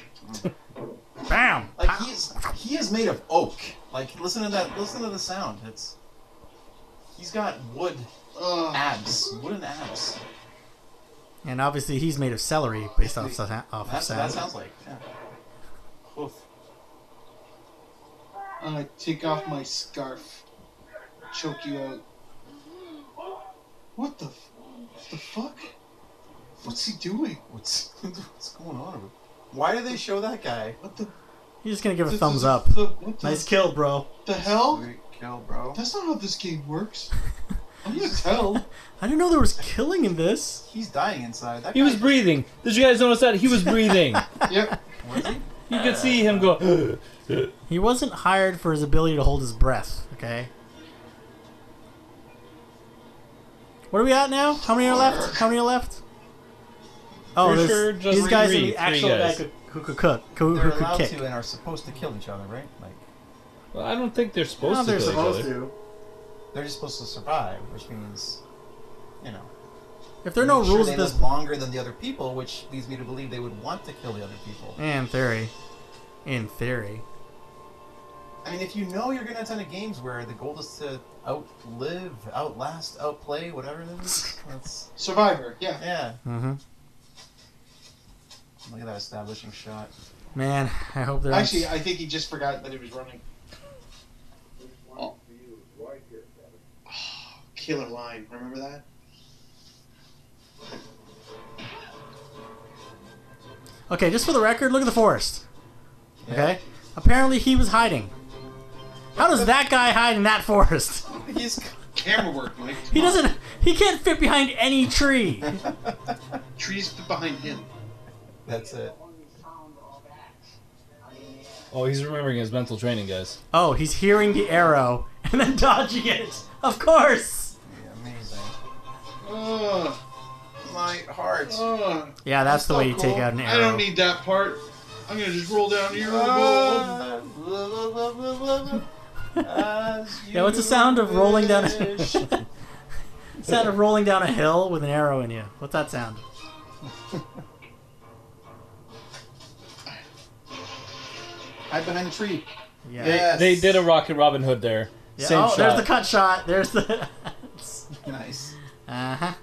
Speaker 3: [laughs] Bam!
Speaker 6: Like he's he is made of oak. Like listen to that. Listen to the sound. It's he's got wood
Speaker 2: Ugh.
Speaker 6: abs. Wooden abs.
Speaker 3: And obviously, he's made of celery based off sa- off of
Speaker 6: That's what that
Speaker 3: sound.
Speaker 6: sounds like. Yeah. Oof.
Speaker 2: I'm gonna take off my scarf, choke you out. What the, f- what the fuck? What's he doing?
Speaker 6: What's [laughs] what's going on? over- Why do they show that guy?
Speaker 2: What the?
Speaker 3: He's just gonna give a
Speaker 2: this
Speaker 3: thumbs
Speaker 2: is
Speaker 3: up.
Speaker 2: The, what the,
Speaker 3: Nice kill, bro.
Speaker 2: the hell?
Speaker 6: Sweet Kill, bro.
Speaker 2: That's not how this game
Speaker 3: [laughs]
Speaker 2: works. I'm gonna tell.
Speaker 3: I didn't know there was killing in this.
Speaker 6: He's dying inside. That
Speaker 4: He was
Speaker 6: guy-
Speaker 4: breathing. Did you guys notice that? He was
Speaker 3: [laughs]
Speaker 4: breathing.
Speaker 2: Yep.
Speaker 6: was he?
Speaker 4: You could see him go.
Speaker 3: He wasn't hired for his ability to hold his breath. Okay. What are we at now? How many are left? How many are left? Oh,
Speaker 4: For
Speaker 3: there's,
Speaker 4: sure, just
Speaker 3: these guys in
Speaker 4: three-
Speaker 3: the actual
Speaker 4: three guys.
Speaker 3: guy who could cook, who,
Speaker 6: They're
Speaker 3: who could
Speaker 6: allowed
Speaker 3: kick.
Speaker 6: to and are supposed to kill each other, right? Like
Speaker 4: Well, I don't think they're supposed
Speaker 3: No,
Speaker 4: to
Speaker 3: they're
Speaker 4: kill
Speaker 3: supposed
Speaker 4: each other.
Speaker 11: to.
Speaker 6: they're just supposed to survive, which means, you know.
Speaker 3: If there are no
Speaker 6: I'm sure
Speaker 3: rules
Speaker 6: they
Speaker 3: to this,
Speaker 6: live longer than the other people, which leads me to believe they would want to kill the other people.
Speaker 3: in theory, in theory,
Speaker 6: I mean, if you know you're going to attend a games where the goal is to outlive, outlast, outplay, whatever it is, that's
Speaker 2: Survivor. Yeah.
Speaker 6: yeah.
Speaker 3: mm-hmm.
Speaker 6: Look at that establishing shot.
Speaker 3: man, [laughs] I hope there's
Speaker 2: Actually, I think he just forgot that he was running. [sighs] Killer line. Remember that?
Speaker 3: Okay, just for the record, look at the forest. Okay? Apparently he was hiding. How does that guy hide in that forest?
Speaker 6: He's
Speaker 2: Camera work, Mike.
Speaker 3: He doesn't he can't fit behind any tree.
Speaker 2: Trees behind him.
Speaker 6: that's it.
Speaker 4: Oh, he's remembering his mental training, guys.
Speaker 3: Oh, he's hearing the arrow and then [laughs] dodging it. Of course.
Speaker 6: Yeah, amazing.
Speaker 2: Ugh.
Speaker 6: My heart.
Speaker 2: Ugh.
Speaker 3: Yeah, that's,
Speaker 6: That's
Speaker 3: the
Speaker 6: so
Speaker 3: way you take
Speaker 6: cool.
Speaker 3: out an
Speaker 2: I
Speaker 3: arrow.
Speaker 2: don't need that part. I'm gonna just roll down here.
Speaker 3: yeah, what's the sound of rolling down [laughs] a sound of rolling down a hill with an arrow in you? What's that sound?
Speaker 6: [laughs] Hide behind the tree.
Speaker 3: Yeah.
Speaker 6: Yes.
Speaker 4: They did a Rocket Robin Hood there.
Speaker 3: Yeah,
Speaker 4: Same
Speaker 3: oh,
Speaker 4: shot.
Speaker 3: there's the cut shot. There's the [laughs]
Speaker 6: Nice.
Speaker 3: Uh huh.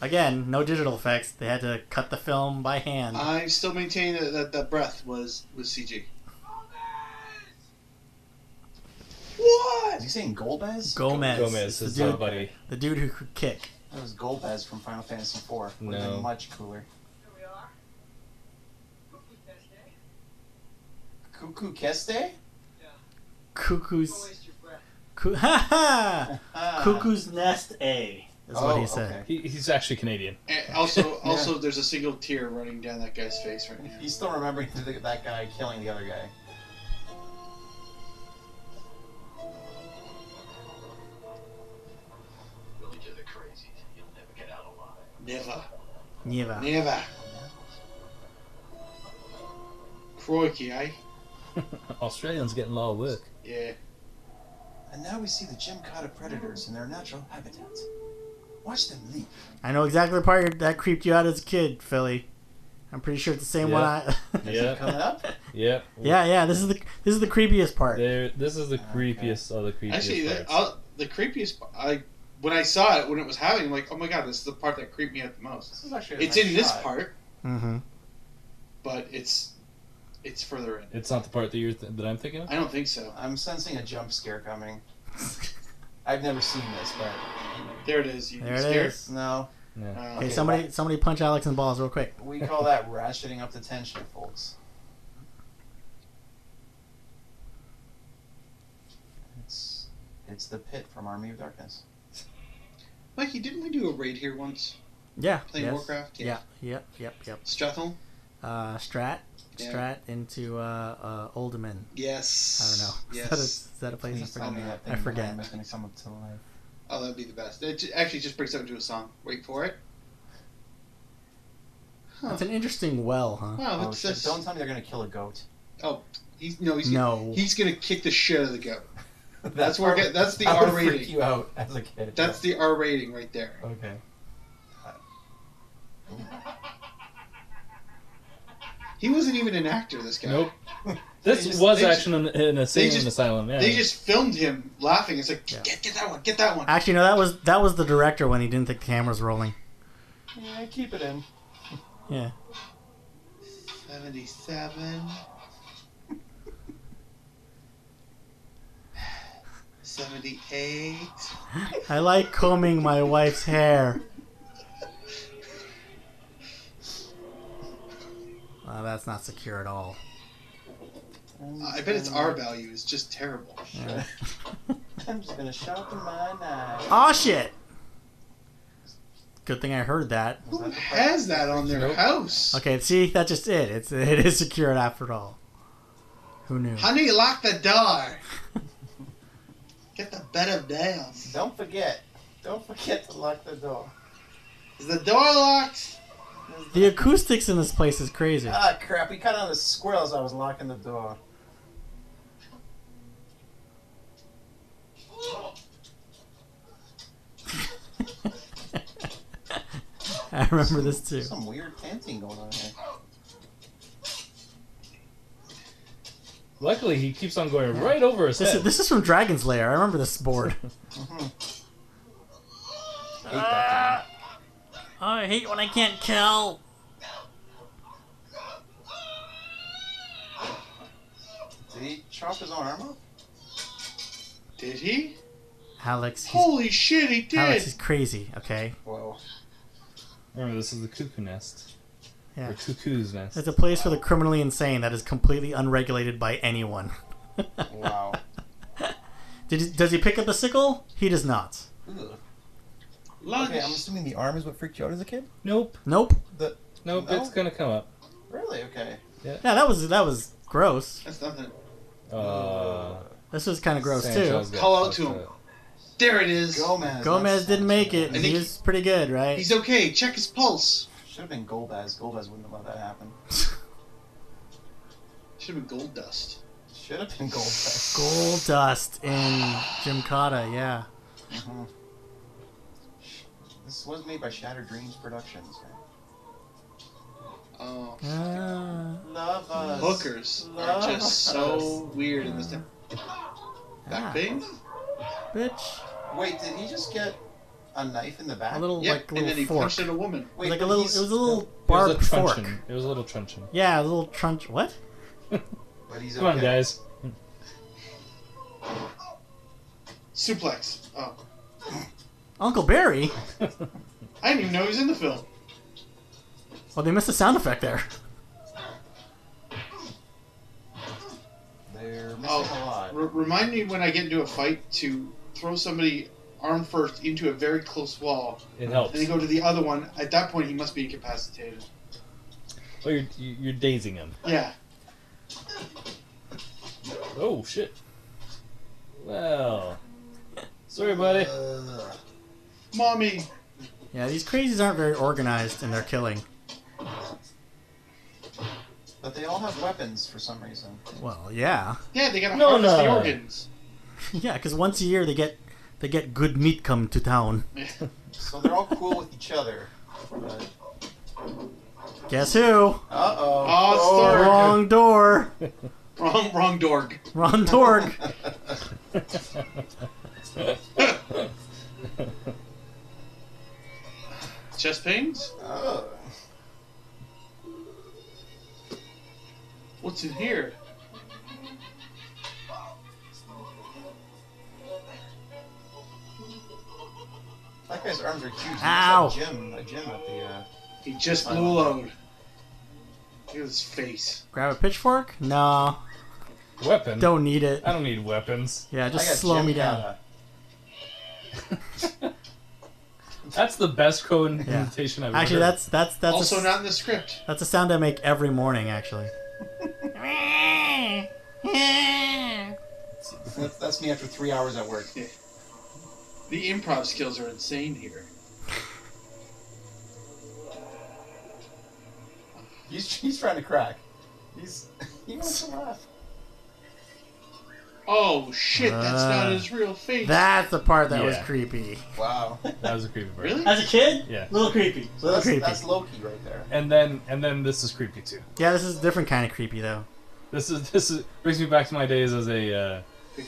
Speaker 3: Again, no digital effects. They had to cut the film by hand.
Speaker 6: Uh,
Speaker 2: I still maintain that, that the breath was was CG.
Speaker 6: What? Is he saying Golbez?
Speaker 3: Gomez.
Speaker 4: Gomez
Speaker 3: the
Speaker 4: is
Speaker 3: dude,
Speaker 4: my buddy.
Speaker 3: the dude who could kick.
Speaker 6: That was Golbez from Final Fantasy IV. Would have
Speaker 4: No.
Speaker 6: been much cooler. Cuckoo Keste?
Speaker 3: Cuckoo's. Cu- [laughs] ha ha!
Speaker 6: Ah.
Speaker 3: Cuckoo's nest A is what
Speaker 6: Oh,
Speaker 3: he said.
Speaker 4: He, he's actually Canadian.
Speaker 2: And
Speaker 3: [laughs]
Speaker 2: also, also, there's a single tear running down that guy's face right now.
Speaker 6: okay. He's still remembering th- th- that guy killing the other guy.
Speaker 2: Never,
Speaker 3: Neva.
Speaker 2: never. Crikey, eh?
Speaker 4: Australians getting a lot of work.
Speaker 2: Yeah.
Speaker 6: And now we see the Gymkhana predators in their natural habitat. Watch them leap.
Speaker 3: I know exactly the part that creeped you out as a kid, Philly. I'm pretty sure it's the same
Speaker 4: Yeah.
Speaker 3: one. I, [laughs]
Speaker 4: Yep. [laughs]
Speaker 6: Coming up?
Speaker 4: Yep.
Speaker 3: yeah, yeah. This is the this is the creepiest part.
Speaker 4: There. This is the creepiest of the creepiest
Speaker 2: Actually, that,
Speaker 4: parts.
Speaker 2: I'll, the creepiest. part- I when I saw it when it was happening, I'm like, oh my god, this is the part that creeped me out the most.
Speaker 6: This is actually a
Speaker 2: It's
Speaker 6: nice
Speaker 2: in this
Speaker 6: shot.
Speaker 2: part,
Speaker 3: Mm-hmm.
Speaker 2: but it's it's further in.
Speaker 4: It's not the part that you're th- that I'm thinking of.
Speaker 2: I don't think so.
Speaker 6: I'm sensing a jump scare coming. I've never seen this, but
Speaker 2: There it is. You
Speaker 3: There it
Speaker 2: scared.
Speaker 3: is.
Speaker 6: no.
Speaker 4: Yeah.
Speaker 2: Uh,
Speaker 3: Okay, somebody somebody punch Alex in the balls real quick.
Speaker 6: We call that ratcheting up the tension, folks. It's it's the pit from Army of Darkness.
Speaker 2: Mikey, didn't we do a raid here once?
Speaker 3: Yeah.
Speaker 2: Playing
Speaker 3: yes.
Speaker 2: Warcraft.
Speaker 3: Yeah. Yep. Yep. Yep.
Speaker 2: Stratholme.
Speaker 3: Uh, Strat.
Speaker 2: Yeah.
Speaker 3: Strat into uh, uh, Oldeman. I don't know. [laughs]
Speaker 2: Yes.
Speaker 3: Is,
Speaker 2: Yes.
Speaker 3: that a, is that a place? I
Speaker 6: Please tell
Speaker 3: forget.
Speaker 6: me that thing
Speaker 3: I forget.
Speaker 6: behind is gonna come up to life.
Speaker 2: Oh, that'd be the best. It ju- actually just brings up into a song. Wait for it.
Speaker 3: That's an interesting well, huh?
Speaker 2: Wow,
Speaker 6: Oh,
Speaker 2: what's
Speaker 6: shit.
Speaker 2: this?
Speaker 6: Don't tell me they're gonna kill a goat.
Speaker 3: [laughs]
Speaker 2: He's no, he's
Speaker 3: No.
Speaker 2: he's gonna kick the shit out of the goat.
Speaker 6: That
Speaker 2: That's where
Speaker 6: part
Speaker 2: get- that's the
Speaker 6: would- that
Speaker 2: R
Speaker 6: would freak
Speaker 2: rating.
Speaker 6: you out as a kid.
Speaker 2: That's the R rating right there.
Speaker 6: okay.
Speaker 2: He wasn't even an actor. This guy. [laughs]
Speaker 4: Nope.
Speaker 2: They
Speaker 4: This
Speaker 2: just-
Speaker 4: was
Speaker 2: they just-
Speaker 4: action in, in a sane
Speaker 2: just-
Speaker 4: asylum. Yeah.
Speaker 2: They just filmed him laughing. It's like
Speaker 3: Yeah.
Speaker 2: get, get that one, get that one.
Speaker 3: Actually, no. That was that was the director when he didn't think the camera was rolling.
Speaker 6: Yeah, keep it in.
Speaker 3: Yeah.
Speaker 2: Seventy-seven. Seventy-eight.
Speaker 3: I like combing my wife's hair. Uh, that's not secure at all.
Speaker 2: I bet its R value is just terrible.
Speaker 3: Yeah.
Speaker 6: I'm just gonna sharpen my knife.
Speaker 3: Oh shit! Good thing I heard that.
Speaker 6: Was
Speaker 2: Who
Speaker 6: that the part-
Speaker 2: has that on their house?
Speaker 3: Okay, see, that's just it. It's it is secured after all. Who knew?
Speaker 2: Honey, lock the door. Get the bed of nails.
Speaker 6: Don't forget. Don't forget to lock the door.
Speaker 2: Is the door locked?
Speaker 3: The acoustics in this place is crazy. [laughs]
Speaker 6: Ah, crap. We cut on the squirrel as I was locking the door.
Speaker 3: I remember this too.
Speaker 6: Some weird panting going on here.
Speaker 4: Luckily, he keeps on going right over his
Speaker 3: This
Speaker 4: head.
Speaker 3: is, this is from Dragon's Lair. I remember this board.
Speaker 6: Hate
Speaker 2: Ah.
Speaker 6: that thing.
Speaker 3: Oh, I hate when I can't kill.
Speaker 6: Did he chop his own arm off?
Speaker 2: Did he?
Speaker 3: Alex, he's,
Speaker 2: Holy shit, he did.
Speaker 3: Alex, he's crazy. Okay,
Speaker 6: Whoa.
Speaker 4: Remember, this is the cuckoo nest.
Speaker 3: Yeah.
Speaker 4: Or cuckoo's nest.
Speaker 3: it's a place for the criminally insane that is completely unregulated by anyone. [laughs]
Speaker 6: Wow.
Speaker 3: Did he, does he pick up a sickle? He does not.
Speaker 6: Ugh.
Speaker 2: Lunch.
Speaker 6: Okay, I'm assuming the arm is what freaked you out as a kid?
Speaker 4: Nope.
Speaker 3: Nope.
Speaker 4: Nope.
Speaker 6: No?
Speaker 4: It's gonna come up.
Speaker 6: Really? Okay.
Speaker 3: Yeah, that was that was gross.
Speaker 2: That's nothing.
Speaker 4: Uh,
Speaker 3: This was kind of gross
Speaker 4: Sanchez
Speaker 3: too.
Speaker 2: Oh.
Speaker 4: got
Speaker 2: Call out to
Speaker 4: fucked
Speaker 2: him.
Speaker 4: up.
Speaker 2: There it is.
Speaker 6: Gomez.
Speaker 3: Gomez didn't make it.
Speaker 2: I
Speaker 3: and
Speaker 2: think-
Speaker 3: He was pretty good, right?
Speaker 2: He's okay. Check his pulse.
Speaker 6: Should have been Golbaz. Golbaz wouldn't have let that happen.
Speaker 2: Should have been gold dust.
Speaker 6: Should have been [laughs] Golbaz.
Speaker 3: Gold dust in Gymkata. Yeah.
Speaker 6: This was made by Shattered Dreams Productions. Man.
Speaker 2: Oh.
Speaker 3: Ah.
Speaker 6: Love us.
Speaker 2: Hookers are just so weird in this town.
Speaker 3: Ah.
Speaker 2: Back thing?
Speaker 3: bitch.
Speaker 6: Wait, did he just get a knife in the back?
Speaker 3: A little
Speaker 2: Yep.
Speaker 3: like
Speaker 2: and then he
Speaker 3: little fork.
Speaker 2: punched at a woman.
Speaker 6: Wait,
Speaker 3: like a
Speaker 6: but
Speaker 3: little.
Speaker 6: he's-
Speaker 3: It was a little
Speaker 4: It was a
Speaker 3: barbed fork.
Speaker 4: truncheon. It was a little truncheon.
Speaker 3: Yeah, a little trunch. What?
Speaker 6: But he's
Speaker 4: Come on,
Speaker 6: okay.
Speaker 4: guys. [laughs]
Speaker 2: Suplex. Oh.
Speaker 3: Uncle Barry.
Speaker 2: I didn't even know he was in the film.
Speaker 3: Well, they missed a sound effect there.
Speaker 6: They're missing a
Speaker 2: Oh,
Speaker 6: lot.
Speaker 2: re- remind me when I get into a fight to throw somebody arm first into a very close wall,
Speaker 4: It
Speaker 2: and
Speaker 4: helps.
Speaker 2: then go to the other one. At that point, he must be incapacitated.
Speaker 4: Oh, you're, you're dazing him.
Speaker 2: Yeah,
Speaker 4: Oh shit. Well.
Speaker 2: [laughs]
Speaker 4: Sorry, buddy. [laughs]
Speaker 2: Oh. mommy.
Speaker 3: Yeah, these crazies aren't very organized in their killing.
Speaker 6: But they all have weapons for some reason.
Speaker 3: Well, yeah, [laughs]
Speaker 2: Yeah, they gotta
Speaker 4: No,
Speaker 2: harvest the
Speaker 4: no.
Speaker 2: organs.
Speaker 3: yeah, because once a year they get they get good meat come to town. [laughs]
Speaker 6: So they're all cool with each other. But
Speaker 3: Guess who?
Speaker 6: Uh oh.
Speaker 2: Oh,
Speaker 3: Wrong door.
Speaker 2: it's Dorg. Wrong, wrong Dorg.
Speaker 3: Ron Dorg.
Speaker 2: Chest pains?
Speaker 6: Oh.
Speaker 2: What's in here?
Speaker 6: That guy's arms are huge. He looks like
Speaker 3: Ow.
Speaker 6: Jim, a Jim at the. Uh,
Speaker 2: He just blew a load. Look at his face.
Speaker 3: [laughs] Grab a pitchfork? No,
Speaker 4: Weapon?
Speaker 3: don't need it.
Speaker 4: I don't need weapons.
Speaker 3: Yeah,
Speaker 6: I got
Speaker 3: just slow
Speaker 6: Jim
Speaker 3: me down.
Speaker 6: kinda-
Speaker 4: That's the best Cohen imitation I've
Speaker 3: Actually,
Speaker 4: ever heard.
Speaker 3: that's that's that's a,
Speaker 2: also
Speaker 3: s-
Speaker 2: not in the script.
Speaker 3: that's a sound I make every morning. Actually,
Speaker 6: That's, that's me after three hours at work.
Speaker 2: The improv skills are insane here.
Speaker 6: He's, he's trying to crack. He's [laughs] he wants to laugh.
Speaker 2: Oh shit, that's not
Speaker 3: Ah.
Speaker 2: his real face.
Speaker 3: that's the part that was
Speaker 4: Yeah.
Speaker 3: creepy. [laughs]
Speaker 6: Wow.
Speaker 4: That was a creepy part.
Speaker 2: really?
Speaker 3: As a kid,
Speaker 4: Yeah.
Speaker 3: little creepy.
Speaker 6: So [laughs] that's
Speaker 3: creepy.
Speaker 6: that's Loki right there.
Speaker 4: And then and then this is creepy too.
Speaker 3: Yeah, this is a different kind of creepy though.
Speaker 4: This is [laughs] this is, brings me back to my days as a uh,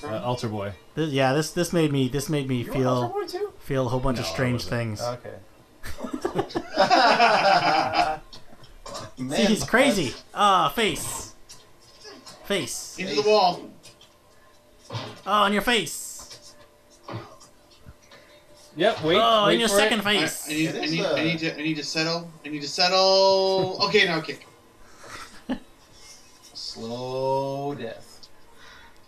Speaker 4: uh, altar boy.
Speaker 3: This, yeah, this this made me this made me
Speaker 6: You were
Speaker 3: feel
Speaker 6: Ultraboy too?
Speaker 3: feel a whole bunch of
Speaker 4: No, I
Speaker 3: strange
Speaker 4: wasn't. Uh,
Speaker 3: things. [laughs]
Speaker 6: Okay. [laughs]
Speaker 3: See,
Speaker 6: Man,
Speaker 3: he's crazy. Ah, face, face.
Speaker 2: Into the wall.
Speaker 3: Oh, on your face.
Speaker 4: Yep. Wait.
Speaker 3: Oh,
Speaker 4: wait
Speaker 3: in your
Speaker 4: for it.
Speaker 3: second
Speaker 2: I,
Speaker 3: face.
Speaker 2: I need,
Speaker 6: It
Speaker 2: I,
Speaker 6: is
Speaker 2: need, I
Speaker 6: a-
Speaker 2: need to I need to settle. I need to
Speaker 3: [laughs]
Speaker 2: settle. Okay, now kick.
Speaker 6: Slow death.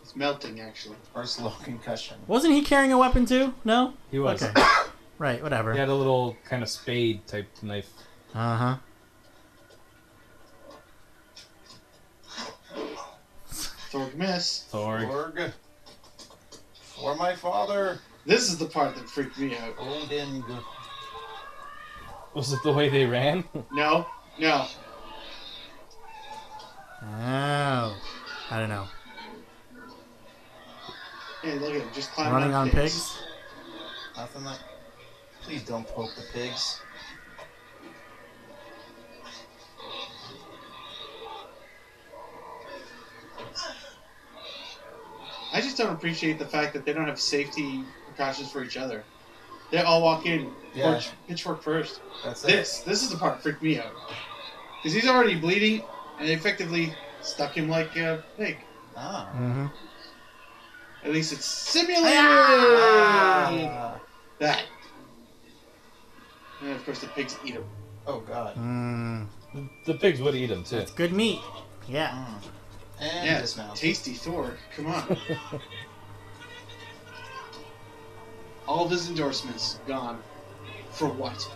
Speaker 2: It's melting actually.
Speaker 6: Or slow concussion.
Speaker 3: Wasn't he carrying a weapon too? No.
Speaker 4: He was.
Speaker 3: Okay. [coughs] right. Whatever.
Speaker 4: He had a little kind of spade type knife.
Speaker 3: Uh huh.
Speaker 2: Thorg miss.
Speaker 4: Thorg.
Speaker 6: Org. For my father,
Speaker 2: This is the part that freaked me out.
Speaker 6: Odin.
Speaker 4: Was it the way they ran? [laughs]
Speaker 2: No, no.
Speaker 3: Oh. I don't know.
Speaker 2: Hey, look at him just climbing
Speaker 3: Running on
Speaker 2: pigs.
Speaker 3: pigs.
Speaker 6: Nothing like. Please don't poke the pigs.
Speaker 2: I just don't appreciate the fact that they don't have safety precautions for each other. They all walk in,
Speaker 6: Yeah.
Speaker 2: torch- pitchfork first.
Speaker 6: That's it.
Speaker 2: This, this is the part that freaked me out. Because he's already bleeding, and they effectively stuck him like a pig.
Speaker 6: Ah.
Speaker 3: Mm-hmm.
Speaker 2: At least it's simulated!
Speaker 6: Ah.
Speaker 2: That. And of course, the pigs eat him.
Speaker 6: Oh God.
Speaker 3: Mm,
Speaker 4: The pigs would eat him too.
Speaker 3: it's good meat. Yeah.
Speaker 6: And
Speaker 2: Yeah,
Speaker 6: this mouth.
Speaker 2: tasty Thor. Come on. all of his endorsements gone. For what?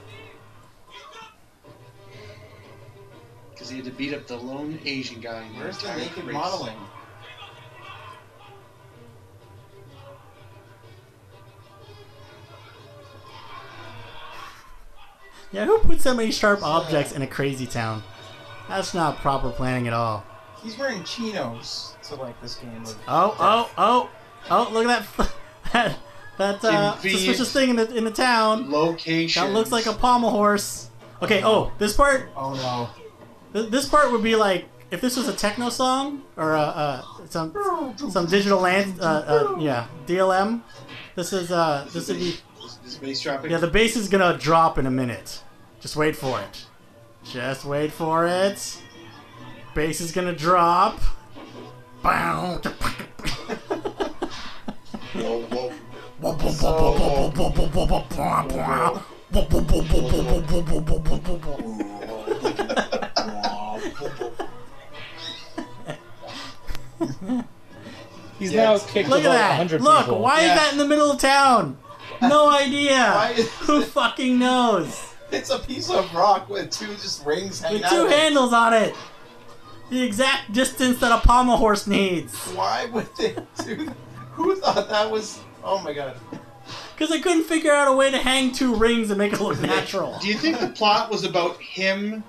Speaker 2: Because he had to beat up the lone Asian guy. in
Speaker 6: Where's the
Speaker 2: entire
Speaker 6: naked
Speaker 2: race.
Speaker 6: modeling?
Speaker 3: Yeah, who put so many sharp objects in a crazy town? That's not proper planning at all.
Speaker 6: He's wearing chinos to like this game. Of
Speaker 3: Oh, oh, oh, oh, look at that. [laughs] that that uh,
Speaker 2: Convenient.
Speaker 3: suspicious thing in the, in the town.
Speaker 2: Location.
Speaker 3: That looks like a pommel horse. Okay, oh, this part
Speaker 6: Oh no. [laughs]
Speaker 3: th- this part would be like if this was a techno song or a, uh some some digital land uh, uh, yeah, DLM. This is uh this would be
Speaker 2: This, this bass dropping.
Speaker 3: Yeah, the bass is gonna drop in a minute. Just wait for it. Just wait for it. Bass is gonna drop. Bow.
Speaker 4: He's
Speaker 2: Yeah.
Speaker 4: now kicked
Speaker 3: Look
Speaker 4: about
Speaker 3: at
Speaker 4: 100
Speaker 3: that! Look,
Speaker 4: people.
Speaker 3: why
Speaker 6: Yeah.
Speaker 3: is that in the middle of town?
Speaker 6: [laughs]
Speaker 3: No idea.
Speaker 6: Why
Speaker 3: [laughs]
Speaker 6: is-
Speaker 3: Who fucking knows?
Speaker 6: It's a piece of rock with two just rings hanging
Speaker 3: With
Speaker 6: out.
Speaker 3: two
Speaker 6: of it.
Speaker 3: handles on it. The exact distance that a pommel horse needs.
Speaker 6: Why would they do that? Who thought that was? Oh my god.
Speaker 3: Because I couldn't figure out a way to hang two rings and make it look
Speaker 6: [laughs]
Speaker 3: natural.
Speaker 2: Do you think the plot was about him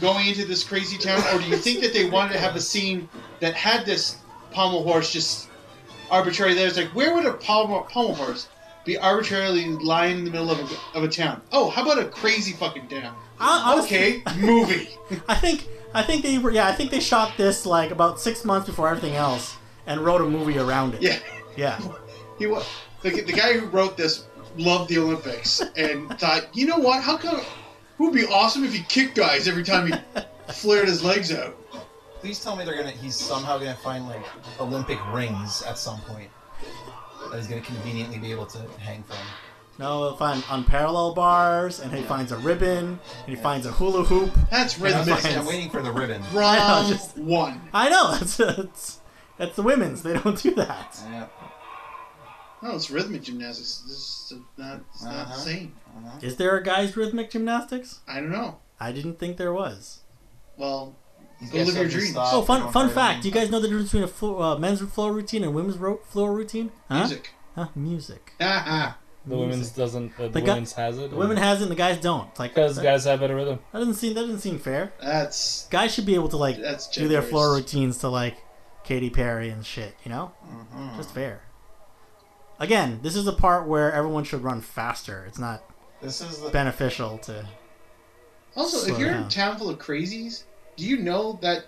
Speaker 2: going into this crazy town, or do you think that they wanted to have a scene that had this pommel horse just arbitrarily there? It's like, where would a pommel, pommel horse be arbitrarily lying in the middle of a, of a town? Oh, how about a crazy fucking town?
Speaker 3: I, honestly,
Speaker 2: Okay, movie.
Speaker 3: I think I think they were yeah I think they shot this like about six months before everything else and wrote a movie around it.
Speaker 2: Yeah,
Speaker 3: Yeah.
Speaker 2: he was the, the guy who wrote this loved the Olympics and thought, you know what? How come? It would be awesome if he kicked guys every time he flared his legs out.
Speaker 6: Please tell me they're gonna. He's somehow gonna find like Olympic rings at some point that he's gonna conveniently be able to hang from.
Speaker 3: No, he'll find unparalleled bars and he finds a ribbon and he finds a hula hoop.
Speaker 2: That's
Speaker 6: I'm,
Speaker 2: rhythmic.
Speaker 6: I'm waiting for the ribbon.
Speaker 3: I
Speaker 2: Rom
Speaker 3: know, just-
Speaker 2: one.
Speaker 3: I know [laughs] that's that's, that's the women's. They don't do that.
Speaker 6: Yeah.
Speaker 2: No, Oh, it's rhythmic gymnastics. This is not, it's not the
Speaker 6: Uh-huh.
Speaker 2: same.
Speaker 3: Is there a guy's rhythmic gymnastics?
Speaker 2: I don't know.
Speaker 3: I didn't think there was.
Speaker 2: Well,
Speaker 6: He's
Speaker 2: Go
Speaker 6: got
Speaker 2: live your
Speaker 6: something
Speaker 2: dreams.
Speaker 6: stopped,
Speaker 3: Oh,
Speaker 6: you
Speaker 3: fun
Speaker 6: know,
Speaker 3: fun
Speaker 6: ribbon.
Speaker 3: fact! Do you guys know the difference between a flo- uh, men's floor routine and women's ro- floor routine? Huh?
Speaker 2: music. Ah,
Speaker 3: Huh? Music.
Speaker 2: Ha ha.
Speaker 4: The women's doesn't. Uh, the,
Speaker 3: The gu-
Speaker 4: women's has it.
Speaker 3: The women has it and the guys don't. It's like
Speaker 4: because
Speaker 3: that,
Speaker 4: guys have better rhythm.
Speaker 3: that doesn't seem that doesn't seem fair.
Speaker 2: That's
Speaker 3: Guys should be able to like
Speaker 2: that's
Speaker 3: do their
Speaker 2: genders.
Speaker 3: floor routines to like Katy Perry and shit, you know?
Speaker 2: Mm-hmm.
Speaker 3: Just fair. Again, this is the part where everyone should run faster. It's not
Speaker 6: This is the.
Speaker 3: beneficial to
Speaker 2: Also,
Speaker 3: Slow
Speaker 2: if you're in
Speaker 3: down.
Speaker 2: a town full of crazies, do you know that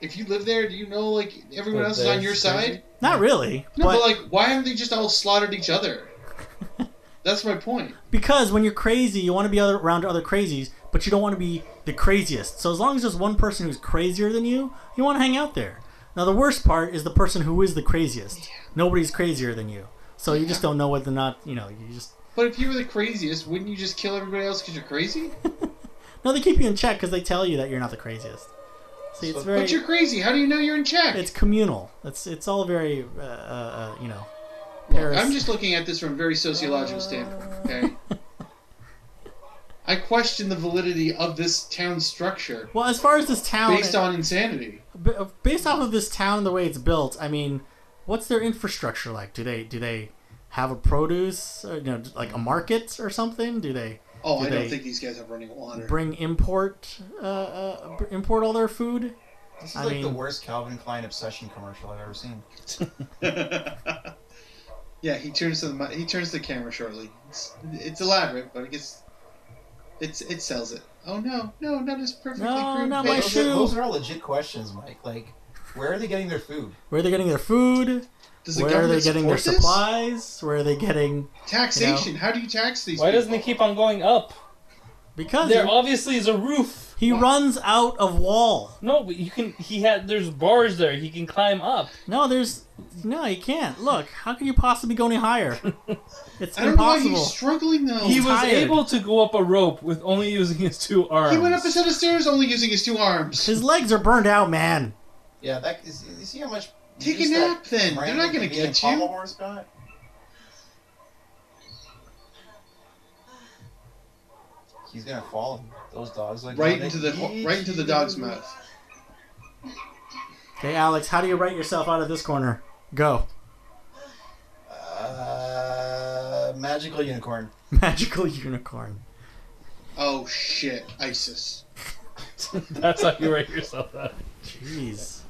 Speaker 2: if you live there, do you know like everyone
Speaker 4: That
Speaker 2: else is on your
Speaker 4: there's
Speaker 2: side?
Speaker 3: not really,
Speaker 2: No, but,
Speaker 3: but
Speaker 2: like, why haven't they just all slaughtered each
Speaker 3: [laughs]
Speaker 2: other? That's my point.
Speaker 3: because when you're crazy, you want to be other, around other crazies, but you don't want to be the craziest. So as long as there's one person who's crazier than you, you want to hang out there. Now the worst part is the person who is the craziest. Nobody's crazier than you, so you just don't know whether or not you know. You just
Speaker 2: But if you were the craziest, wouldn't you just kill everybody else because you're crazy?
Speaker 3: no, they keep you in check because they tell you that you're not the craziest. See, it's very.
Speaker 2: But you're crazy. How do you know you're in check?
Speaker 3: it's communal. It's it's all very uh, uh, uh, you know.
Speaker 2: Look,
Speaker 3: Paris.
Speaker 2: I'm just looking at this from a very sociological standpoint. Okay.
Speaker 3: [laughs]
Speaker 2: I question the validity of this town structure
Speaker 3: well as far as this town
Speaker 2: based on insanity.
Speaker 3: b- uh, based off of this town and the way it's built. I mean, what's their infrastructure like? Do they do they have a produce or, you know like a market or something? Do they
Speaker 2: Oh,
Speaker 3: Do
Speaker 2: I don't
Speaker 3: they
Speaker 2: think these guys have running water.
Speaker 3: bring import uh, uh, b- import all their food?
Speaker 6: This is
Speaker 3: I
Speaker 6: like the
Speaker 3: mean-
Speaker 6: worst Calvin Klein obsession commercial I've ever seen.
Speaker 2: yeah, he turns to the mi- he turns to the camera shortly. It's, it's elaborate, but it gets it's it sells it. Oh no, no, not as perfectly.
Speaker 3: No,
Speaker 2: groomed
Speaker 3: not
Speaker 2: pig.
Speaker 3: my
Speaker 6: Those are,
Speaker 3: shoe.
Speaker 6: those are all legit questions, Mike. Like, where are they getting their food?
Speaker 3: Where are they getting their food?
Speaker 2: Does the
Speaker 3: Where are they
Speaker 2: government
Speaker 3: getting their
Speaker 2: support this?
Speaker 3: supplies? Where are they getting
Speaker 2: Taxation. How do you tax these?
Speaker 4: Why
Speaker 2: people?
Speaker 4: doesn't it keep on going up?
Speaker 3: because
Speaker 4: There
Speaker 3: he-
Speaker 4: obviously is a roof.
Speaker 3: he runs out of wall.
Speaker 4: No, but you can. He had. There's bars there. He can climb up.
Speaker 3: No, there's no, you can't. Look, how can you possibly go
Speaker 2: [laughs]
Speaker 3: any higher? It's
Speaker 2: I don't know why
Speaker 3: impossible.
Speaker 2: he's struggling though.
Speaker 4: he
Speaker 2: He,
Speaker 4: was
Speaker 3: tired.
Speaker 4: able to go up a rope with only using his two arms.
Speaker 2: went
Speaker 4: [laughs]
Speaker 2: up a set of stairs only using his two arms.
Speaker 3: His legs are burned out, man.
Speaker 6: Yeah, that is. You see how much.
Speaker 2: Take
Speaker 6: use
Speaker 2: a
Speaker 6: that
Speaker 2: nap, then. They're
Speaker 6: random
Speaker 2: not gonna
Speaker 6: convenient
Speaker 2: get you.
Speaker 6: pommel horse got? He's gonna fall. Those dogs like
Speaker 2: right
Speaker 6: they
Speaker 2: into the
Speaker 6: eat
Speaker 2: right into the
Speaker 6: you.
Speaker 2: dog's mouth.
Speaker 3: Okay, Alex, how do you write yourself out of this corner? Go. [laughs]
Speaker 6: Uh, magical unicorn.
Speaker 3: Magical unicorn.
Speaker 2: Oh shit, ISIS.
Speaker 4: That's how you rate yourself out.
Speaker 3: Jeez.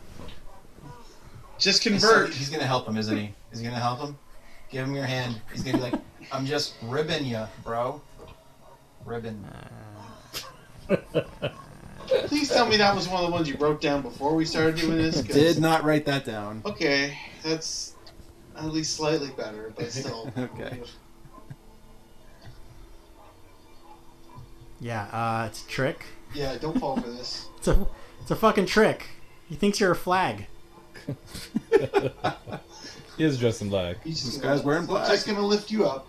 Speaker 2: Just
Speaker 6: He's-
Speaker 2: convert.
Speaker 6: He's gonna help him, isn't he? He's gonna help him. Give him your hand. He's gonna be like, "I'm just ribbing you, bro. Ribbon."
Speaker 2: Please tell me that was one of the ones you wrote down before we started doing this. 'cause-
Speaker 6: not write that down.
Speaker 2: Okay, that's at least slightly better, but still.
Speaker 6: [laughs] Okay.
Speaker 3: Yeah, uh, it's a trick.
Speaker 2: Yeah, don't fall for this.
Speaker 3: It's a, it's a fucking trick. He thinks you're a flag.
Speaker 4: He is dressed in black.
Speaker 2: He's just
Speaker 6: This
Speaker 2: gonna-
Speaker 6: guy's wearing black.
Speaker 2: I'm just gonna lift you up.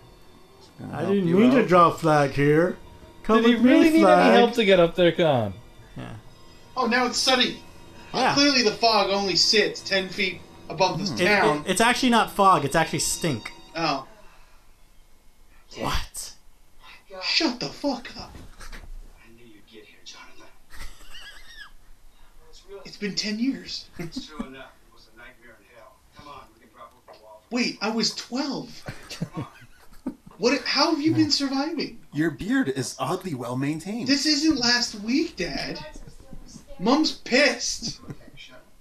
Speaker 3: I didn't mean to draw flag here. Come
Speaker 4: Did he really need any help to get up there, Con?
Speaker 2: Oh, now it's sunny.
Speaker 3: Yeah.
Speaker 2: Clearly, the fog only sits ten feet above
Speaker 6: Hmm.
Speaker 2: this
Speaker 3: It-
Speaker 2: town.
Speaker 6: [laughs]
Speaker 3: it- it's actually not fog. It's actually stink.
Speaker 2: oh,
Speaker 3: What?
Speaker 2: shut the fuck up!
Speaker 7: I knew you'd get here, Jonathan.
Speaker 10: It's real.
Speaker 2: It's been ten years.
Speaker 7: It's true enough. It was a nightmare in hell. Come on, we can drop over the wall.
Speaker 2: Wait, I was
Speaker 6: [laughs]
Speaker 2: twelve. What? How have you been surviving?
Speaker 6: Your beard is oddly well maintained.
Speaker 2: This isn't last week, Dad. Mum's pissed.
Speaker 7: Okay, shut up.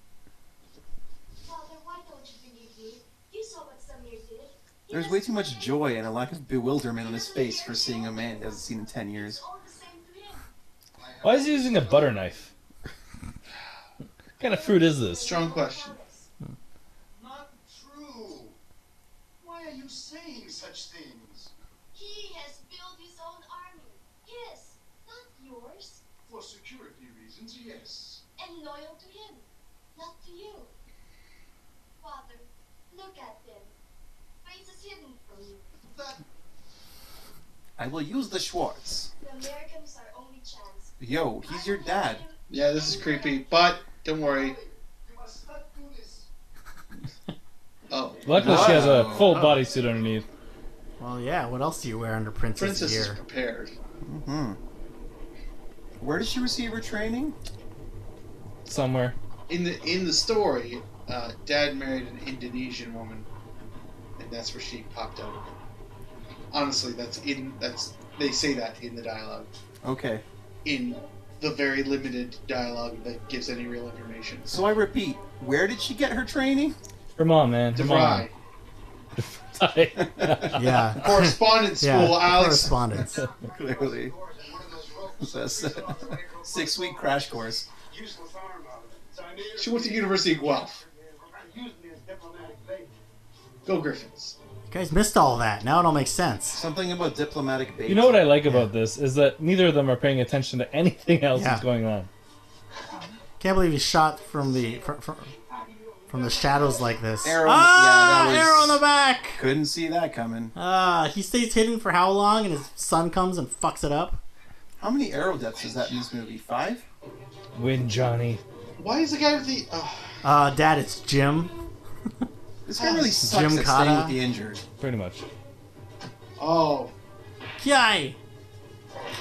Speaker 9: Father, why don't you believe me? You saw what Samir did. He
Speaker 6: There's
Speaker 9: doesn't
Speaker 6: way too much
Speaker 9: care.
Speaker 6: joy and a lack of bewilderment on his face for seeing a man he hasn't seen in ten years.
Speaker 9: It's all the same to him.
Speaker 4: Why is he using a butter knife? what kind of fruit is this?
Speaker 2: Strong question.
Speaker 7: Not true. Why are you saying such things?
Speaker 9: He has built his own army. Yes, not yours.
Speaker 7: For security reasons, yes.
Speaker 9: And loyal to him, not to you. Father, look at them. Face is hidden from you.
Speaker 7: That
Speaker 6: I will use the Schwartz.
Speaker 9: The Americans are only chance.
Speaker 6: Yo, he's your dad.
Speaker 2: Yeah, this is creepy, but don't worry.
Speaker 7: you must not do this.
Speaker 2: Oh,
Speaker 4: Luckily, she has a
Speaker 6: Wow.
Speaker 4: full bodysuit underneath.
Speaker 3: Well, yeah. What else do you wear under Princess,
Speaker 2: Princess is [laughs]
Speaker 3: Year?
Speaker 2: prepared.
Speaker 6: Hmm. Where did she receive her training?
Speaker 4: Somewhere.
Speaker 2: In the in the story, uh, Dad married an Indonesian woman, and that's where she popped out. Honestly, that's in that's they say that in the dialogue.
Speaker 6: Okay.
Speaker 2: In the very limited dialogue that gives any real information.
Speaker 6: So I repeat, where did she get her
Speaker 4: [laughs]
Speaker 6: training? [laughs]
Speaker 4: Her mom, man. Her
Speaker 2: DeVry.
Speaker 4: mom. DeVry.
Speaker 3: Yeah.
Speaker 2: Correspondence
Speaker 3: [laughs] yeah.
Speaker 2: school, Alex.
Speaker 3: Correspondence.
Speaker 6: Clearly. That's a six week crash course.
Speaker 7: Useless arm out of it. So I
Speaker 2: She went to University of Guelph.
Speaker 7: used me as diplomatic bait.
Speaker 2: Go Griffins.
Speaker 3: You guys missed all that. Now it all makes sense.
Speaker 6: Something about diplomatic
Speaker 4: [laughs]
Speaker 6: bait.
Speaker 4: You know what I like about this is that neither of them are paying attention to anything else that's
Speaker 3: Yeah.
Speaker 4: going on.
Speaker 3: Can't believe he shot from the from, from, from the shadows like this.
Speaker 6: Arrow in the- yeah,
Speaker 3: ah,
Speaker 6: that was-
Speaker 3: arrow in the back.
Speaker 6: Couldn't see that coming.
Speaker 3: Ah, he stays hidden for how long, and his son comes and fucks it up.
Speaker 6: How many arrow deaths is that in this movie? Five?
Speaker 4: Win, Johnny.
Speaker 2: Why is the guy with the? Uh,
Speaker 3: Uh, Dad, it's Jim.
Speaker 6: This guy really sucks
Speaker 3: Ah, Jim
Speaker 6: at staying
Speaker 3: Cotta.
Speaker 6: with the injured.
Speaker 4: Pretty much.
Speaker 2: oh,
Speaker 3: Yay!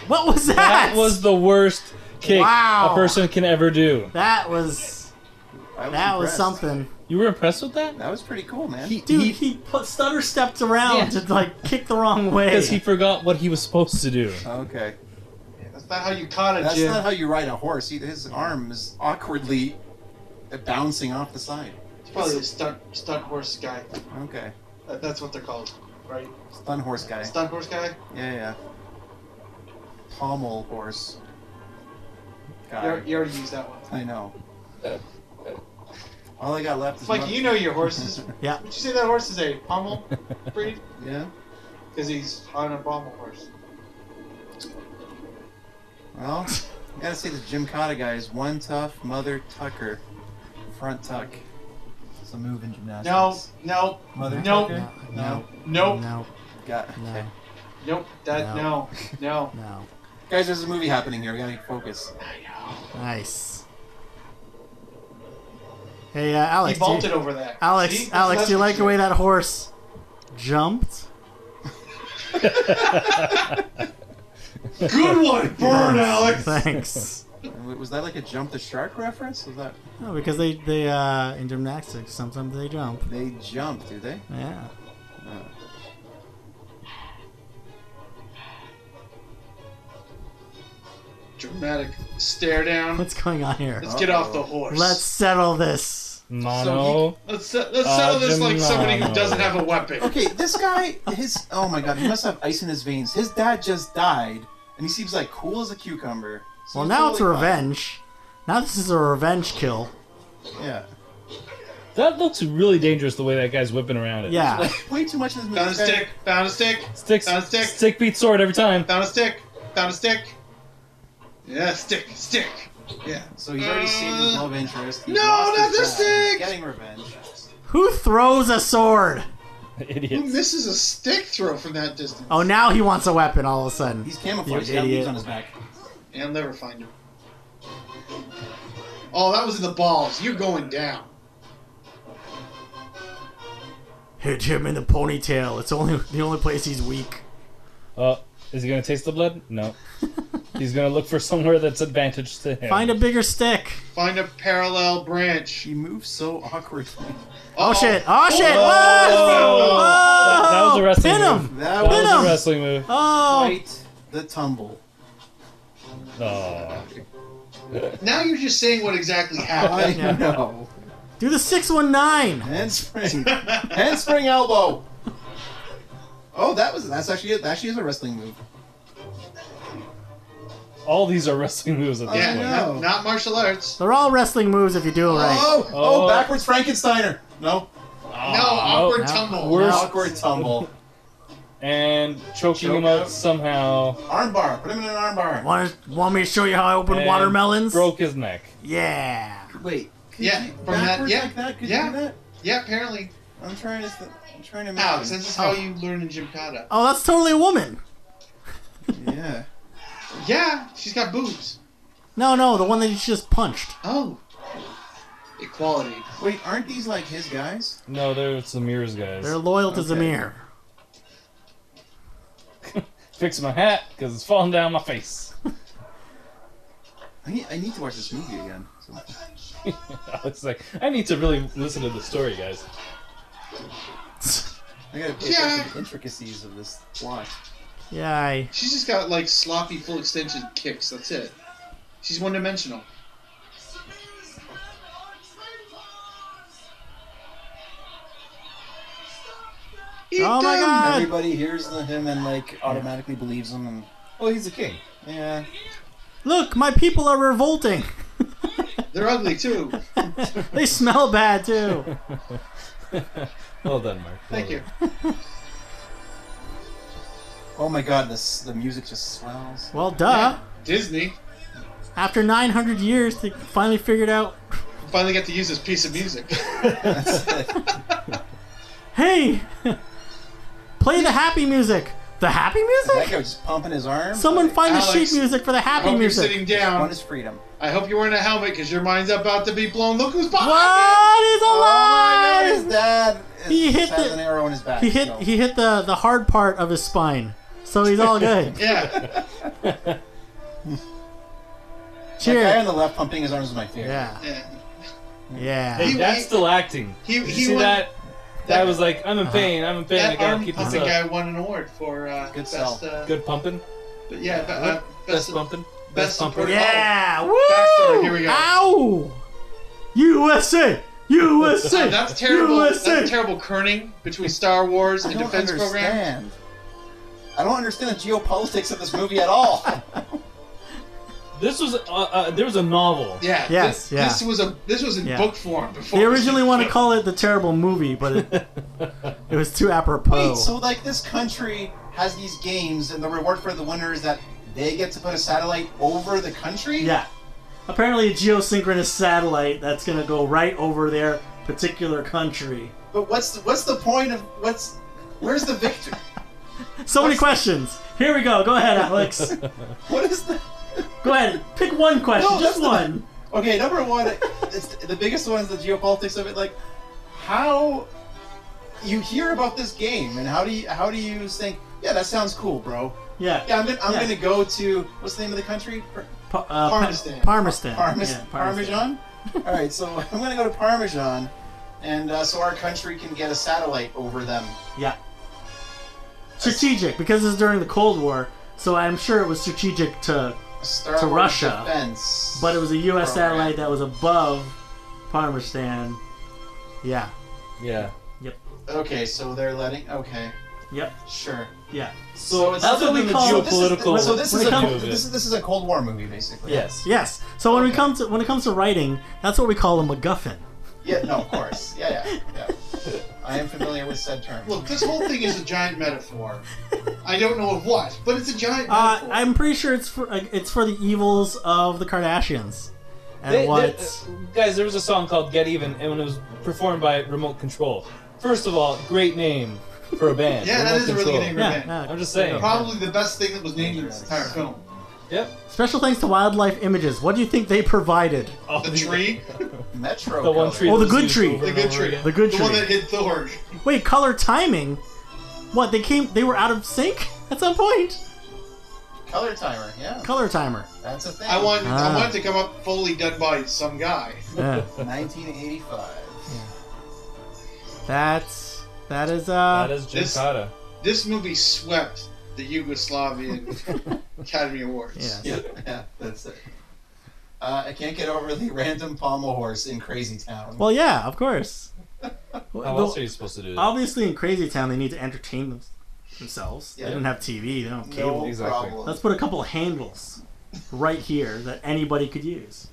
Speaker 3: What was that?
Speaker 4: That was the worst kick
Speaker 3: Wow.
Speaker 4: a person can ever do.
Speaker 3: That was
Speaker 6: I was
Speaker 3: that was
Speaker 6: impressed.
Speaker 3: something,
Speaker 4: You were impressed with that?
Speaker 6: That was pretty cool, man.
Speaker 3: dude. He, put stutter stepped around
Speaker 4: Yeah.
Speaker 3: to like kick the wrong way.
Speaker 4: Because he forgot what he was supposed to do.
Speaker 6: okay.
Speaker 2: that's not how you caught it,
Speaker 6: That's
Speaker 2: Jim.
Speaker 6: not how you ride a horse. He, his arm is awkwardly bouncing off the side.
Speaker 2: It's probably a stunt stunt horse guy.
Speaker 6: Okay.
Speaker 2: That- That's what they're called, right?
Speaker 6: Stun horse guy.
Speaker 2: Stunt horse guy.
Speaker 6: Yeah, yeah. Pommel horse.
Speaker 2: You already,
Speaker 6: Guy.
Speaker 2: you already used that one.
Speaker 6: I know. All I got left is.
Speaker 2: It's like
Speaker 6: mu-
Speaker 2: you know your
Speaker 3: [laughs]
Speaker 2: horses.
Speaker 3: Yeah.
Speaker 2: Would you say that horse is a pommel
Speaker 3: [laughs]
Speaker 2: breed?
Speaker 6: Yeah.
Speaker 2: Because he's on a pommel horse.
Speaker 6: Well, I gotta say the Jim Cotta guy is one tough mother tucker. Front tuck. It's a move in gymnastics.
Speaker 2: No, no,
Speaker 6: Mother
Speaker 2: Nope.
Speaker 6: tucker?
Speaker 3: no, no,
Speaker 2: nope,
Speaker 3: no,
Speaker 6: Got,
Speaker 3: no,
Speaker 6: okay.
Speaker 2: nope. That no,
Speaker 3: No.
Speaker 2: no.
Speaker 3: no.
Speaker 6: Guys, there's a movie happening here. We gotta focus.
Speaker 3: Nice. Hey, uh, [laughs] Alex.
Speaker 2: he
Speaker 3: do you-
Speaker 2: vaulted over that.
Speaker 3: Alex,
Speaker 2: See? That's
Speaker 3: Alex, do you
Speaker 2: less
Speaker 3: like the way
Speaker 2: picture.
Speaker 3: that horse jumped?
Speaker 2: Good one, burn, Alex.
Speaker 3: [laughs] Thanks.
Speaker 6: W- Was that like a jump the shark reference? Was that
Speaker 3: no, because they they uh, in gymnastics sometimes they jump.
Speaker 6: they jump? Do they?
Speaker 3: Yeah.
Speaker 2: Dramatic stare down.
Speaker 3: What's going on here?
Speaker 2: Let's get off the horse.
Speaker 3: Let's settle this.
Speaker 4: Mono.
Speaker 2: let's se- let's settle this like somebody who
Speaker 4: Ajumano.
Speaker 2: doesn't have a weapon.
Speaker 6: Okay, this guy, his oh my god, he must have ice in his veins. His dad just died, and he seems like cool as a cucumber. So
Speaker 3: Well,
Speaker 6: he's
Speaker 3: now it's a
Speaker 6: totally fine.
Speaker 3: revenge. Now this is a revenge kill.
Speaker 6: Yeah,
Speaker 4: That looks really dangerous the way that guy's whipping around it.
Speaker 3: Yeah.
Speaker 6: like way too much of this movie.
Speaker 2: Found a
Speaker 6: This guy-
Speaker 2: stick. Found a stick.
Speaker 4: Sticks,
Speaker 2: Found a stick.
Speaker 4: stick. beats sword every
Speaker 3: [laughs]
Speaker 4: time.
Speaker 2: Found a stick. Found a stick. Yeah, stick, stick. Yeah.
Speaker 6: So he's already saved his love interest. He's
Speaker 2: No,
Speaker 6: lost
Speaker 2: not
Speaker 6: his
Speaker 2: the
Speaker 6: dad. He's
Speaker 2: stick!
Speaker 6: Getting revenge.
Speaker 3: Who throws a sword?
Speaker 2: Who
Speaker 4: Idiots.
Speaker 2: misses a stick throw from that distance?
Speaker 3: Oh, now he wants a weapon all of a sudden.
Speaker 6: He's camouflaged. He's
Speaker 3: You
Speaker 6: got leaves
Speaker 3: idiot.
Speaker 6: on his back.
Speaker 2: And I'll never find him. Oh, that was in the balls. You're going down.
Speaker 3: Hit him in the ponytail. It's only [laughs] the only place he's weak.
Speaker 4: Oh, is he gonna taste the blood?
Speaker 3: [laughs]
Speaker 4: No. He's gonna look for somewhere that's advantage to him.
Speaker 3: Find a bigger stick.
Speaker 2: Find a parallel branch.
Speaker 6: He moves so [laughs] awkwardly.
Speaker 3: Oh,
Speaker 2: Uh-oh.
Speaker 3: shit! Oh shit!
Speaker 2: Oh,
Speaker 3: Whoa!
Speaker 4: That, that was a wrestling
Speaker 3: Oh, Pin
Speaker 4: move.
Speaker 3: him!
Speaker 6: That
Speaker 4: That was
Speaker 3: Pin him!
Speaker 4: a wrestling move.
Speaker 3: Oh!
Speaker 6: quite the tumble.
Speaker 4: Oh.
Speaker 2: Now you're just saying what
Speaker 3: [laughs]
Speaker 2: exactly
Speaker 6: I
Speaker 2: happened.
Speaker 6: know.
Speaker 3: Do the six one nine.
Speaker 6: Handspring. Handspring elbow. Oh, that was that's actually it. That actually is a wrestling move.
Speaker 4: All these are wrestling moves at this
Speaker 2: Yeah,
Speaker 4: point.
Speaker 2: not, not martial arts.
Speaker 3: They're all wrestling moves if you do it right.
Speaker 6: Oh, oh,
Speaker 4: Oh.
Speaker 6: backwards Frankensteiner. No,
Speaker 2: no, awkward
Speaker 3: no.
Speaker 2: tumble.
Speaker 4: Worst-
Speaker 6: awkward tumble.
Speaker 4: And choking
Speaker 6: Choke
Speaker 4: him out
Speaker 6: out.
Speaker 4: somehow.
Speaker 6: armbar. Put him in an armbar.
Speaker 3: Want, want me to show you how I open
Speaker 4: and
Speaker 3: watermelons?
Speaker 4: Broke his neck.
Speaker 3: Yeah.
Speaker 6: Wait. could
Speaker 2: Yeah,
Speaker 6: you-
Speaker 2: from that-
Speaker 6: backwards
Speaker 2: yeah,
Speaker 6: like that. Could
Speaker 2: yeah.
Speaker 6: you do that?
Speaker 2: Yeah, apparently.
Speaker 6: I'm trying to. th- I'm trying to.
Speaker 2: Alex,
Speaker 6: imagine.
Speaker 2: this is how you learn in Gymkhana.
Speaker 3: Oh, that's totally a woman.
Speaker 6: Yeah.
Speaker 2: Yeah, she's got boobs.
Speaker 3: No, no, the one that you just punched.
Speaker 2: Oh. Equality.
Speaker 6: Wait, aren't these like his guys?
Speaker 4: No, they're Samir's guys.
Speaker 3: They're loyal to
Speaker 6: Okay.
Speaker 3: Zamir.
Speaker 4: Fix my hat because it's falling down my face.
Speaker 6: I need, I need to watch this movie again. So.
Speaker 4: Alex like, [laughs] I need to really listen to the story, guys.
Speaker 6: I gotta pay attention to the intricacies of this plot.
Speaker 3: Yay.
Speaker 2: She's just got like sloppy full extension kicks. That's it. She's one dimensional. Eat
Speaker 3: Oh my
Speaker 2: them!
Speaker 3: God.
Speaker 6: Everybody hears the- him and like automatically believes him. And, oh, he's a king. Yeah.
Speaker 3: Look, my people are revolting. [laughs]
Speaker 2: They're ugly too.
Speaker 3: they smell bad too.
Speaker 2: [laughs]
Speaker 4: Well done, Mark. Well
Speaker 2: Thank you.
Speaker 6: Oh my God, this the music just swells.
Speaker 3: Well, duh.
Speaker 2: Disney
Speaker 3: After 900 years, they finally figured out
Speaker 2: finally got to use this piece of
Speaker 3: [laughs]
Speaker 2: music.
Speaker 3: hey, [laughs] play the happy music. The happy
Speaker 6: That
Speaker 3: music?
Speaker 6: guy was just pumping his arm.
Speaker 3: Someone
Speaker 6: Like,
Speaker 3: find the
Speaker 2: Alex,
Speaker 3: sheet music for the
Speaker 2: I
Speaker 3: happy
Speaker 2: hope you're
Speaker 3: music.
Speaker 2: sitting down.
Speaker 6: One is freedom.
Speaker 2: I hope you're wearing a helmet because your mind's about to be blown. Look who's behind
Speaker 3: What is
Speaker 6: Oh my God,
Speaker 3: alive?
Speaker 6: his dad is,
Speaker 3: He hit
Speaker 6: has
Speaker 3: the-
Speaker 6: an arrow in his back.
Speaker 3: he hit
Speaker 6: so-
Speaker 3: he hit the the hard part of his spine, so he's all good.
Speaker 2: you. [laughs] Yeah.
Speaker 6: The guy on
Speaker 3: Cheers.
Speaker 6: the left pumping his arms is my favorite.
Speaker 3: Yeah,
Speaker 2: yeah.
Speaker 4: Hey,
Speaker 3: yeah.
Speaker 2: He-
Speaker 4: that's
Speaker 2: he-
Speaker 4: still acting.
Speaker 2: He,
Speaker 4: Did you
Speaker 2: he
Speaker 4: see
Speaker 2: won,
Speaker 4: that? That
Speaker 2: that-
Speaker 4: was like, I'm in
Speaker 3: Uh-huh.
Speaker 4: pain, I'm in pain, I
Speaker 2: That
Speaker 4: gotta
Speaker 2: arm
Speaker 4: keep this
Speaker 2: pumping
Speaker 4: up.
Speaker 2: guy won an award for uh,
Speaker 6: Good
Speaker 2: best.
Speaker 6: sell.
Speaker 2: Uh,
Speaker 4: Good pumping,
Speaker 2: But yeah, but, uh,
Speaker 4: best
Speaker 2: best,
Speaker 4: bumping,
Speaker 2: best
Speaker 4: pumping.
Speaker 2: supporting-
Speaker 3: Yeah.
Speaker 2: Faster,
Speaker 3: Woo!
Speaker 2: oh, here we go.
Speaker 3: Ow! USA, USA.
Speaker 2: Oh, [laughs] that's terrible. That's
Speaker 3: USA.
Speaker 2: a terrible kerning between Star Wars
Speaker 6: I
Speaker 2: and
Speaker 6: don't
Speaker 2: defense program.
Speaker 6: understand. I don't understand the geopolitics of this movie
Speaker 3: [laughs]
Speaker 6: at all.
Speaker 3: Oh.
Speaker 4: This was, uh, uh, there was a novel.
Speaker 2: Yeah.
Speaker 3: Yes,
Speaker 2: This,
Speaker 3: yeah.
Speaker 2: this was a this was in
Speaker 3: Yeah.
Speaker 2: book form before.
Speaker 3: They originally wanted to call it the terrible movie, but
Speaker 2: [laughs]
Speaker 3: it, it was too apropos.
Speaker 6: Wait, so like this country has these games, and the reward for the winner is that they get to put a satellite over the country.
Speaker 3: yeah, apparently a geosynchronous satellite that's gonna go right over their particular country.
Speaker 6: But what's the, what's the point of what's where's the victor?
Speaker 3: So many questions. Here we go. Go
Speaker 2: [laughs]
Speaker 3: ahead, Alex.
Speaker 6: [laughs] what is the
Speaker 3: go ahead. Pick one question,
Speaker 6: No,
Speaker 3: just
Speaker 6: that's not-
Speaker 3: one.
Speaker 6: okay? Number one, it's the biggest one is the geopolitics of it. Like how you hear about this game, and how do you how do you think? Yeah, that sounds cool, bro.
Speaker 3: Yeah.
Speaker 6: Yeah, I'm gonna I'm
Speaker 3: Yeah.
Speaker 6: gonna go to what's the name of the country? Par-
Speaker 3: Pa- uh, pa-
Speaker 2: Parmesan.
Speaker 3: Parmesan.
Speaker 6: Parmes-
Speaker 3: Yeah,
Speaker 6: Parmesan. All right, so I'm gonna go to Parmesan, and uh, so our country can get a satellite over them.
Speaker 3: Yeah. Strategic, because this is during the Cold War, so I'm sure it was strategic to,
Speaker 6: Star
Speaker 3: To
Speaker 6: Wars
Speaker 3: Russia,
Speaker 6: defense
Speaker 3: but it was a U.S.
Speaker 6: program.
Speaker 3: satellite that was above Parmesan. Yeah.
Speaker 4: Yeah.
Speaker 6: Okay, so they're letting. Okay,
Speaker 3: Yep.
Speaker 6: sure.
Speaker 3: Yeah.
Speaker 6: So it's
Speaker 3: That's what we
Speaker 4: the
Speaker 3: call-
Speaker 4: geopolitical.
Speaker 6: So this
Speaker 3: When it
Speaker 6: is a
Speaker 3: comes-
Speaker 6: this is this is a Cold War movie basically.
Speaker 4: yes.
Speaker 3: Yes. So when we
Speaker 6: Okay.
Speaker 3: come to when it comes to writing, that's what we call a MacGuffin.
Speaker 6: Yeah. No, of course. Yeah, yeah, yeah. I am familiar with said term.
Speaker 2: Look, this whole thing is a giant metaphor. I don't know of what, but it's a giant
Speaker 3: Uh,
Speaker 2: metaphor.
Speaker 3: I'm pretty sure it's for uh, it's for the evils of the Kardashians and
Speaker 4: They- they-
Speaker 3: what.
Speaker 4: uh, guys, there was a song called Get Even, and when it was performed by Remote Control. First of all, great name for a band.
Speaker 2: yeah, that
Speaker 4: Remote
Speaker 2: is a really
Speaker 4: Control.
Speaker 2: good name. for a
Speaker 3: Yeah,
Speaker 2: band.
Speaker 3: yeah.
Speaker 4: I'm just
Speaker 2: [laughs]
Speaker 4: saying.
Speaker 2: Probably the best thing that was named in this entire film.
Speaker 4: Yep.
Speaker 3: Special thanks to Wildlife Images. What do you think they provided?
Speaker 4: All
Speaker 2: The tree,
Speaker 6: Metro.
Speaker 4: Oh, The one
Speaker 6: color.
Speaker 4: tree. that
Speaker 3: Oh, the
Speaker 4: was
Speaker 3: good
Speaker 4: used
Speaker 3: tree.
Speaker 4: over
Speaker 2: the
Speaker 4: and
Speaker 2: good
Speaker 4: over
Speaker 2: tree,
Speaker 4: again.
Speaker 3: The good
Speaker 2: the one
Speaker 3: tree.
Speaker 2: that hit Thor.
Speaker 3: Wait, color timing. What they came? They were out of sync [laughs] at some point.
Speaker 6: Color timer. Yeah,
Speaker 3: Color timer.
Speaker 6: that's a thing.
Speaker 2: I want,
Speaker 3: Ah.
Speaker 2: I want it to come up fully done by some guy.
Speaker 3: Yeah.
Speaker 6: 1985.
Speaker 3: that's that is
Speaker 4: That
Speaker 3: uh.
Speaker 4: is Jim
Speaker 2: This-
Speaker 4: Cotta.
Speaker 2: This movie swept the
Speaker 3: [laughs]
Speaker 2: Yugoslavian Academy Awards.
Speaker 3: yeah.
Speaker 6: Yeah, [laughs] yeah, that's it. Uh, I can't get over the [laughs] random pommel horse in Crazy Town.
Speaker 3: Well, yeah, of course.
Speaker 4: How else are you supposed to do that?
Speaker 3: Obviously, in Crazy Town, they need to entertain them- themselves.
Speaker 6: Yeah.
Speaker 3: They don't have TV. They don't have
Speaker 6: no
Speaker 3: cable.
Speaker 4: exactly.
Speaker 6: problem.
Speaker 3: Let's put a couple of handles. right here that anybody could use.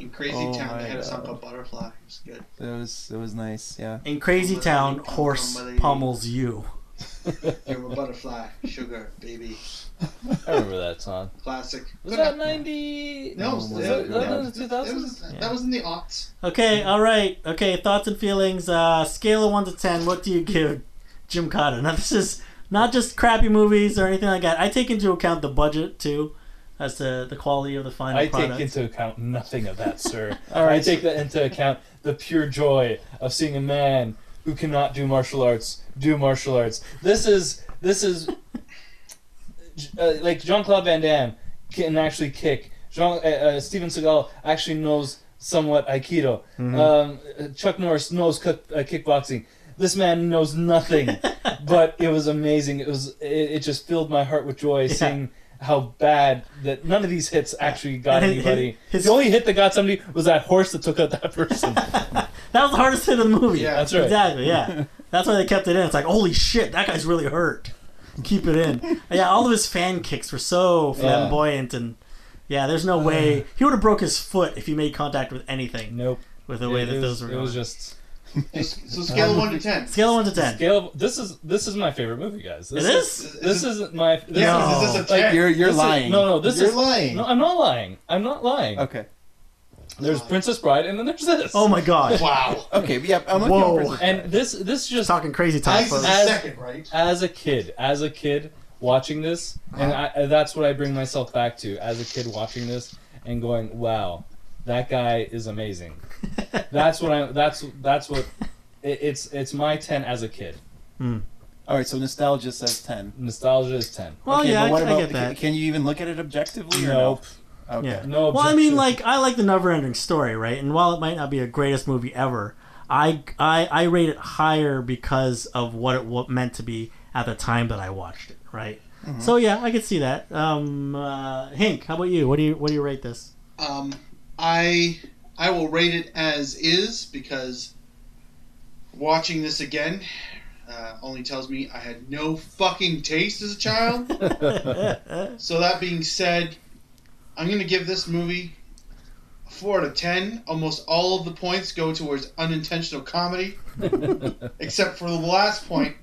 Speaker 2: In Crazy
Speaker 6: Oh
Speaker 2: Town,
Speaker 6: my
Speaker 2: they had a song
Speaker 6: God.
Speaker 2: called Butterfly. It was good.
Speaker 6: It was it was
Speaker 2: [laughs]
Speaker 6: nice. [laughs] Yeah.
Speaker 3: In Crazy Town, horse pummels you.
Speaker 4: [laughs]
Speaker 2: You're a butterfly, sugar, baby,
Speaker 4: I remember that song.
Speaker 2: classic.
Speaker 4: Was
Speaker 2: Good
Speaker 4: that
Speaker 2: night.
Speaker 4: ninety?
Speaker 2: No,
Speaker 6: was
Speaker 2: that,
Speaker 6: that-
Speaker 2: that
Speaker 6: that
Speaker 4: was
Speaker 2: was,
Speaker 4: the
Speaker 2: that,
Speaker 4: 2000s?
Speaker 2: was,
Speaker 3: Yeah.
Speaker 2: that was in the aughts.
Speaker 3: Okay, all right. Okay, thoughts and feelings. Uh, scale of one to ten. What do you give Jim Cotta? Now this is not just crappy movies or anything like that. I take into account the budget too, as to the quality of the final
Speaker 4: I
Speaker 3: product.
Speaker 4: take into account nothing of that, sir.
Speaker 3: All
Speaker 4: I
Speaker 3: right.
Speaker 4: take that into account the pure joy of seeing a man who cannot do martial arts do martial arts. This is this is uh, like Jean Claude Van Damme can actually kick. Jean uh, uh, Steven Seagal actually knows somewhat Aikido.
Speaker 3: Mm-hmm.
Speaker 4: Um, uh, Chuck Norris knows cook, uh, kickboxing. This man knows
Speaker 3: [laughs]
Speaker 4: nothing, but it was amazing. It was it, it just filled my heart with joy
Speaker 3: Yeah.
Speaker 4: seeing how bad that none of these hits actually
Speaker 3: [laughs]
Speaker 4: got
Speaker 3: And his-
Speaker 4: anybody.
Speaker 3: his-
Speaker 4: the only hit that got somebody was that horse that took out that person.
Speaker 3: [laughs] That was the hardest hit of the movie.
Speaker 2: Yeah,
Speaker 4: That's right. [laughs]
Speaker 3: Exactly, yeah. That's why they kept it in. It's like, holy shit, that guy's really hurt. Keep it in. yeah, all of his fan kicks were so flamboyant and yeah, there's no way he would have broke his foot if he made contact with anything
Speaker 4: Nope.
Speaker 3: with the way
Speaker 4: it,
Speaker 3: that
Speaker 4: it was,
Speaker 3: those were
Speaker 4: it
Speaker 3: going.
Speaker 4: was just
Speaker 2: So, so scale of one to ten.
Speaker 3: Scale of one to ten.
Speaker 4: scale. This is this is my favorite movie, guys. This
Speaker 3: it is?
Speaker 4: This isn't my. This
Speaker 3: No.
Speaker 4: is
Speaker 2: Is this a
Speaker 4: Like,
Speaker 2: ten?
Speaker 6: You're you're
Speaker 4: This is-
Speaker 6: lying.
Speaker 4: no, no, this
Speaker 6: you're
Speaker 4: is-
Speaker 6: lying.
Speaker 4: No, I'm not lying. I'm not lying.
Speaker 6: Okay.
Speaker 4: There's Princess Bride, and then there's this.
Speaker 3: Oh my god.
Speaker 2: wow.
Speaker 6: Okay. but Yeah. I'm looking
Speaker 3: Whoa.
Speaker 6: at Princess Bride.
Speaker 4: And this, this just
Speaker 3: Talking crazy time.
Speaker 2: Ice is
Speaker 3: folks.
Speaker 2: the
Speaker 3: [laughs]
Speaker 4: As-
Speaker 2: [laughs] second, right?
Speaker 4: as a kid, as a kid watching this, and I,
Speaker 6: Uh-huh.
Speaker 4: and that's what I bring myself back to as a kid watching this and going, "Wow, that guy is amazing." that's what I. That's that's what. It, it's it's my ten as a kid.
Speaker 6: All right. So nostalgia says ten.
Speaker 4: Nostalgia is ten. [laughs]
Speaker 3: Well,
Speaker 6: okay,
Speaker 3: yeah,
Speaker 6: but what
Speaker 3: I, I
Speaker 6: about
Speaker 3: get
Speaker 6: the-
Speaker 3: that.
Speaker 6: Can you even look at it objectively? Or
Speaker 4: Nope.
Speaker 6: no? Okay.
Speaker 3: Yeah.
Speaker 4: No.
Speaker 3: Well, I mean,
Speaker 4: objection.
Speaker 3: like I like the never-ending story, right? And while it might not be the greatest movie ever, I I, I rate it higher because of what it what meant to be at the time that I watched it, right?
Speaker 4: Mm-hmm.
Speaker 3: So yeah, I could see that. Um, uh, Hink, how about you? What do you what do you
Speaker 4: [laughs]
Speaker 3: rate this?
Speaker 2: Um, I I will rate it as is because watching this again uh, only tells me I had no fucking taste as a
Speaker 4: [laughs]
Speaker 2: child. so that being said, I'm gonna give this movie a four out of ten. Almost all of the points go towards unintentional comedy, except for the last point,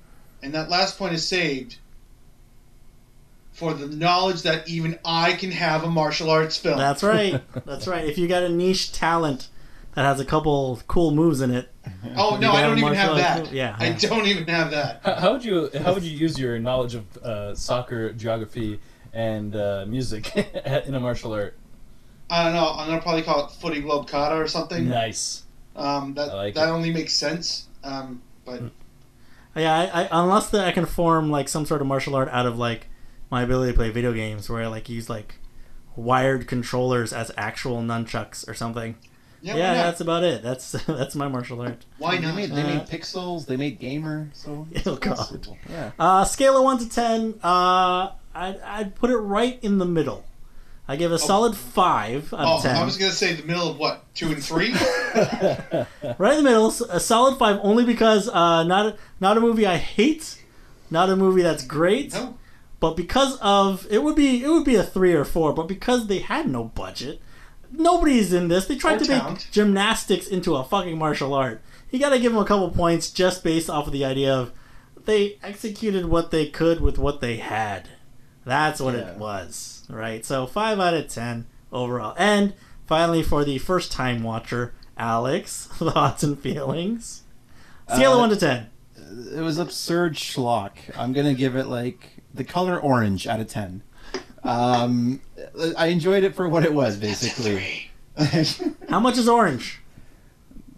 Speaker 2: and that last point is saved. For the knowledge that even I can have a martial arts film.
Speaker 3: That's right. That's right. If you got a niche talent that has a couple cool moves in it,
Speaker 2: Oh no,
Speaker 3: You
Speaker 2: I don't even
Speaker 3: gotta
Speaker 2: have
Speaker 3: marshal it
Speaker 2: that.
Speaker 3: too. Yeah,
Speaker 2: I
Speaker 3: yeah.
Speaker 2: don't even have that.
Speaker 4: How- How would you how would you use your knowledge of uh, soccer, geography, and uh, music [laughs] in a martial art?
Speaker 2: I don't know. I'm gonna probably call it footy globe kata or something.
Speaker 4: Nice.
Speaker 2: Um, that
Speaker 4: I like
Speaker 2: that
Speaker 4: it.
Speaker 2: only makes sense. Um, but
Speaker 3: Yeah, I, I, unless that I can form like some sort of martial art out of like my ability to play video games, where I like use like wired controllers as actual nunchucks or something.
Speaker 2: yeah,
Speaker 3: Yeah,
Speaker 2: why not?
Speaker 3: that's about it. That's [laughs] that's my martial art.
Speaker 2: why
Speaker 6: They
Speaker 2: not?
Speaker 6: made, they
Speaker 3: Uh,
Speaker 6: made pixels. They made gamer.
Speaker 3: [laughs]
Speaker 6: So it's
Speaker 3: Oh, God.
Speaker 6: possible. Yeah.
Speaker 3: Uh, scale of one to ten, uh, I'd, I'd put it right in the middle. I give a solid five out
Speaker 2: Oh,
Speaker 3: of ten.
Speaker 2: I was gonna say the middle of what two and
Speaker 3: [laughs]
Speaker 2: three.
Speaker 3: Right in the middle, s- a solid five, only because uh, not a, not a movie I hate, not a movie that's great.
Speaker 2: no,
Speaker 3: but because of it would be it would be a three or four, but because they had no budget, nobody's in this. They tried
Speaker 2: Or
Speaker 3: to
Speaker 2: talent.
Speaker 3: make gymnastics into a fucking martial art. You got to give them a couple points just based off of the idea of they executed what they could with what they had. That's what
Speaker 6: Yeah.
Speaker 3: it was, right? So five out of ten overall. And finally, for the first time watcher, Alex, [laughs] thoughts and feelings. Scale of
Speaker 6: Uh,
Speaker 3: one to ten.
Speaker 6: It was absurd schlock. I'm gonna give it like the color orange out of ten. Um, I enjoyed it for what it was, basically. it's,
Speaker 3: How much is orange?
Speaker 6: [laughs]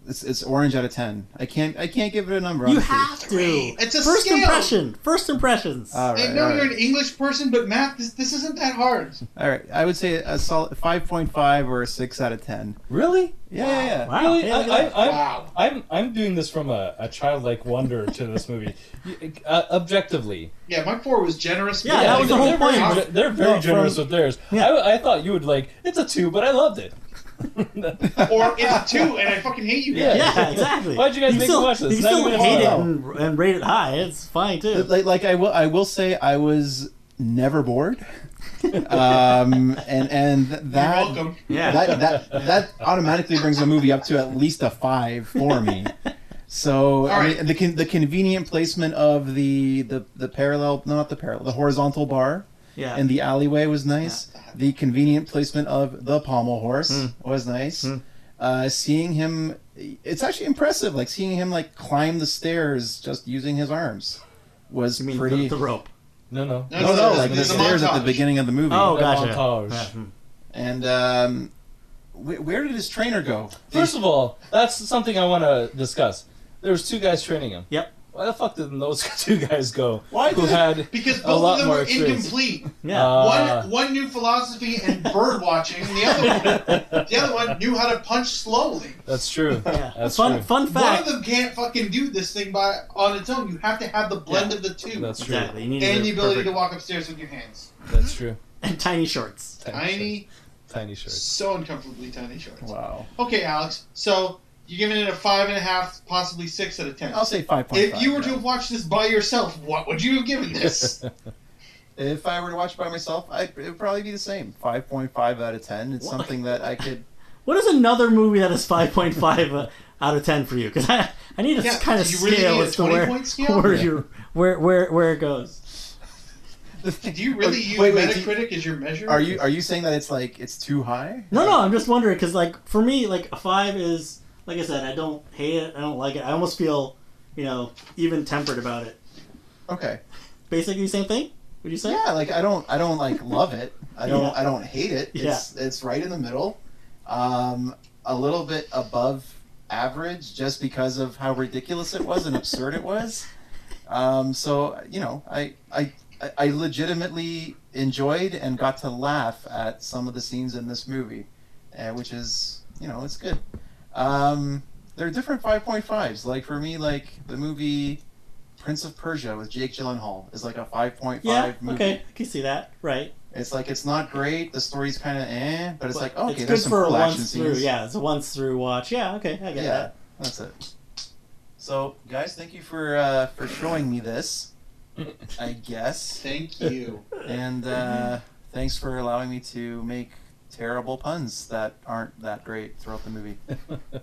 Speaker 6: it's orange out of ten. I can't. I can't give it a number.
Speaker 3: You
Speaker 6: honestly.
Speaker 3: have to.
Speaker 2: It's a
Speaker 3: first
Speaker 2: scale.
Speaker 3: impression. First impressions.
Speaker 6: All right.
Speaker 2: I know
Speaker 6: all
Speaker 2: you're
Speaker 6: right.
Speaker 2: an English person, but math this, this isn't that hard.
Speaker 6: All right. I would say a solid five point five or a six out of ten.
Speaker 4: Really?
Speaker 6: Yeah, yeah, yeah.
Speaker 3: wow.
Speaker 4: Really?
Speaker 3: Hey,
Speaker 4: I,
Speaker 3: look at
Speaker 4: I,
Speaker 3: that.
Speaker 4: I'm,
Speaker 2: Wow.
Speaker 4: I'm I'm doing this from a, a childlike wonder to this movie. You- Uh, objectively,
Speaker 2: Yeah, my four was generous.
Speaker 3: Yeah, that was the
Speaker 4: they're-
Speaker 3: whole
Speaker 4: they're very
Speaker 3: point.
Speaker 4: ge- they're very
Speaker 3: No,
Speaker 4: generous
Speaker 3: from-
Speaker 4: with theirs.
Speaker 3: Yeah.
Speaker 4: I, I thought you would like it's a two, but I loved it.
Speaker 2: Or it's two, and I fucking hate you.
Speaker 4: [laughs] Yeah.
Speaker 2: guys.
Speaker 3: yeah, exactly.
Speaker 4: Why'd you guys
Speaker 3: can
Speaker 4: make me
Speaker 3: still,
Speaker 4: watch this?
Speaker 3: You
Speaker 4: Now
Speaker 3: can
Speaker 4: we
Speaker 3: still
Speaker 4: know
Speaker 3: hate it
Speaker 4: how.
Speaker 3: and, and rate it high. It's fine too.
Speaker 6: like, like I will I will say I was never bored. um, and and that
Speaker 2: welcome.
Speaker 3: Yeah.
Speaker 6: that, that that automatically brings the movie up to at least a five for me. So I mean, the con- the convenient placement of the the the parallel, no, not the parallel, the horizontal bar
Speaker 3: Yeah.
Speaker 6: in the alleyway was nice. The convenient placement of the pommel horse was nice. Uh, seeing him, it's actually impressive. Like seeing him like climb the stairs just using his arms was
Speaker 3: you mean
Speaker 6: pretty.
Speaker 3: the, the rope?
Speaker 12: No, no.
Speaker 6: no, no, like the
Speaker 2: there's a
Speaker 6: stairs at the
Speaker 2: montage.
Speaker 6: beginning of the movie.
Speaker 3: Oh,
Speaker 12: The
Speaker 3: gotcha.
Speaker 12: montage.
Speaker 3: Yeah, hmm.
Speaker 6: And um, wh- where did his trainer go?
Speaker 12: First of all, that's something I want to discuss. There was two guys training him.
Speaker 3: Yep.
Speaker 12: Why the fuck did
Speaker 4: [laughs]
Speaker 12: those two guys go?
Speaker 6: Why
Speaker 12: Who
Speaker 6: did-
Speaker 12: had?
Speaker 2: Because
Speaker 12: A
Speaker 2: both
Speaker 12: lot
Speaker 2: of them
Speaker 12: more
Speaker 2: were
Speaker 12: experience.
Speaker 2: incomplete.
Speaker 3: Yeah.
Speaker 12: Uh,
Speaker 2: one, one knew philosophy and bird watching, and the other one,
Speaker 4: [laughs]
Speaker 2: the other one knew how to punch slowly.
Speaker 12: That's true.
Speaker 3: yeah.
Speaker 12: That's
Speaker 3: fun
Speaker 12: true.
Speaker 3: fun
Speaker 2: One of
Speaker 3: fact.
Speaker 2: them can't fucking do this thing by on its own. You have to have the blend of the two
Speaker 12: That's true.
Speaker 3: Exactly. You need
Speaker 2: and the
Speaker 3: the
Speaker 2: ability to
Speaker 3: perfect-
Speaker 2: walk upstairs with your hands.
Speaker 12: That's true.
Speaker 3: and tiny shorts.
Speaker 12: shirts.
Speaker 2: Tiny,
Speaker 12: Tiny shirts.
Speaker 2: so uncomfortably tiny shorts.
Speaker 6: Wow.
Speaker 2: Okay, Alex. So you're giving it a five and a half, possibly six out of ten.
Speaker 6: I'll say five point
Speaker 2: If
Speaker 6: five.
Speaker 2: you were to have watched this by yourself, what would you have given
Speaker 6: [laughs]
Speaker 2: this?
Speaker 6: if I were to watch it by myself, I it would probably be the same. Five point five out of ten. It's
Speaker 3: What?
Speaker 6: something that I could.
Speaker 3: What is another movie that is five point five uh, out of ten for you? Because I I need a
Speaker 2: Yeah,
Speaker 3: kind of
Speaker 2: do you
Speaker 3: scale
Speaker 2: really need a
Speaker 3: as to
Speaker 2: 20
Speaker 3: where
Speaker 2: point scale?
Speaker 3: where
Speaker 6: Yeah.
Speaker 3: you where where where it goes.
Speaker 2: Do you really use
Speaker 6: Oh, Wait, wait, do you-
Speaker 2: Metacritic as your measure?
Speaker 6: Are you are you saying that it's like it's too high?
Speaker 3: No, no, I'm just wondering because, like, for me, like a five is, like I said, I don't hate it, I don't like it, I almost feel, you know, even tempered about it.
Speaker 6: Okay.
Speaker 3: Basically, the same thing. Would you say?
Speaker 6: Yeah, like I don't I don't like love it. I don't
Speaker 3: Yeah.
Speaker 6: I don't hate it. It's it's right in the middle. Um, a little bit above average just because of how ridiculous it was and absurd it was. Um, so you know, I I I- I legitimately enjoyed and got to laugh at some of the scenes in this movie, uh, which is you know it's good. Um, there are different 5.5s. Like for me, like the movie Prince of Persia with Jake Gyllenhaal is like a 5.5
Speaker 3: Yeah.
Speaker 6: movie.
Speaker 3: Okay, I can see that. Right.
Speaker 6: It's like it's not great. The story's kind of eh, but it's
Speaker 3: But
Speaker 6: like okay,
Speaker 3: it's
Speaker 6: there's
Speaker 3: good
Speaker 6: some
Speaker 3: for a
Speaker 6: cool action
Speaker 3: once through.
Speaker 6: scenes.
Speaker 3: Yeah, it's a once through watch. Yeah. Okay, I get
Speaker 6: yeah,
Speaker 3: that.
Speaker 6: that's it. So guys, thank you for uh, for showing me this. I guess,
Speaker 2: Thank
Speaker 6: [laughs]
Speaker 2: you.
Speaker 6: and uh, thanks for allowing me to make terrible puns that aren't that great throughout the movie.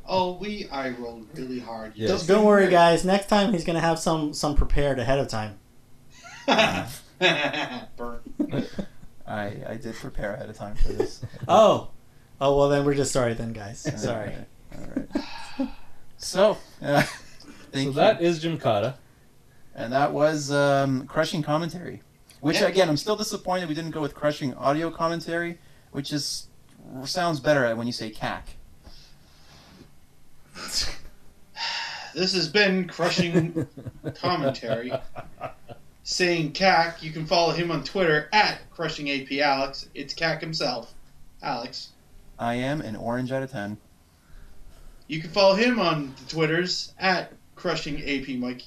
Speaker 2: Oh, we I rolled really hard.
Speaker 12: Yeah.
Speaker 3: Don't, don't worry, guys. Next time he's gonna have some some prepared ahead of time.
Speaker 2: [laughs]
Speaker 6: [laughs]
Speaker 2: Burn.
Speaker 6: I I did prepare ahead of time for this.
Speaker 3: Oh, oh well, then we're just sorry then, guys. Sorry.
Speaker 6: All right. All right. So. Uh,
Speaker 12: So
Speaker 6: [laughs] thank you.
Speaker 12: that is Jim Cotta.
Speaker 6: And that was um, crushing commentary, which
Speaker 2: Yeah.
Speaker 6: again I'm still disappointed we didn't go with crushing audio commentary, which is sounds better when you say CAC.
Speaker 2: This has been crushing commentary. Saying CAC, you can follow him on Twitter at crushing AP Alex. It's CAC himself, Alex.
Speaker 6: I am an orange out of ten.
Speaker 2: You can follow him on the Twitters at crushing AP Mike.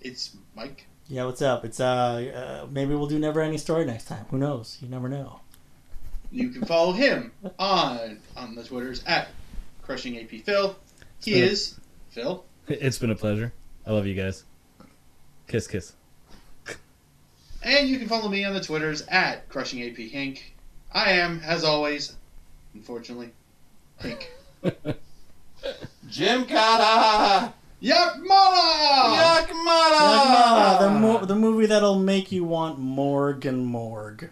Speaker 2: It's Mike.
Speaker 3: Yeah. What's up? It's uh, uh maybe we'll do never ending story next time. Who knows? You never know.
Speaker 2: You can follow him on on the Twitters at crushing AP Phil. He
Speaker 12: Yeah.
Speaker 2: is Phil.
Speaker 12: It's been a pleasure. I love you guys. Kiss, kiss.
Speaker 2: And you can follow me on the Twitters at Crushing AP Hank. I am, as always, unfortunately, Hank.
Speaker 6: Jim Cotta,
Speaker 2: Yuck, Mala!
Speaker 6: Yuck
Speaker 3: Dogma, the,
Speaker 6: Mala!
Speaker 3: mo- the movie that'll make you want morgue and morgue.